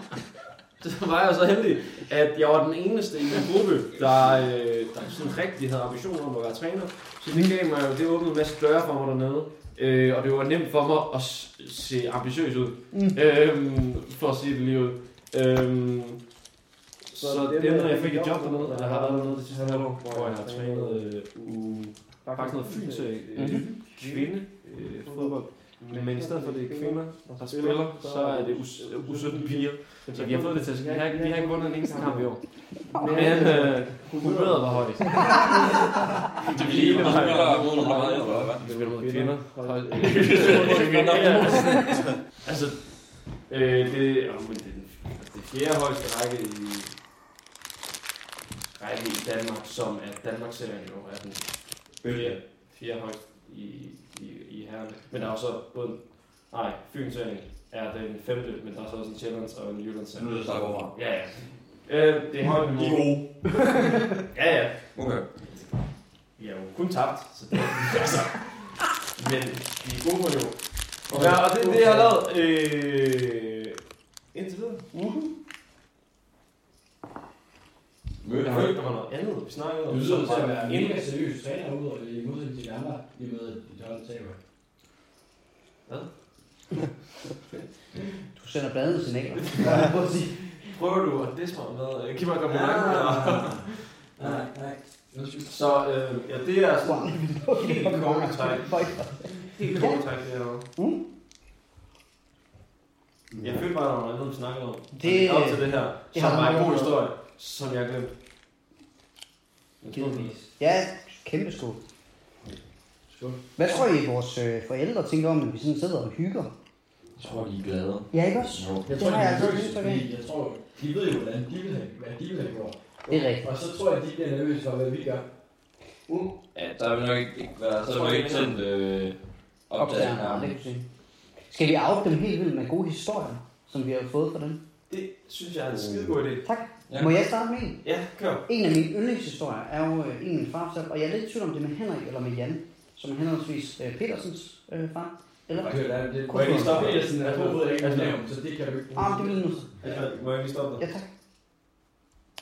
C: så var jeg så heldig, at jeg var den eneste i min gruppe, der, øh, der sådan rigtig havde ambitioner om at være træner. Så det gav mig jo, det åbnede en masse døre for mig dernede. Øh, og det var nemt for mig at s- se ambitiøs ud.
A: Mm.
C: Øhm, for at sige det lige ud. Øhm, så, så det ender, jeg fik et job dernede, og der har været noget det sidste halvår, hvor jeg har trænet øh, u... faktisk noget fyn til øh, kvinde øh, fodbold. Men, men i stedet for at det er kvinder, der spiller, så er det U- U17 piger. Så vi har fået det til. Vi har, ikke- vi har ikke vundet en eneste kamp i år. Men øh, humøret var højt.
B: Det er lige, når du spiller mod nogle meget, eller hvad?
C: Vi spiller mod kvinder. Hold-
B: Kvinder.
C: Altså, øh, det, oh, men det, er den- det er fjerde højeste række i række i Danmark, som er Danmarks serien jo er den fjerde, fjerde højeste i, i, i herrene. Men der er også både, nej, Fyns serien er den femte, men der er så også en Sjællands og en Jyllands
B: Nu er det
C: serie.
B: start overfra.
C: Ja, ja. Øh, det er højt
B: I er
C: niveau.
B: gode.
C: Ja, ja.
B: Okay.
C: Vi har jo kun tabt, så det er altså. Men vi er gode på det jo. Okay. Ja, og det er det, jeg har lavet øh, indtil videre.
B: Møde
C: Der
B: har
C: var,
B: ikke.
C: der var noget andet, vi snakkede om.
E: Du lyder til at være
C: Inden-
E: mega seriøs træner, udover det i modsætning til de andre, i med at dit hold taber.
A: Du sender blandet signaler.
C: Prøv at sige, Prøver du at disse mig med? øh, Giv mig et kompliment. eller-
E: Nej, nej. Undskyld.
C: Så øh, ja, det er sådan helt kort træk. Helt kort træk, det her. Jeg følte bare, der var noget andet, vi snakkede om.
A: Det-
C: Det op til det her,
A: det
C: som
A: har
C: var
A: du
C: en god
A: gjort.
C: historie, som jeg glemte. Jeg tror, det er-
A: Ja, kæmpe skål. Hvad tror I, vores øh, forældre tænker om, at vi sådan sidder og hygger?
B: Jeg tror, I er glade.
A: Ja, ikke også?
E: Jeg
A: Det
E: tror,
A: har
E: de
A: jeg
E: er
A: altså
E: nervøse,
A: lyst til.
E: fordi jeg tror, de ved jo, hvordan de vil have, hvad de vil have gjort.
A: Det er rigtigt.
E: Og så tror jeg, de bliver nervøse for, hvad vi gør.
B: Ja, der vil nok ikke, ikke være, så vil nok ikke tændt øh, opdaget
A: Opdager, det kan du sige. Skal vi af dem helt vildt med gode historier, som vi har fået fra dem?
C: Det synes jeg er en skidegod idé.
A: Tak.
B: Ja.
A: Må jeg starte med en?
C: Ja, kør.
A: En af mine yndlingshistorier er jo øh, en min far fortalte, og jeg er lidt i tvivl om det er med Henrik eller med Jan, som er henholdsvis øh, Petersens øh, far. Eller?
E: Det er det.
A: Må jeg lige
C: stoppe?
E: Det er sådan, at hovedet er ikke er lavt, så det kan du ikke.
A: Ah, det vil nu.
C: Ja, Må jeg lige stoppe dig?
A: Ja, tak.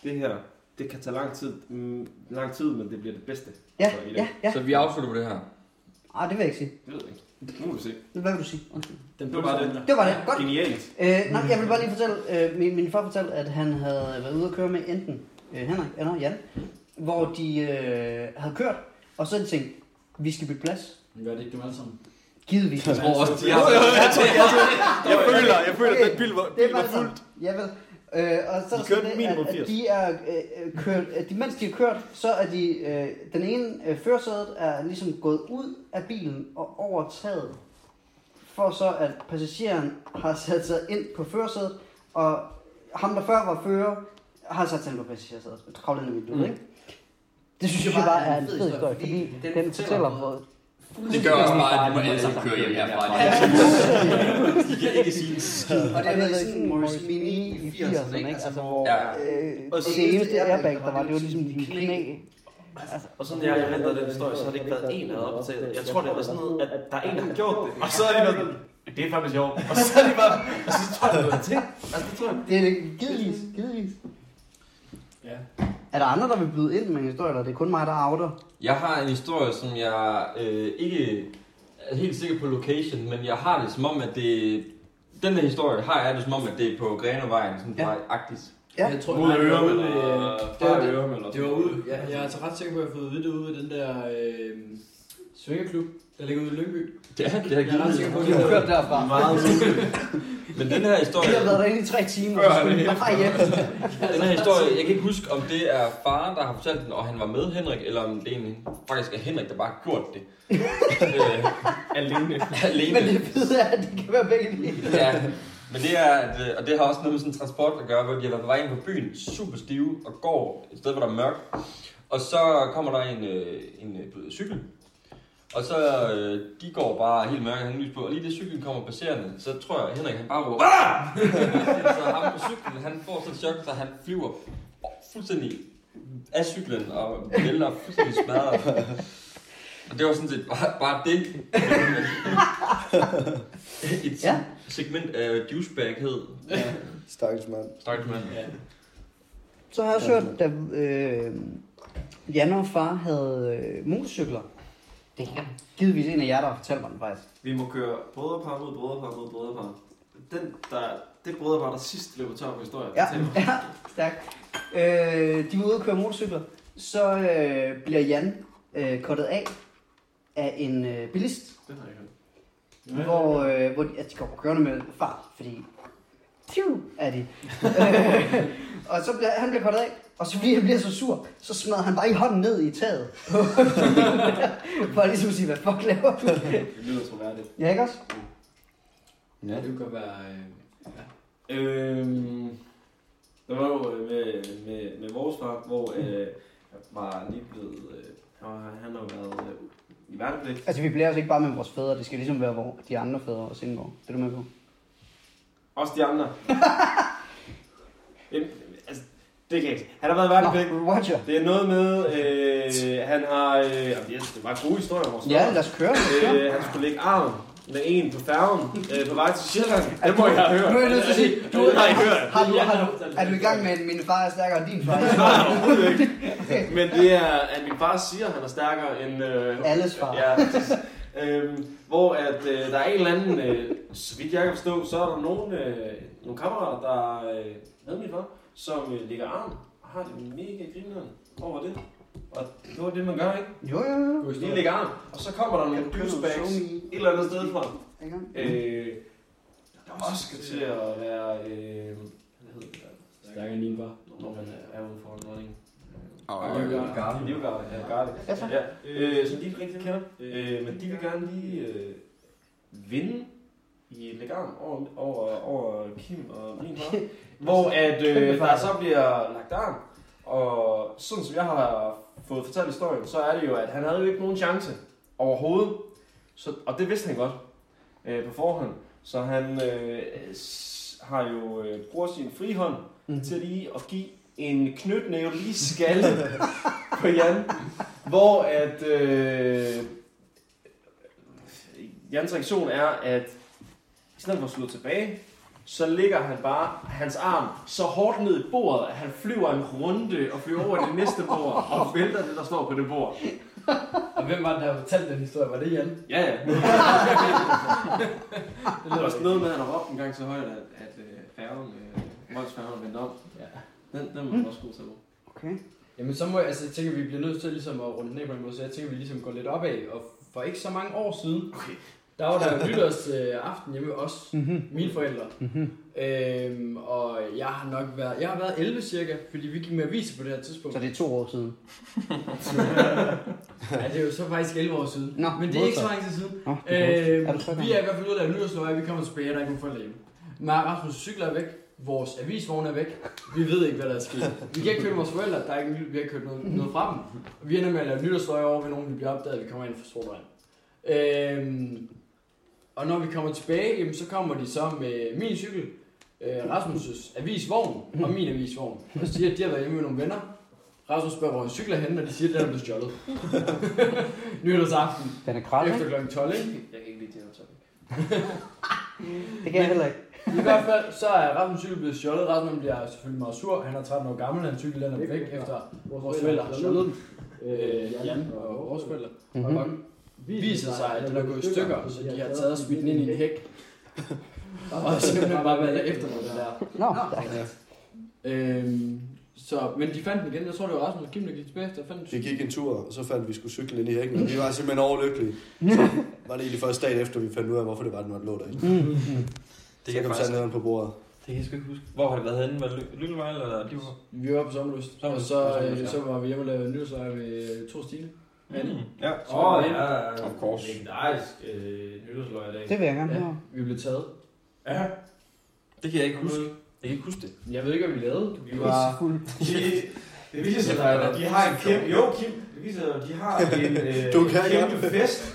C: Det her, det kan tage lang tid, mm, lang tid, men det bliver det bedste.
A: Ja,
C: for i dag.
A: ja, ja.
B: Så vi afslutter på det her.
A: Ah, det vil jeg ikke sige.
C: Det ved jeg ikke. Nu må vi se.
A: Hvad vil du sige? Undskyld.
C: Den blev bare den.
A: Det var det. Godt.
C: Genialt.
A: Øh, nej, jeg vil bare lige fortælle, øh, min, min far fortalte, at han havde været ude at køre med enten øh, Henrik eller Jan, hvor de øh, havde kørt, og så havde de tænkt, vi skal bytte plads.
E: Gør det ikke dem alle sammen?
A: Givetvis. Jeg
B: tror også, de har... Jeg tror,
K: Jeg føler, jeg føler,
A: Okay.
K: den bil var,
A: det
K: bil
A: var
K: var fuldt.
A: fuldt. Ja, vel. Øh, og så er
C: De
A: der
C: kørte
A: sådan det,
C: minimum
A: at, at
C: 80.
A: de er øh, øh, kørt, at de, mens de har kørt, så er de, øh, den ene øh, førersædet er ligesom gået ud af bilen og over taget, for så at passageren har sat sig ind på førersædet, og ham der før var fører, har sat sig ind på passagersædet, og kravlet ind i vinduet, mm. ikke? Det synes jeg bare er en fed historie, fordi den fortæller, hvor
B: Det gør også bare, at de må alle sammen køre hjem herfra. De kan ikke sige en skid.
A: Og det har været sådan Morris Mini i 80'erne, ikke? Altså, hvor
B: Ja.
A: øh, det eneste airbag, der var, det var ligesom din knæ.
C: Og sådan jeg erindrer den historie, så har det ikke været en, der har optaget. Jeg tror, det var sådan noget, at der er en, der har gjort det. Og så er de været sådan, det er fandme sjovt. Og så er de bare, og så tror jeg, det var en ting. Altså, det tror jeg.
A: Det er givetvis, givetvis.
E: Ja.
A: Er der andre, der vil byde ind med en historie, eller er det kun mig, der outer?
B: Jeg har en historie, som jeg øh, ikke er helt sikker på location, men jeg har det som om, at det... Den der historie har jeg det som om, at det er på Grenovejen, sådan
A: Ja.
B: ja. agtis.
A: Ja.
E: Jeg tror,
L: Ud af
E: nej, det var
L: ørerne,
E: ude,
L: eller
E: øh, det var
L: fra
E: det.
L: ørerne, eller
E: Det var ude, ja, jeg er altså ret sikker på, at jeg har fået at vide det ude ved den der øh, svingerklub, der ligger ude i Lyngby.
B: Ja, det har
E: Jeg er ret sikker på, at det
A: Du har
E: var
A: kørt derfra.
B: Men den her historie...
A: Vi har været derinde i tre timer, og så skulle vi bare hjem.
B: Den her historie, jeg kan ikke huske, om det er faren, der har fortalt den, og han var med Henrik, eller om det egentlig faktisk er Henrik, der bare har gjort det. øh,
C: Alene.
B: alene.
A: Men det fede er, at det kan være begge dele.
B: ja. Men det er, at, øh, og det har også noget med sådan transport at gøre, hvor de har været på vej ind på byen, super stive, og går et sted, hvor der er mørkt. Og så kommer der en, øh, en øh, du ved, cykel, og så øh, de går bare helt mørke, han lys på, og lige det cyklen kommer passerende, så tror jeg, at Henrik han bare råber, "Ah!" så ham på cyklen, han får sådan et chok, så han flyver fuldstændig af cyklen, og vælter fuldstændig smadret. Og det var sådan set bare, bare det. Et
A: Ja.
B: ja. segment af douchebag hed.
D: Stakkels mand.
B: Stakkels mand.
E: Ja.
A: Så har jeg også hørt, da øh, Jan og far havde øh, motorcykler. Det er givetvis en af jer, der har fortalt mig den faktisk.
C: Vi må køre brødrepar mod brødrepar mod brødrepar. Den, der, det brødrepar, der sidst løber tør på historien.
A: Ja,
C: det
A: ja stærkt. Øh, de var ude og køre motorcykler. Så øh, bliver Jan øh, kottet af af en øh, bilist,
C: har jeg hørt.
A: hvor, øh, hvor de, at de kommer kørende med fart, fordi Tju, er de. øh, og så bliver han bliver kottet af, og så fordi han bliver så sur, så smadrer han bare i hånden ned i taget. For at ligesom at sige, hvad fuck laver du?
C: Det lyder troværdigt.
A: Ja, ikke også?
E: Ja, det kunne godt være... Øh,
C: Øhm, der var jo øh, med, med, med vores far, hvor øh, var han lige blevet... Øh, han var- han har jo været øh, i værnepligt.
A: Altså, vi bliver altså ikke bare med vores fædre, det skal ligesom være hvor de andre fædre også indgår. Det er du med på?
C: Også de andre. Jamen, altså, det kan jeg ikke. Han har været i værnepligt.
A: Nå, Roger.
C: Det er noget med, øh, han har... Øh, jamen, yes, det var en god historie om vores
A: Ja,
C: far.
A: lad os køre.
C: øh, han skulle lægge arm med en på færgen øh, på vej til Sjælland. Det må jeg have hørt.
A: Nu er jeg nødt til at sige, du
C: Det har jeg ikke hørt.
A: Har du, har du, er du i gang med en min far er stærkere end din far?
C: Nej, overhovedet ikke. Men det er, at min far siger, at han er stærkere end... Øh,
A: Alles far.
C: Ja, præcis. øhm, hvor at, øh, der er en eller anden, øh, så vidt jeg kan forstå, så er der nogle, øh, nogle kammerater, der øh, med min far, som øh, ligger arm og har det mega grineren over det. Og det var det, man gør, ikke?
A: Jo, jo, jo.
E: god
C: De
E: historie.
C: ligger arm, og så kommer der nogle douchebags et eller andet sted fra.
A: Er I gang?
C: Øh, der også skal til at være... Øh, hvad hedder det?
E: Stærkere end din far.
C: Når man er- er ude foran dronningen.
B: Og, øh,
C: Livgarde. Livgarde, ja. Garde.
A: Ja, tak.
C: Ja, øh, som de ikke rigtig kender. Øh, men de vil gerne lige øh, vinde i legarm over, over, over Kim og min far. Hvor at, øh, der så bliver lagt arm. Og sådan som jeg har fået fortalt historien, så er det jo, at han havde jo ikke nogen chance overhovedet. Så, og det vidste han godt øh, på forhånd. Så han øh, s- har jo øh, bruger sin frihånd
A: Mhm.
C: til lige at give en knytnæve lige i skallen på Jan, hvor at øh, Jans reaktion er, at i stedet for at slå tilbage, så ligger han bare hans arm så hårdt ned i bordet, at han flyver en runde og flyver over det næste bord og vælter det, der står på det bord.
E: Og hvem var det, der fortalte den historie? Var det Jan?
C: Ja, ja.
E: Det
C: Det er
E: lyder
C: også noget med, at han har råbt en gang så højt, at, at øh, færgen, øh, Molsfærgen vendte om.
E: Ja.
C: Den, den var
E: Mm.
C: man også god til.
A: Okay.
E: Jamen så må jeg, altså, jeg tænker, vi bliver nødt til ligesom at runde ned på en måde, så jeg tænker, vi ligesom går lidt opad. Og for ikke så mange år siden, okay. der var der jo nytårsaften øh, aften hjemme ved os,
A: Mhm.
E: mine forældre. øhm, og jeg har nok været, jeg har været 11 cirka, fordi vi gik med aviser på det her tidspunkt.
A: Så det er to år siden.
E: Ja, det er jo så faktisk 11 år siden.
A: Nå,
E: men det er ikke så
A: modsat.
E: lang tid siden.
A: Nå,
E: Øh,
A: er du tryg
E: vi er i hvert fald ude at lave nyhedsløje, vi kommer tilbage, der er ikke nogen forældre hjemme. Mig og Rasmus' cykler er væk, vores avisvogn er væk, vi ved ikke, hvad der er sket. Vi kan ikke købe vores forældre, der er ikke, vi har ikke købt noget, noget fra dem. Og vi ender med at lave nyhedsløje over ved nogen, vi bliver opdaget, vi kommer ind for Storvejen. Øhm, og når vi kommer tilbage, jamen, så kommer de så med min cykel, øh, Rasmus' avisvogn og min avisvogn. Og så siger, at de har været hjemme med nogle venner. Rasmus spørger, hvor han cykler henne, og de siger, at den er blevet stjålet. Nytårsaften.
A: Den er krat, ikke?
E: Efter kl. 12, ikke?
F: Jeg kan ikke lide det her topic.
A: Det kan jeg heller ikke.
E: I hvert fald, så er Rasmus' cykel blevet stjålet. Rasmus bliver selvfølgelig meget sur. Han er 13 år gammel, hans cykel den er væk efter vores forældre har stjålet den. Øh, Jan og vores forældre.
A: Mhm.
E: Og viser sig, at den er gået i stykker, så de har taget og smidt den ind i en hæk. og simpelthen bare været efter den der.
A: Nå, der-
E: Øhm, så, men de fandt den igen. Jeg tror, det var Rasmus og Kim, der gik tilbage efter. og Fandt den.
D: Vi gik en tur, og så fandt vi skulle cykle ind i hækken, og vi var simpelthen overlykkelige. Så var det egentlig først dagen efter, vi fandt ud af, hvorfor det var, den var lå derinde.
B: Det
D: så
B: kan,
D: kom
B: jeg faktisk,
D: sandheden på bordet.
B: det kan jeg sgu ikke huske. Hvor har det været henne? Var det Ly- Lyngvej eller de var?
E: Vi var på sommerlyst, og
B: Sommerlyst,
E: så,
B: på sommerlyst,
E: øh,
B: ja.
E: så var vi hjemme og lavede øh, nytårslejr med to stile. Mm.
B: Ja.
C: Åh, oh, ja.
B: Of course.
C: Legendarisk øh, nytårsløg i dag.
A: det vil jeg gerne
E: Ja,
A: høre.
E: vi blev taget.
C: Ja.
B: Det kan jeg ikke huske. Jeg kan ikke huske det.
E: Jeg ved ikke, hvad vi lavede.
C: Vi var...
A: Fuld.
C: De, det viser sig, at de har en kæmpe... Jo, Kim, det viser sig, at de har en øh,
D: Du kan
C: kæmpe fest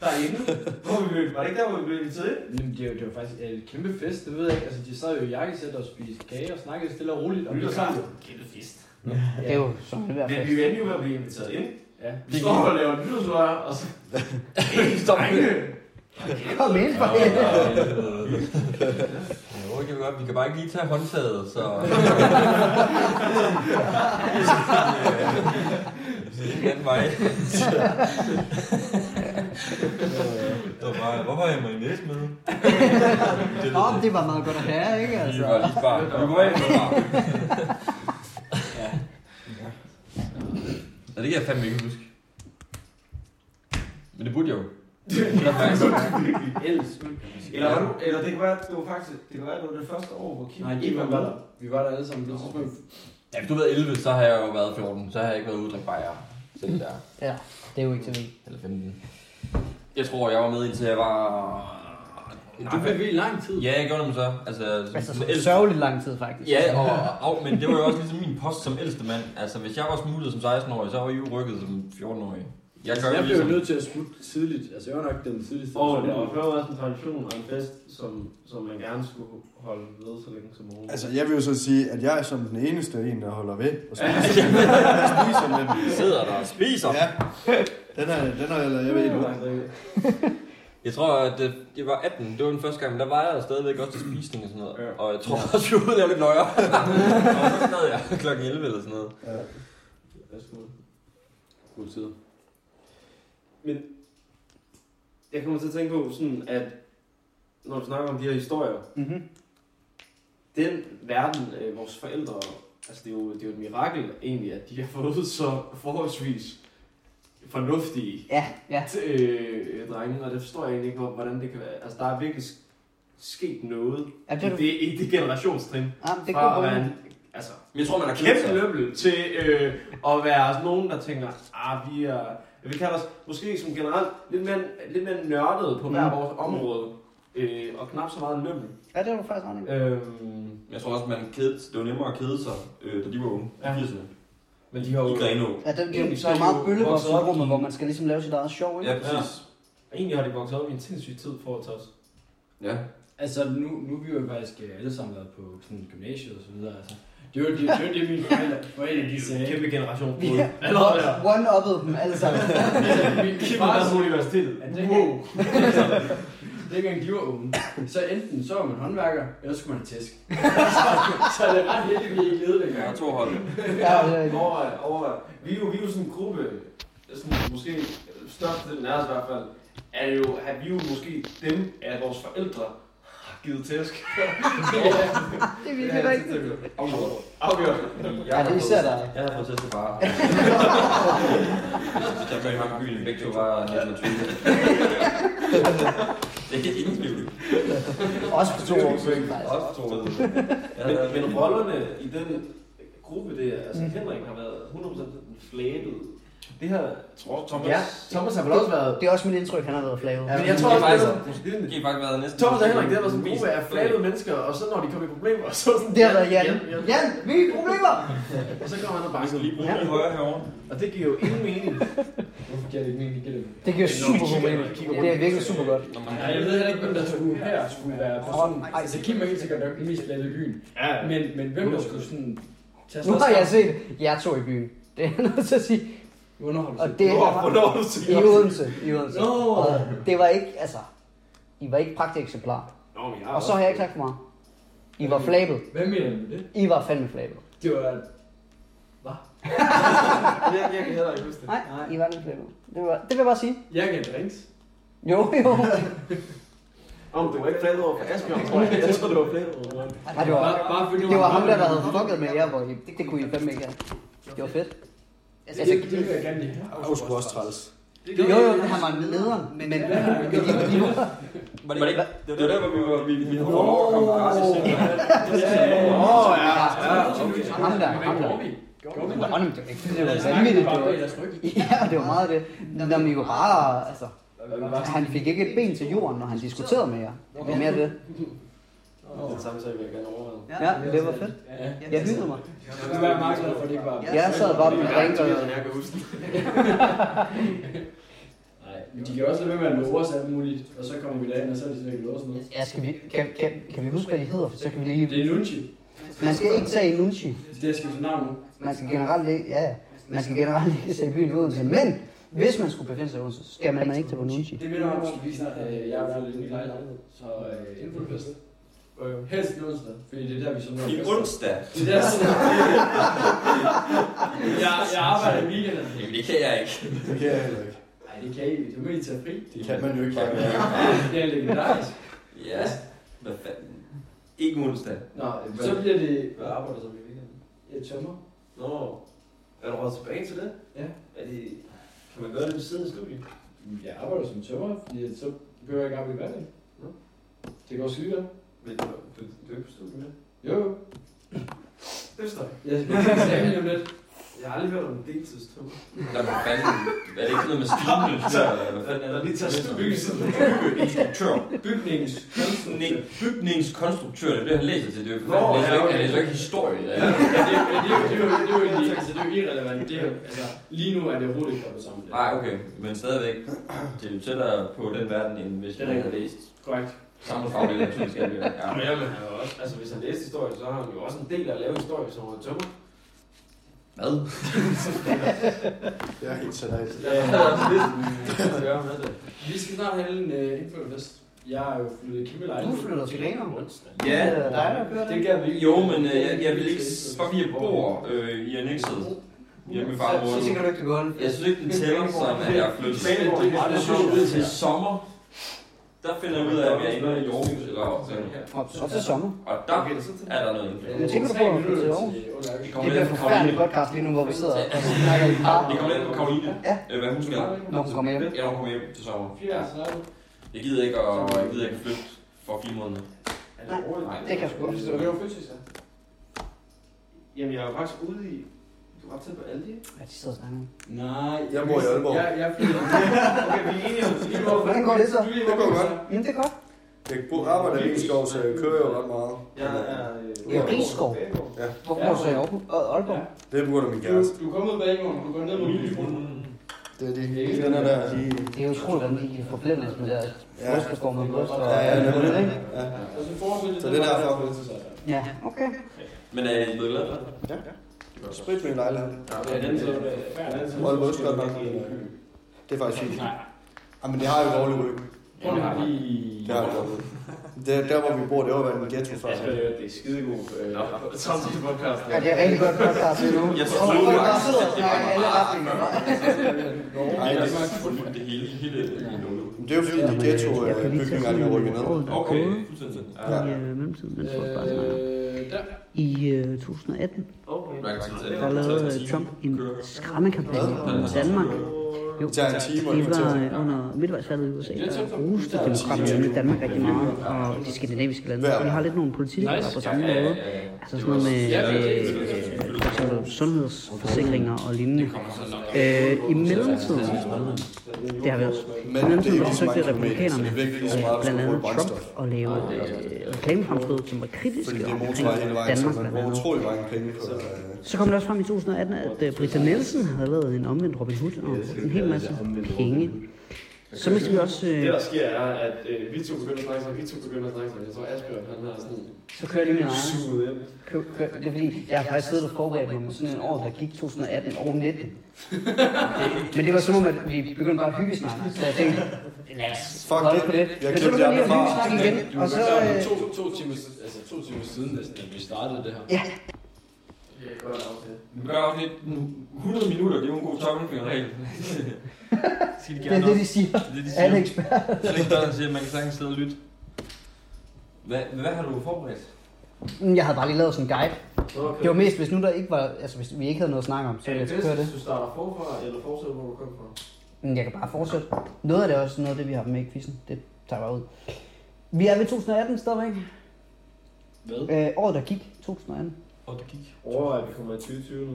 C: derinde. Hvor vi blev, var det ikke der, hvor vi blev inviteret ind?
E: Jamen, det, var, det var faktisk en kæmpe fest, det ved jeg ikke. Altså, de sad jo i jakkesæt og spiste kage og snakkede stille og roligt. Og vi var
C: Kæmpe fest.
A: Det er jo sådan i hvert
C: Men
A: fald.
C: vi endte jo med at blive inviteret ind.
E: Ja.
C: Vi står og laver nytårsløg, og så... Hey,
B: Stop.
C: drenge!
A: Kom ind for helvede.
B: Jo, det kan vi godt. Vi kan bare ikke lige tage håndtaget, så... Så det er en anden vej. Det var bare, hvorfor har jeg mayonnaise med? Det,
A: Nå, men det var meget godt at have, ikke?
B: Vi
A: Altså.
B: var lige bare... Vi var ikke bare... Ja. Ja, det kan jeg fandme ikke huske. Men det burde jeg jo. Det er faktisk-
C: Eller, var du, eller det kan være, at det var faktisk det, kan være, at det, var det første år, hvor Kim
E: Nej, de
C: ikke
E: var
C: var
E: der.
C: med.
E: Vi var der alle sammen på et tidspunkt.
B: Ja, hvis du har været 11, så har jeg jo været 14. Så har jeg ikke været ude at drikke bajer. Så det der.
A: Ja, det er jo ikke til mig.
B: Eller 15. Jeg tror, jeg var med indtil jeg var...
E: Du blev ved i lang tid.
B: Ja, jeg gjorde dem så. Altså,
A: Altså,
B: som
A: så
B: ældste-
A: sørgelig lang tid, faktisk.
B: Ja, og, og, men det var jo også ligesom min post som ældste mand. Altså, hvis jeg var smuttet som 16-årig, så var I jo rykket som 14-årig. Jeg gør
E: Altså,
B: jo
E: Jeg blev jo
B: ligesom...
E: nødt til at smutte tidligt. Altså, jeg var nok den tidligste.
C: Og det var før også en tradition og en fest, som, som man gerne skulle holde ved så længe som muligt.
D: Altså, jeg vil jo så sige, at jeg er som den eneste en, der holder ved og spiser, spiser med dem.
B: Jeg sidder der og spiser.
D: Ja. Den er, den er, eller jeg ved ikke. hvad.
B: Jeg tror, at øh, det, jeg var 18. Det var den første gang, men der var jeg stadigvæk også til spisning og sådan noget. Ja. Og jeg tror også, jeg var ude og lave lidt nøjer. og så sad jeg klokken 11 eller sådan noget.
F: God tid.
C: Jeg kommer til at tænke på sådan, at når du snakker om de her historier,
A: Mm-hmm.
C: den verden, øh, vores forældre, altså det er, jo, det er jo et mirakel egentlig, at de har fået så forholdsvis fornuftige
A: Ja, ja.
C: t- øh, drenge, og det forstår jeg egentlig ikke, hvor- hvordan det kan være. Altså der er virkelig sk- sket noget
A: Ja,
C: i
A: det, øh, er du-
C: det, i det generationstrin,
A: ja, det
C: fra
A: går
C: at være
A: godt.
C: en, altså,
B: Men jeg tror, man har kæmpet
C: kæmpe løbbel til øh, at være sådan nogen, der tænker, ah, vi er, vi kalder os måske som generelt lidt mere, lidt mere nørdet på hver
A: Mm.
C: vores område, øh, og knap så meget løbbel.
A: Ja, det er du faktisk ret i.
C: Øhm,
B: Jeg tror også, man kedede, det var nemmere at kede sig, øh, da de var unge.
C: Ja.
B: Ja. 80'erne.
C: men de har
B: I
C: jo
B: Grenå.
A: Ja, det, det, er jo-
C: Egentlig
A: det
C: så
A: er
C: er
A: jo
C: de
A: meget
C: jo vokset
A: bøllevoksrummet,
C: op i-
A: hvor man skal ligesom lave sit eget sjov, ikke?
B: Ja, præcis.
C: Egentlig har de vokset op i en sindssyg tid for os.
B: Ja.
E: Altså, nu, nu er vi jo faktisk øh, alle sammen været på sådan, gymnasiet og så videre. Altså. Det var det, det, var det mine forældre, forældre de sagde.
C: Kæmpe generation.
A: Vi er
C: Allerede der.
A: one uppet dem alle sammen.
E: Altså, min, min
C: Kim
E: far
C: er på universitetet.
E: at dengang, altså, dengang de var unge, så enten så var man håndværker, eller så skulle man have tæsk. så det er ret heldigt, at vi ikke levede
B: Jeg har
E: dengang.
B: to hold.
A: Ja, det er-
C: Overvej, overvej. Vi er jo, vi er jo sådan en gruppe, sådan, måske størstedelen af os i hvert fald, er jo, at vi er jo måske dem af vores forældre har givet tæsk.
A: det er
C: Ja,
A: virkelig rigtigt.
B: Afgjort.
C: Afgjort.
B: Jeg
A: Ja,
B: har
A: det er
B: fået-
A: især dig.
B: Jeg har fået tæt til far. Der blev ham i byen. Begge to var 1920. Det er ingen tvivl.
A: Også for to år siden, faktisk.
B: Også to. Jeg havde været
C: Men,
B: med
C: men
B: i-
C: rollerne i den gruppe der, altså Henrik har været 100% den flæbede
I: Det her...
C: Tror Thomas?
I: Ja, Thomas har vel også været...
A: Det er også mit indtryk, han har været flavet.
I: Men jeg tror også, det er sådan-
B: Det har faktisk været næsten...
I: Thomas og Henrik, det har været sådan en gruppe af flabede mennesker, og så når de kommer i problemer, så sådan...
A: Det har været Jan.
I: Jan, Jan.
A: Jan, vi er i problemer!
I: Og så kommer han og banker lige
A: Ja.
B: højre herovre.
I: Og det giver jo ingen mening.
E: Hvorfor giver det ikke mening? Det giver det
A: Det giver super god mening. Det er virkelig super godt.
E: Ja, jeg ved heller ikke, hvem der skulle her skulle være personen. Altså, det giver mig helt sikkert nok den mest glade i byen.
I: Ja.
E: Men, men hvem der skulle sådan... Tage
A: Nu har
E: sig
A: jeg set jer to i byen. Det er jeg nødt til at sige.
E: Hvornår har du
A: Og
E: set
A: det er
I: Hvornår du
A: i
I: siger...
A: Odense. I Odense.
E: Nå.
A: Og det var ikke, altså... I var ikke pragteksemplar. Og så har jeg ikke sagt for meget. I var flabet.
E: Hvad mener du med det?
A: I var fandme flabet.
E: Det var...
I: Jeg, jeg kan heller ikke huske det.
A: Nej, I var lidt flabet. Det, var, det vil jeg bare sige.
E: Jeg gav drinks.
A: Jo, jo.
I: Om det var ikke flabet over for Asbjørn, tror jeg. Jeg tror, det var flabet over.
A: Ej, det var,
E: Bare, bare fordi
A: det var ham der, der havde fucket med jer, hvor I, det, det kunne I fandme ikke have. Det var fedt.
E: Altså, det, det vil jeg gerne lide.
D: Aarhus var også træls.
A: Jo, jo, han var nederen, men, men, men de, de var...
B: Var det ikke? Det var der, hvor vi var... Vi, vi, vi,
I: Åh, ja.
A: Ham der, ham der.
E: Gjorde
A: Nå,
E: vi?
A: men det var ikke, det var vanvittigt. Det var, ja, det var meget det. Nå, men I var bare, altså... Han fik ikke et ben til jorden, når han diskuterede med jer. Det var mere det.
I: Den samme sag vil jeg gerne overveje.
A: Ja, det var fedt.
E: Ja.
A: Jeg hyggede mig.
E: Du var meget glad for, at det ikke var...
A: Jeg sad bare med drink og...
I: Jeg kan huske det.
E: Nej, men de kan også lade være med at love os alt muligt, og så kommer vi derind, og så er de sådan, ikke love os noget.
A: Ja, skal vi, kan, kan, kan vi huske, hvad de hedder? For Så kan vi
E: Det
A: lige...
E: er Nunchi.
A: Man skal ikke sige Nunchi.
E: Det er skiftet navn nu.
A: Man skal generelt ikke... Ja, man skal generelt ikke sige byen i Odense. Men hvis man skulle befinde sig i Odense, så skal man ikke tage på Nunchi.
E: Det minder mig om, at vi snart, øh, jeg har fået en ny lejlighed, så øh, inden for det bedste. Øh, helst i onsdag, fordi det er der, vi som når.
B: I onsdag.
E: Det er der, sådan, jeg, jeg arbejder i weekenden.
B: Jamen, det kan jeg ikke.
D: Det kan jeg heller ikke.
E: Nej, det kan I ikke. Det må I tage fri.
D: Det kan man jo ikke.
E: Det er legendarisk.
B: Ja. Hvad fanden? Ikke onsdag.
E: Nå, øh, så bliver det...
I: Hvad arbejder du så med i weekenden?
E: Jeg tømmer.
I: Nå, er du råd tilbage til det?
E: Ja.
I: Er det... Kan man gøre det ved siden af studiet?
E: Jeg arbejder som tømmer, fordi at så behøver jeg ikke arbejde i hverdagen.
I: Nå.
E: Det går skide godt.
I: Men du, du, du er ikke på studiet med.
E: Jo, jo.
I: Øster.
E: Jeg skal ikke eksamen om lidt.
I: Jeg har aldrig hørt om en deltidstur.
B: Der var fanden... Er det ikke noget med stilen? Hvad fanden er der?
I: lige tager studiehuset.
B: Instruktør. Bygnings... Bygningskonstruktør. Det er det, han læser til. Det er jo for
I: Nå,
B: fanden.
I: ja,
B: Han læser jo
I: okay.
B: ikke- Han læser jo ikke historie. Ja.
E: Men det, men det, er jo- det, er jo- det, er jo egentlig- altså, det er jo irrelevant. Det er, jo- altså, lige nu er det overhovedet ikke kommet sammen.
B: Nej, okay. Men stadigvæk. Det er jo tættere på den verden, end hvis
E: Det er
B: man havde
E: rigtigt.
B: læst
E: Korrekt.
B: samme faglige naturvidenskab. Ja.
I: Ja, men han er jo også, altså hvis han læste historie, så har han jo også en del af at lave historie, som han tømmer.
B: Hvad?
D: Jeg er helt seriøs.
I: Ja, det er lidt, at gøre med det.
E: Vi skal snart have en uh, indflytterfest. Jeg er jo flyttet i kæmpe
A: Du
E: lejlighed.
A: flytter til Grenaa.
E: Onsdag.
B: Ja.
A: Det er dig, der kører det.
E: Det kan vi
B: Jo, men øh, jeg, jeg vil ikke spørge, vi bor øh, i annexet. Hjemme i farmor.
A: Så tænker du ikke, det går ondt.
B: Jeg synes ikke, den tæller som, at jeg er flyttet. Jeg synes, ud til sommer, der finder jeg ud af, om jeg ender i Aarhus eller Aarhus.
A: Og til sommer.
B: Og der er der noget indflydelse.
A: Jeg tænker du på at flytte til Aarhus?
B: Det
A: Det
B: kommer
A: bliver
B: lidt
A: en
B: på
A: forfærdelig
B: Karoline.
A: podcast lige nu, hvor vi sidder og snakker i par,
B: Det kommer lidt på Karoline.
A: Ja.
B: Øh, Hvad hun skal.
A: når hun kommer hjem.
B: Jeg når hun kommer hjem til sommer.
E: Ja, så er det.
B: Jeg gider ikke at, jeg gider ikke flytte for fire måneder.
A: Nej, det kan jeg sgu godt forstå.
E: Det er jo fysisk, ja.
I: Jamen, jeg er jo faktisk ude i... Du har tæt på Aldi, ikke?
A: Ja, de sidder og snakker.
E: Nej.
D: Jeg bor i Aalborg.
E: Jeg, jeg flytter.
I: Okay, vi er enige om det.
A: Hvordan går det så?
E: Du er i
D: Det går
E: Aalborg,
D: godt.
E: så.
A: Jamen, det er godt.
D: Jeg bor, arbejder i Rigskov, så jeg kører jo ret meget.
I: Jeg er... øh,
A: I Rigskov? Hvorfor bor du så i Aarhus? Og Aalborg?
D: Det er på grund af min kæreste.
E: Du, du kommer ud bag morgen, du går ned mod Lysbrunnen.
B: Mm.
D: Det er det. Den er der. De...
A: Det er utroligt, hvordan de kan forblænde os med deres
D: Ja.
A: brystbeformede bryst. Og,
D: Ja, ja, det er det.
A: Ikke?
D: Ja.
E: Og så får vi
D: Så det er derfor.
A: ja, okay.
B: Men er I blevet glad for det?
D: Sprit med en lejlighed.
E: Ja, den så er det. Den så-
D: Aalborg også godt nok. Det er faktisk fint. Jamen, det har jo dårligt ryg.
E: Prøv lige at blive...
D: Det har jo dårligt det er der, hvor vi bor, det har jo været en ghetto før.
I: Det er skidegod øh, samtidig podcast.
A: Ja, det er rigtig godt podcast lige nu.
B: Jeg
A: Og
B: troede
A: folk bare
B: faktisk,
A: sidder og
B: at det
A: snakker i
B: var
A: alle retninger.
D: Nej, det,
B: Fuldt det hele, hele i nullet.
D: det er øh, jo fordi, de ghetto-bygninger, de har rykket ned.
B: Okay, fuldstændig.
D: Ja.
A: mellemtiden,
E: Øh, der.
A: I øh, 2018,
B: Hvor lang tid er øh, det?
A: øh, der lavede Trump en skræmmekampagne mod Danmark Jo,
D: Det tager en time at
A: de var
D: invitere.
A: øh, under midtvejsvalget i USA, der roste demokraterne i Danmark rigtig meget, og de skandinaviske lande.
D: Hver.
A: Vi har lidt nogle politikere på samme måde. Altså sådan noget med, med øh, for eksempel sundhedsforsikringer og lignende. Øh, I mellemtiden, det har vi også. I
D: Men det er
A: mellemtiden
D: ikke så
A: forsøgte
D: mange kilometer, så det er
A: republikanerne,
D: virkelig ikke så
A: øh,
D: meget, at
A: blandt andet
D: bruge
A: Trump,
D: brændstof.
A: at lave øh, reklamefremstød, som var
D: Fordi
A: kritiske
D: det er
A: omkring
D: motorvej hele vejen, så
A: Danmark
D: man
A: blandt
D: bruger
A: andet.
D: utrolig mange penge på øh,
A: Så kom det også frem i 2018, at øh, Britta Nielsen havde lavet en omvendt Robin Hood og en hel masse penge. Så mistede vi også...
F: Det
A: Øh,
F: der sker er, at øh, vi to begynder at snakke sammen, vi to begynder at snakke sammen. Jeg tror Asbjørn, han har sådan
A: så kører jeg lige min egen.
F: suget ind.
A: Kø, kø, det er fordi, jeg har faktisk siddet og forberedt mig med sådan en år, der gik 2018 og 19. Men det var som om, at vi begyndte bare at hygge snakke, så jeg tænkte, lad os
D: Fuck
A: holde
D: det.
A: på det.
D: Jeg
A: Men så
D: klippede
A: begyndte vi
D: det
A: at
D: andre
A: hygge
D: fra.
A: snakke igen, og så... øh,
E: to, to, timer, altså to timer siden næsten, at vi startede det her.
A: Ja,
B: Gør også lidt nu. 100 minutter, det er jo en god tommelfingerregel. Skal de
A: det
B: gerne
A: er
B: op?
A: det, de siger.
B: Det er det, de
A: Alle
B: siger.
A: eksperter.
B: Så ikke der, der siger, at man kan sagtens sidde og lytte. Hvad, hvad har du forberedt?
A: Mm, Jeg havde bare lige lavet sådan en guide. Det var mest, hvis nu der ikke var... Altså, hvis vi ikke havde noget at snakke om, så ville jeg så køre det.
F: du starter forfra, eller fortsætter, hvor du kom fra?
A: Men jeg kan bare fortsætte. Noget af det er også noget af det, vi har med i quizzen. Det tager jeg bare ud. Vi er ved 2018 stadigvæk.
E: Hvad?
A: Øh, året, der gik. 2018.
B: Og det gik.
F: Overvej, at vi kommer i 2020 nu.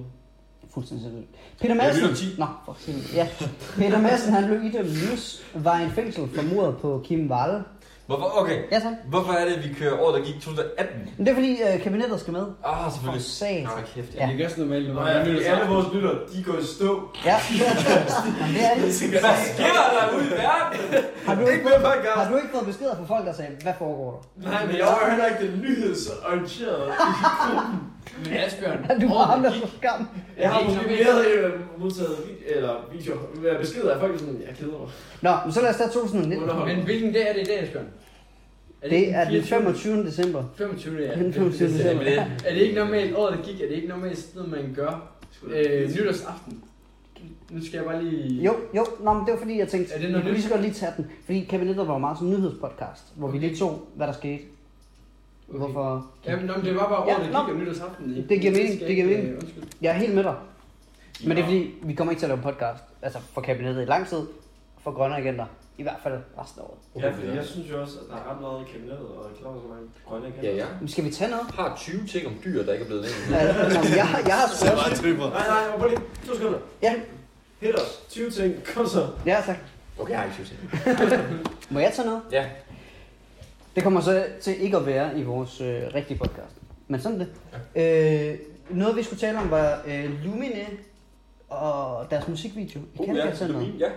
A: Fuldstændig selvfølgelig. Peter
B: Jeg lytter
A: Madsen...
B: om 10.
A: Nå, for helvede. Ja. Peter Madsen, han blev idømt livsvejen fængsel for mordet på Kim Valle.
B: Hvorfor, okay.
A: Ja, så.
B: Hvorfor er det, at vi kører året, der gik 2018?
A: Men det er fordi, øh, kabinettet skal med.
B: Ah,
A: For
B: selvfølgelig.
A: sat.
B: Ah, kæft.
E: Ja. Det gør sådan normalt, når
F: Nej,
E: man er
F: ja, alle vores lytter, de går i stå.
A: Ja. Jamen, det er det.
B: Hvad sker der ude i verden?
A: Har du ikke,
F: mere podcast.
A: har du ikke fået beskeder fra folk, der sagde, hvad foregår der?
F: Nej, men jeg var heller ikke den nyhedsorienterede.
E: Men Asbjørn,
A: Du var
E: året,
A: ham, der
E: gik.
A: så skam.
F: Jeg har måske mere øh, modtaget vid- eller videoer, eller beskeder af folk, der sådan, jeg keder mig.
A: Nå, men så lad os tage 2019.
E: Men hvilken dag er det i dag, Asbjørn?
A: Det er den 25. december.
E: 25. ja.
A: Den 25.
E: december.
A: december.
E: Er det ikke normalt året, der gik? Er det ikke normalt sådan noget, man gør øh, nytårsaften? Nu skal jeg bare lige...
A: Jo, jo, nå, men det var fordi, jeg tænkte,
E: Er
A: vi
E: det noget
A: kunne lige
E: nyt?
A: så godt lige tage den. Fordi kabinettet var jo meget som en nyhedspodcast, hvor vi lige tog, hvad der skete.
E: Okay.
A: Hvorfor?
E: Jamen, nå, men det var bare
A: Ja,
E: året,
A: nå.
E: der gik og nytårsaften.
A: Det giver mening, det giver mening.
E: Øh, undskyld.
A: Jeg er helt med dig. Men det er fordi, vi kommer ikke til at lave podcast, altså for kabinettet i lang tid, for grønne agenter, i hvert fald resten af året.
F: Ja, fordi jeg synes jo også, at der er ret meget i kabinettet, og jeg klarer så mange grønne igen.
B: Ja, ja.
A: Men skal vi tage noget?
B: har 20 ting om dyr, der ikke er blevet nævnt.
A: Altså, nå, men jeg, jeg har sgu
D: så
A: også...
D: meget tripper.
F: Nej, nej, prøv lige. To sekunder.
A: Ja.
F: Hit os. 20 ting. Kom så.
A: Ja, tak.
B: Okay, jeg har ikke 20 ting.
A: Må jeg tage noget?
B: Ja.
A: Det kommer så til ikke at være i vores øh, rigtige podcast. Men sådan er det. Øh, noget vi skulle tale om var øh, Lumine og deres musikvideo. I
B: Uh,
A: kan
B: ja,
A: ikke sådan noget.
B: Lumine, ja.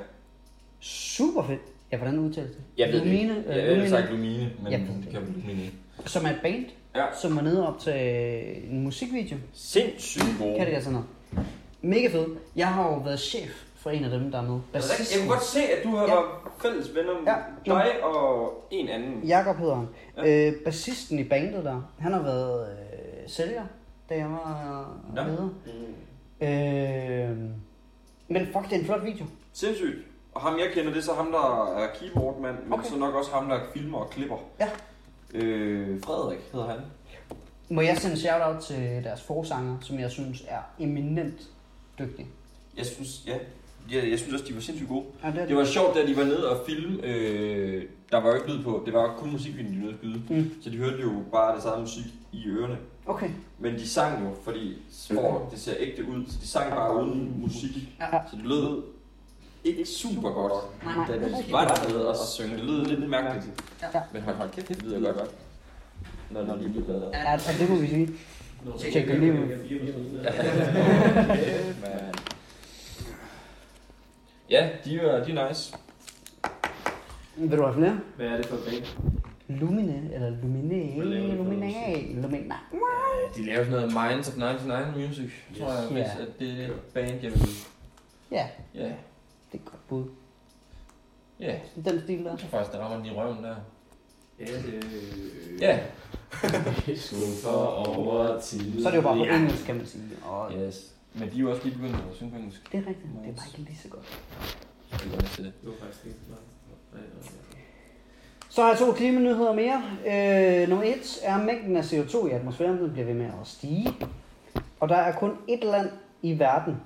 A: Super fedt. Ja, hvordan udtales det?
B: Jeg ved det ikke.
A: Lumine, øh,
B: Jeg jeg har
A: Lumine,
B: sagt Lumine, men
A: Ja.
B: det kan blive Lumine.
A: som er et band,
B: Ja.
A: som var nede op til en musikvideo.
B: Sindssygt gode.
A: Kan det jeg sådan noget? Mega fedt. Jeg har jo været chef for en af dem, der er med.
B: Er det rigtigt? Jeg
A: Bassisten.
B: kunne godt se, at du har
A: Ja.
B: været fælles venner med
A: Ja.
B: dig og en anden.
A: Jakob hedder han. Ja. Øh, bassisten i bandet der, han har været øh, sælger, da jeg var
B: Nå.
A: leder.
F: Mm.
A: Øh, men fuck, det er en flot video.
B: Sindssygt. Og ham jeg kender, det er så ham, der er keyboardmand, men
A: Okay.
B: så nok også ham, der filmer og klipper.
A: Ja.
B: Øh, Frederik hedder han.
A: Må jeg sende shout-out til deres forsanger, som jeg synes er eminent dygtig.
B: Jeg synes, ja. Jeg, jeg synes også, de var sindssygt gode.
A: Ja, det er
B: Det var sjovt, da de var nede og filme, øh, der var jo ikke lyd på, det var kun musikvideoen, de var nede at skyde.
A: Mm.
B: Så de hørte jo bare det samme musik i ørerne.
A: Okay.
B: Men de sang jo, fordi for det ser ægte ud, så de sang bare uden musik.
A: Ja.
B: Så det lød ikke super godt,
A: Nej, nej.
B: da de var dernede og synge. Det lød lidt mærkeligt.
A: Ja.
B: Men hold, hold kæft, det lyder godt godt. Når, når de bliver bedre.
A: Ja, og det må vi sige. Tjek det lige ud.
B: Men... Ja, de er, de er nice.
A: Vil du have flere?
F: Hvad er det for en
A: Lumine, eller Lumine,
F: Hvad laver de for
A: Lumine, Lumine.
B: De laver sådan noget Minds of 99 Music, tror jeg, hvis
A: Ja.
B: at det er det band, jeg vil.
A: Ja,
B: Ja,
A: det er et godt bud.
B: ja.
A: Den stil der.
B: Jeg tror faktisk, det rammer den i røven der.
F: Ja, det øh,
B: Ja,
F: for over til...
A: Så er det jo bare på engelsk, kan man sige. Og
B: yes. Men de er jo også lige begyndt at synge på engelsk.
A: det er rigtigt. Det er bare ikke lige så godt.
B: Jeg er vant til det.
F: Det var faktisk ikke... nej. Nej, nej, nej.
A: Så har jeg to klimanyheder mere. Øh, nummer et er, at mængden af CO2 i atmosfæren den bliver ved med at stige. Og der er kun et land i verden,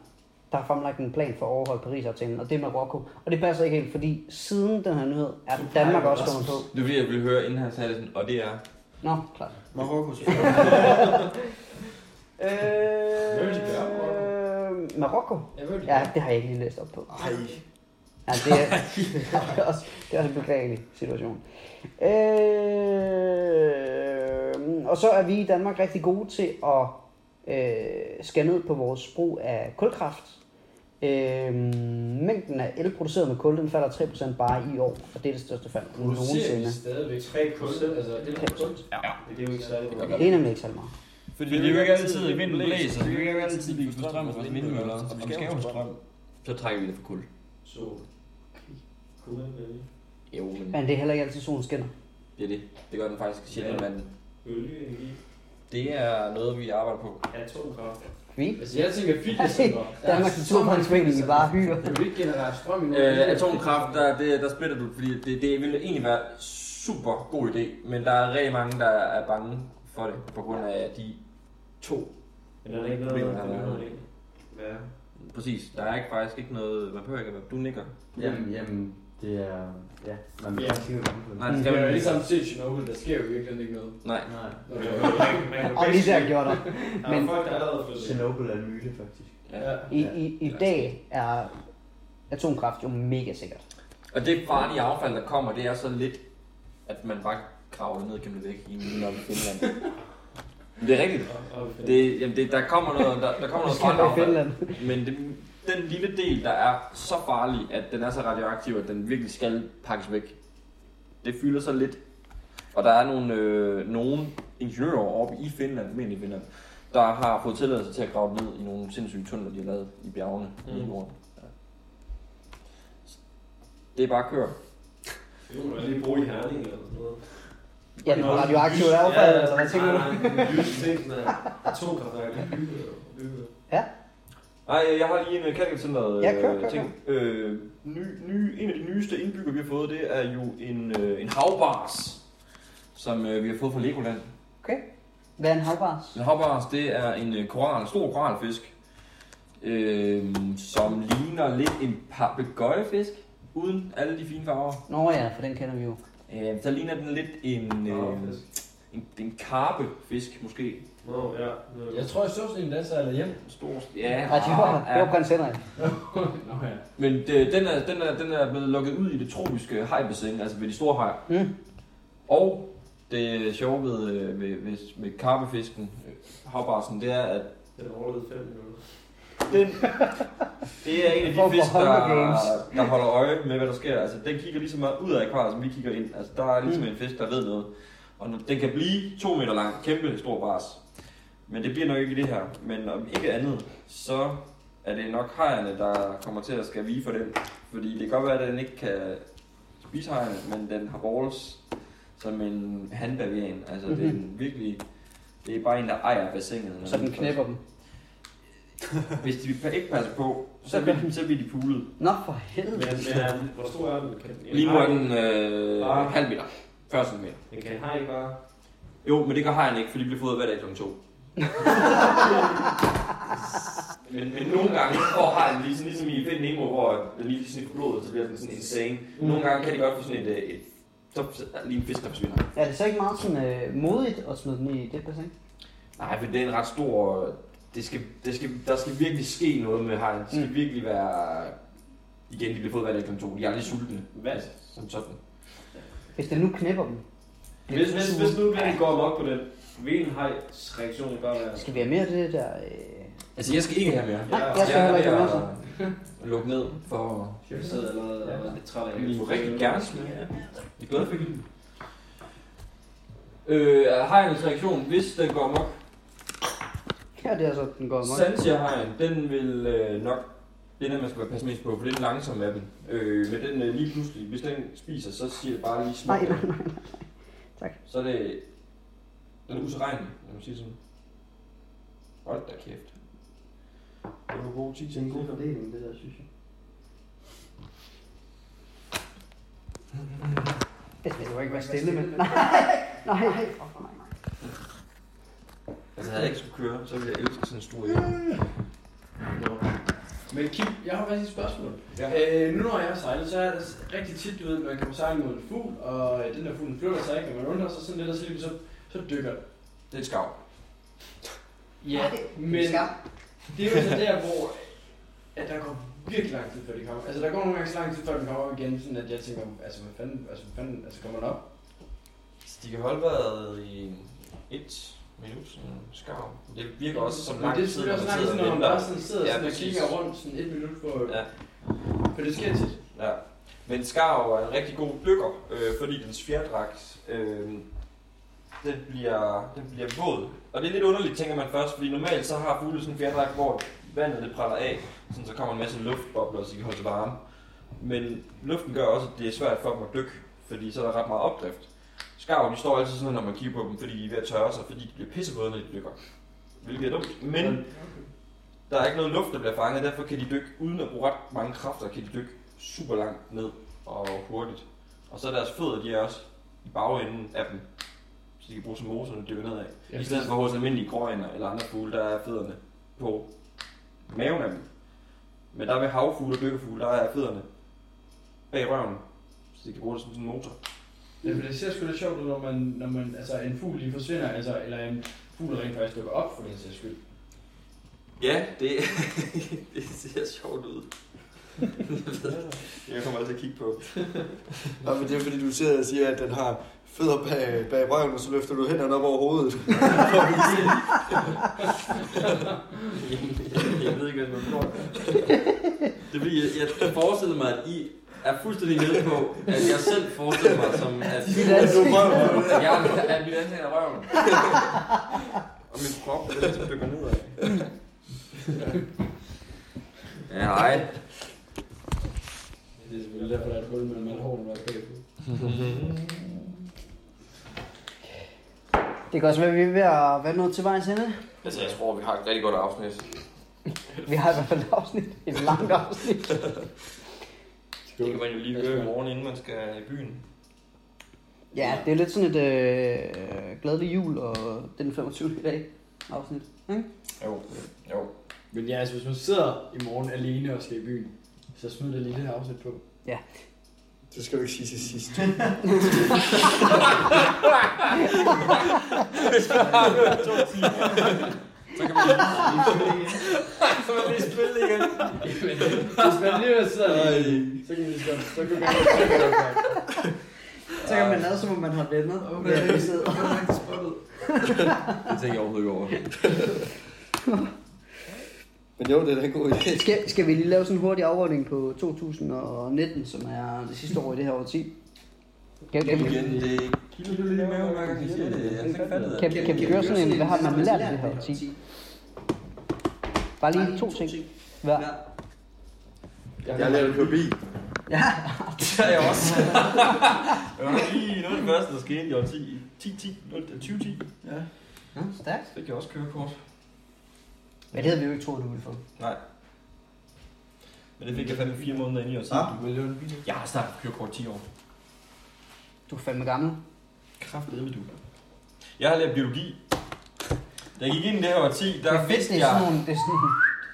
A: der har fremlagt en plan for at overholde Paris-aftalen, og det er Marokko. Og det passer ikke helt, fordi siden den her nyhed er Danmark også kommet på.
B: Det var fordi, jeg ville høre, inden han sagde det sådan, og det er...
A: Nå, klart.
D: Marokko
A: Øh, Marokko?
E: Jeg ved det.
A: Ja, det har jeg ikke lige læst op på.
D: Ej,
A: Ja, det er, det er, også, det er også en beklagelig situation. Øh, og så er vi i Danmark rigtig gode til at øh, skære ned på vores brug af kulkraft. Øh, mængden af el produceret med kul, den falder 3% bare i år, og det er det største fald nogensinde.
E: stadigvæk 3 procent, altså det er procent.
F: Det er jo ikke særlig godt.
A: Det er nemlig ikke særlig meget.
B: Fordi vi jo ikke altid, at vinden blæser, vi kan jo ikke altid blive på strøm hos vores vindmøller, og vi skal jo have strøm. Så trækker vi det for kul.
E: Så kunne man vælge
B: Jo, men
A: Men det er heller ikke altid solen skinner.
B: det er det. Det gør den faktisk sjældent, men
E: bølgeenergi,
B: det er noget, vi arbejder på.
E: atomkraft.
A: Vi?
E: Altså jeg tænker fitnesscenter.
A: Danmarks Naturfredningsforening, vi bare hyrer.
E: Du vil ikke generere strøm i
B: Øh, atomkraft, der, det, der splitter du, fordi det, det ville egentlig være super god idé, men der er rigtig mange, der er bange for det, på grund af de to.
F: Men er der ikke noget, der er noget, ikke?
C: Ja.
B: Præcis, der er ikke faktisk ikke noget, man behøver ikke at være, du nikker.
H: Jamen, jamen, det er... Ja, man bliver
E: Ja.
H: ikke sikker på det.
B: Nej, det
E: Det er
B: skal man
E: jo
B: ikke.
E: ikke samme situation overhovedet, der sker jo virkelig ikke noget.
B: Nej.
H: Nej,
E: Når det er-
A: Og lige der gjorde der.
F: Der er
A: Men-
F: folk, der er allerede flyttet.
H: Chernobyl er en myte, faktisk.
B: Ja.
A: I, i, i dag er atomkraft jo mega sikkert.
B: Og det farlige affald, der kommer, det er så lidt, at man bare graver det ned gennem det væk i minen om i Finland. Men det er rigtigt. Det, jamen det, der kommer noget, der, der kommer noget farligt
A: i
B: affald.
A: Finland.
B: Men det, den lille del, der er så farlig, at den er så radioaktiv, at den virkelig skal pakkes væk, det fylder så lidt. Og der er nogle, øh, nogle ingeniører oppe i Finland, men i Finland, der har fået tilladelse til at grave ned i nogle sindssyge tunneler, de har lavet i bjergene mm. i Norden. Ja. Det er bare kør.
F: Det kunne man lige bruge i Herning eller sådan noget.
A: Ja, det er radioaktivt affald, eller hvad tænker du?
F: du? Lyse ting, sådan atomkraftværk.
B: Nej, jeg har lige en øh, Kattegat-centeret
A: Ja, kør, kør,
B: øh, ting. Øh, ny, ny, en af de nyeste indbygger, vi har fået, det er jo en, øh, en havbars, som øh, vi har fået fra Legoland.
A: Hvad er en havbars?
B: En hoppers, det er en øh, koral, stor koralfisk, øh, som ligner lidt en papegøjefisk, uden alle de fine farver.
A: Nå ja, for den kender vi jo.
B: Øh, så ligner den lidt en, øh, en, en karpefisk, måske.
F: Nå, ja.
E: Jeg tror, jeg så sådan en danser eller hjem.
B: En stor, ja,
A: Nej, det var, det var prins Henrik.
E: Nå ja.
B: Men det, den, er, den, er, den er blevet lukket ud i det tropiske hajbassin, altså ved de store hajer.
A: Mm.
B: Og det sjove ved, øh, ved, ved, ved karpefisken, hoppersen, det er, at
F: Den overlevede 5 minutter.
B: Den, det er en af
A: Form
B: de
A: for
B: fisk, der,
A: Hunger Games.
B: der holder øje med, hvad der sker. Altså, den kigger lige så meget ud af akvariet, som vi kigger ind. Altså, der er
A: Mm.
B: ligesom en fisk, der ved noget. Og når- den kan blive to meter lang. Kæmpe stor bars. Men det bliver nok ikke i det her. Men om ikke andet, så er det nok hejerne, der kommer til at skal vige for den. Fordi det kan godt være, at den ikke kan spise hejerne, men den har balls som en handbavian. Altså, det er en virkelig... Det er bare en, der ejer bassinet.
A: Mhm. Så den knæpper dem.
B: Hvis de ikke passer på, så bliver de, så bliver de pulet.
A: Nå for
F: Men,
A: helvede.
F: men er den- hvor stor er den? Kan den
B: Lige nu er den øh,
F: Ah.
B: halv meter. 40 cm.
F: Den kan hej bare.
B: Jo, men det gør hajen ikke, for de bliver fodret hver dag kl. 2. men, men nogle gange får hajen lige sådan, ligesom i Find Nemo, hvor den lige sniffer blodet, så bliver den sådan insane. Nogle gange kan de godt få sådan et, øh, et så er lige en fisk, der forsvinder.
A: Er det så ikke meget sådan, øh, modigt at smide den i det bassin?
B: Nej, for det er en ret stor... øh, Det skal, det skal, der skal virkelig ske noget med hajen. Det skal
A: Mm.
B: virkelig være... Igen, de bliver fodret hver dag kl. 2. De er aldrig sultne.
F: Hvad?
B: Som sådan.
A: Hvis den nu knæpper dem,
F: Hvis, hvis, hvis nu den går nok på den, hvilken hejs reaktion vil bare være?
A: skal vi have mere af det der... Øh...
B: Altså, jeg skal ikke have mere.
A: Nej, jeg skal heller ikke have mere. så.
B: at lukke ned for...
F: Jeg sidder allerede og er lidt træt af
B: Vi må rigtig gerne smage. Vi er glade for hende. Øh, er hejens reaktion, hvis den går amok,
A: Ja, det er så, den går meget.
B: Sansia hejen, den vil øh, nok, det er den, man skal være passe mest på, for det er den langsomme af dem. Øh, men den øh, lige pludselig, hvis den spiser, så siger det bare lige små.
A: Nej, nej, nej. Tak.
B: Så er det, den er useregnelig, lad mig sige sådan. Hold da kæft. Det var gode 10
H: Det er en god
B: centimeter.
H: fordeling, det der, synes jeg.
A: Jeg skal jo ikke være stille, men... Nej, nej, nej. Åh, nej.
B: Altså, havde jeg ikke skulle køre, så ville jeg elske sådan en stor hjemme.
E: Men Kim, jeg har faktisk et spørgsmål. Ja. Øh, nu når jeg har sejlet, så er det rigtig tit, du ved, man kan sejle mod en fugl, og øh, den der fugl den flytter sig ikke, og man undrer sig sådan lidt, og så, lige, så, så dykker den.
B: Det er et skav.
E: Ja, men det er jo så der, hvor at der går virkelig lang tid, før de kommer. Altså, der går nogle gange så lang tid, før de kommer op igen, sådan at jeg tænker, altså, hvad fanden, altså, hvad fanden, altså, kommer den op?
B: Så de kan holde vejret i et minut, sådan en skarv. Det virker også som
E: Men
B: lang
E: det er
B: tid,
E: selvfølgelig
B: når
E: også
B: man
E: lang tid,
B: sidder
E: når
B: og
E: man bare
B: venter.
E: sådan sidder
B: Ja,
E: sådan og
B: præcis.
E: kigger rundt sådan et minut på,
B: Ja.
E: for det sker tit.
B: Ja. Men skarv er en rigtig god dykker, øh, fordi dens fjerdragt, øh, den, bliver, den bliver våd. Og det er lidt underligt, tænker man først, fordi normalt så har fugle sådan en fjerdragt, hvor vandet det praller af, sådan så kommer en masse luftbobler, så de kan holde sig varme. Men luften gør også, at det er svært for dem at dykke, fordi så er der ret meget opdrift. Skarv, de står altid sådan, når man kigger på dem, fordi de er ved at tørre sig, fordi de bliver pissevåde, når de dykker. Hvilket er dumt. Men der er ikke noget luft, der bliver fanget, derfor kan de dykke, uden at bruge ret mange kræfter, kan de dykke super langt ned og hurtigt. Og så er deres fødder, de er også i bagenden af dem, så de kan bruge som motor, når de dykker nedad. I stedet for hos almindelige grønner eller andre fugle, der er fødderne på maven af dem. Men der er ved havfugle og dykkerfugle, der er fødderne bag røven, så de kan bruge det som sådan en motor.
E: Ja, for det ser sgu lidt sjovt ud, når man, når man, altså en fugl lige forsvinder, altså, eller en fugl rent faktisk dukker op for den sags skyld.
B: Ja, det, det ser sjovt ud. Jeg ved det. Jeg kommer altså til at kigge på.
D: Nå, men det er fordi, du sidder og siger, at den har fødder bag, bag røven, og så løfter du hænderne op over hovedet.
B: jeg ved ikke, hvad man tror. Det er fordi, jeg, jeg forestillede mig, at I er fuldstændig nede på, at jeg selv forestiller mig som, at,
A: ansigt.
B: at, jeg, at mit ansigt er røven. Og min krop, det er ligesom dykker nedad. Ja, nej.
E: Det er selvfølgelig derfor, der er et hul mellem alle hårene, der er bagpå.
A: Det kan også være, at vi er ved at være nået til vejs ende.
B: Altså, jeg tror, vi har et rigtig godt afsnit.
A: Vi har i hvert fald et afsnit. Et langt afsnit.
B: Det kan man jo lige gøre i morgen, inden man skal i byen.
A: Ja, det er lidt sådan et øh, glædelig jul, og det er den 25. i dag afsnit. Ikke?
B: Jo, jo.
E: Men ja, altså hvis man sidder i morgen alene og skal i byen, så smid da lige det her afsnit på.
D: Det skal du ikke sige til sidst.
B: Så man lige spille det igen.
E: Hvis man alligevel sidder alene, så kan vi så, så kan vi godt så kan vi godt.
A: Så kan man lade, som om man har venner. Okay. Ja, vi sidder.
B: Det tænker jeg overhovedet ikke over.
D: Men jo, det er da en god idé.
A: Skal, skal vi lige lave sådan en hurtig afrunding på 2019, som er det sidste år i det her årti? Kan, kan, kan,
B: Igen, det kilder lidt i maven, hver gang jeg siger det. Jeg har ikke fattet det.
A: kan, kan vi gøre sådan en, hvad har man lært i det her årti? Bare lige to ting. Hver.
D: Jeg har lavet forbi.
B: Det har jeg også. det var lige noget af det første, der skete i år 10. 10, 10, 20, 10. Ja.
A: Ja, stærkt.
B: Så fik jeg også kørekort.
A: Men det havde vi jo ikke troet, du ville få.
B: Nej. Men det fik jeg fandme fire måneder ind i år 10.
D: Ah,
B: Jeg har snart haft kørekort 10 år.
A: Du er fandme gammel.
B: Kraftedeme du. Jeg har lært biologi. Da jeg gik ind i det her år 10, der
A: det er fedt,
B: vidste
A: det er sådan
B: jeg,
A: nogle... Det er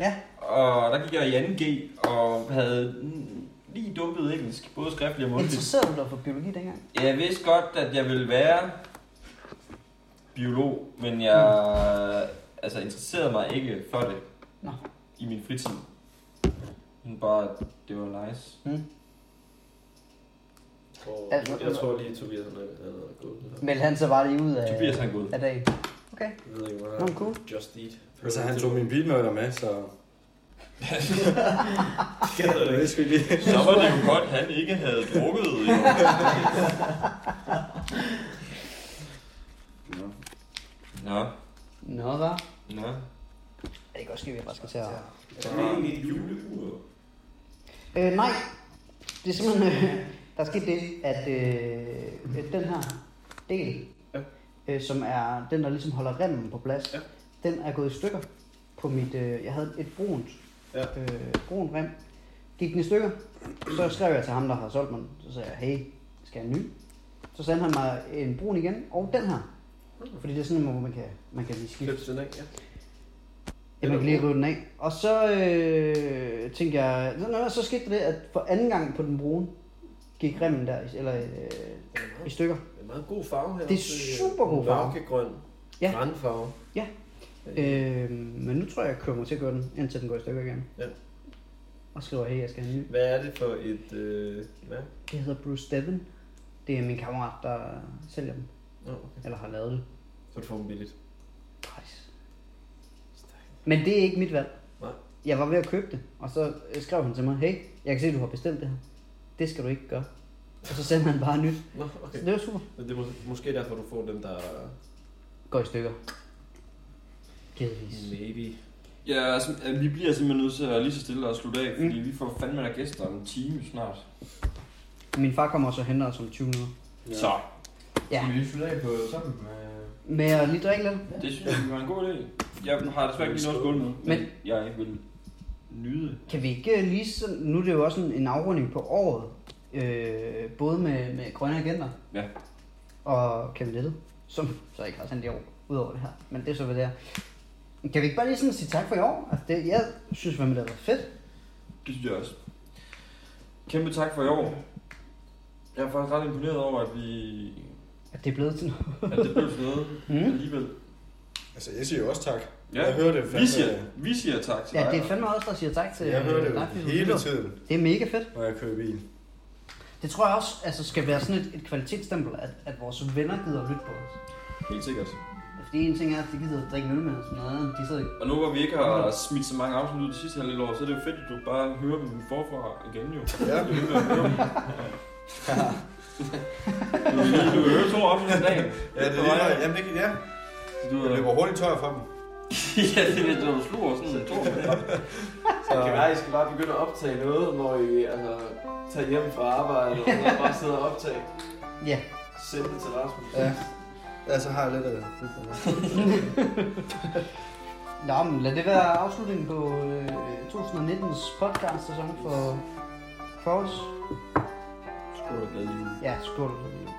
A: sådan,
B: og der gik jeg i 2G, og havde mm, lige dumpet engelsk, både skriftligt og mundtligt.
A: interesserede du dig for biologi dengang?
B: Jeg vidste godt, at jeg ville være biolog, men jeg altså, interesserede mig ikke for det
A: Nå.
B: i min fritid. Men bare, at det var nice.
C: Og
A: Altså-
C: jeg tror lige, at Tobias han er, han er gået.
A: Meldte han så bare lige ud af,
B: Tobias han er god.
A: af dagen.
C: Jeg ved ikke, hvad
A: Nå,
C: han
A: cool.
C: Just Eat.
D: Altså, han tog min bilnøgler med, så...
C: Gad det
D: Det
C: ikke.
D: skal vi lige...
B: Så var det jo godt, at han ikke havde drukket. Jo. Nå.
A: Nå, hvad?
B: Nå.
A: Ja, det kan også ske, at jeg bare skal til at...
C: Så er det egentlig et julebord.
A: Øh, nej. Det er simpelthen... Øh, der er sket det, at øh, øh, den her del, øh, som er den, der ligesom holder remmen på plads,
C: Ja.
A: den er gået i stykker på mit... Øh, jeg havde et brunt,
C: Ja.
A: øh, brunt rem. Gik den i stykker. Så skrev jeg til ham, der har solgt mig den. Så sagde jeg, hey, skal jeg en ny? Så sendte han mig en brun
C: Mm.
A: igen, og den her. Fordi det er sådan, hvor man kan, man kan lige skifte.
C: Klip sådan, ikke? Ja.
A: Jeg kan lige rive den af. Og så øh, tænkte jeg, så, nå, så skete der det, at for anden gang på den brune, gik remmen der, i- eller øh, i stykker.
I: Det er en meget god farve her.
A: Det er super god farve.
I: Mørkegrøn.
A: Ja.
I: Ja. Brandfarve.
A: Øh, men nu tror jeg, jeg kører mig til at gøre den, indtil den går i stykker igen.
I: Ja.
A: Og skriver, hey, jeg skal have en ny.
I: Hvad er det for et øh, mærke?
A: Det hedder Bruce Devon. Det er min kammerat, der sælger dem.
I: Nå, okay.
A: Eller har lavet dem.
I: Så du får dem billigt.
A: Nice. Men det er ikke mit valg.
I: Nej.
A: Jeg var ved at købe det, og så øh, skrev han til mig, hey, jeg kan se, du har bestilt det her. Det skal du ikke gøre. Og så sendte han bare nyt.
I: Nå,
A: Så
I: okay.
A: det var super.
I: Men det er mås- måske derfor, du får dem, der er
A: Går i stykker. Givetvis.
I: maybe.
B: Ja, altså, øh, vi bliver simpelthen nødt til at lige så stille og slutte af, fordi vi får fandme der gæster om en time snart.
A: Min far kommer også og henter os om 20 minutter.
B: Ja. Så,
A: Ja,
E: Skal vi lige slutte af på sammen med...
A: men jeg lige drikke lidt.
B: det synes jeg var en god idé. Jeg har desværre ikke lige noget skål med, men
A: Men-
B: jeg vil nyde.
A: Kan vi ikke øh, lige sådan, nu er det jo også en, en afrunding på året, øh, både med, med grønne agenter
B: Ja.
A: og Kabinettet, som så ikke har sendt i år, ud over det her, men det er så hvad det er. Kan vi ikke bare lige sådan sige tak for i år? Altså det, jeg synes, hvad det har været fedt.
B: Det synes jeg også. Kæmpe tak for i år. Jeg er faktisk ret imponeret over, at vi
A: At det er blevet til noget.
B: at det blev sådan noget
A: Mm.
B: alligevel.
D: Altså, jeg siger jo også tak.
B: Ja,
D: Jeg hører det
B: vi
D: fandme-
B: siger, vi siger tak til
A: Ja,
B: dig.
A: det er fandme også, der siger tak til
D: Jeg hører det
A: øh,
D: jo
A: dig, fordi du
D: hele
A: lytter.
D: tiden,
A: Det er mega fedt.
D: når jeg kører i bil.
A: Det tror jeg også altså, skal være sådan et, et kvalitetsstempel, at, at vores venner gider at lytte på os.
B: Helt sikkert.
A: Fordi en ting er, at de gider at drikke en øl med os, men noget andet, de sidder ikke.
B: Og nu hvor vi ikke har smidt så mange afsnit ud det sidste halvdel år, så er det jo fedt, at du bare hører dem forfra igen jo.
D: Ja.
B: Du er lige- du hører to afsnit om dagen.
D: Ja, det er lige, meget- jamen, det, kan- ja.
B: Du
D: Jeg
B: er...
D: løber hurtigt tør for dem.
B: Ja, det er du sluger sådan en tor.
E: Så det kan være, I skal bare begynde at optage noget, når I altså, tager hjem fra arbejde, og bare sidder og optager.
A: Ja.
E: Send det til Rasmus.
D: Ja. Ja, så har jeg lidt af det.
A: Nå, men lad det være afslutningen på øh, 2019's podcast sæson for Cross.
B: Skål og glad jul.
A: Ja, skål.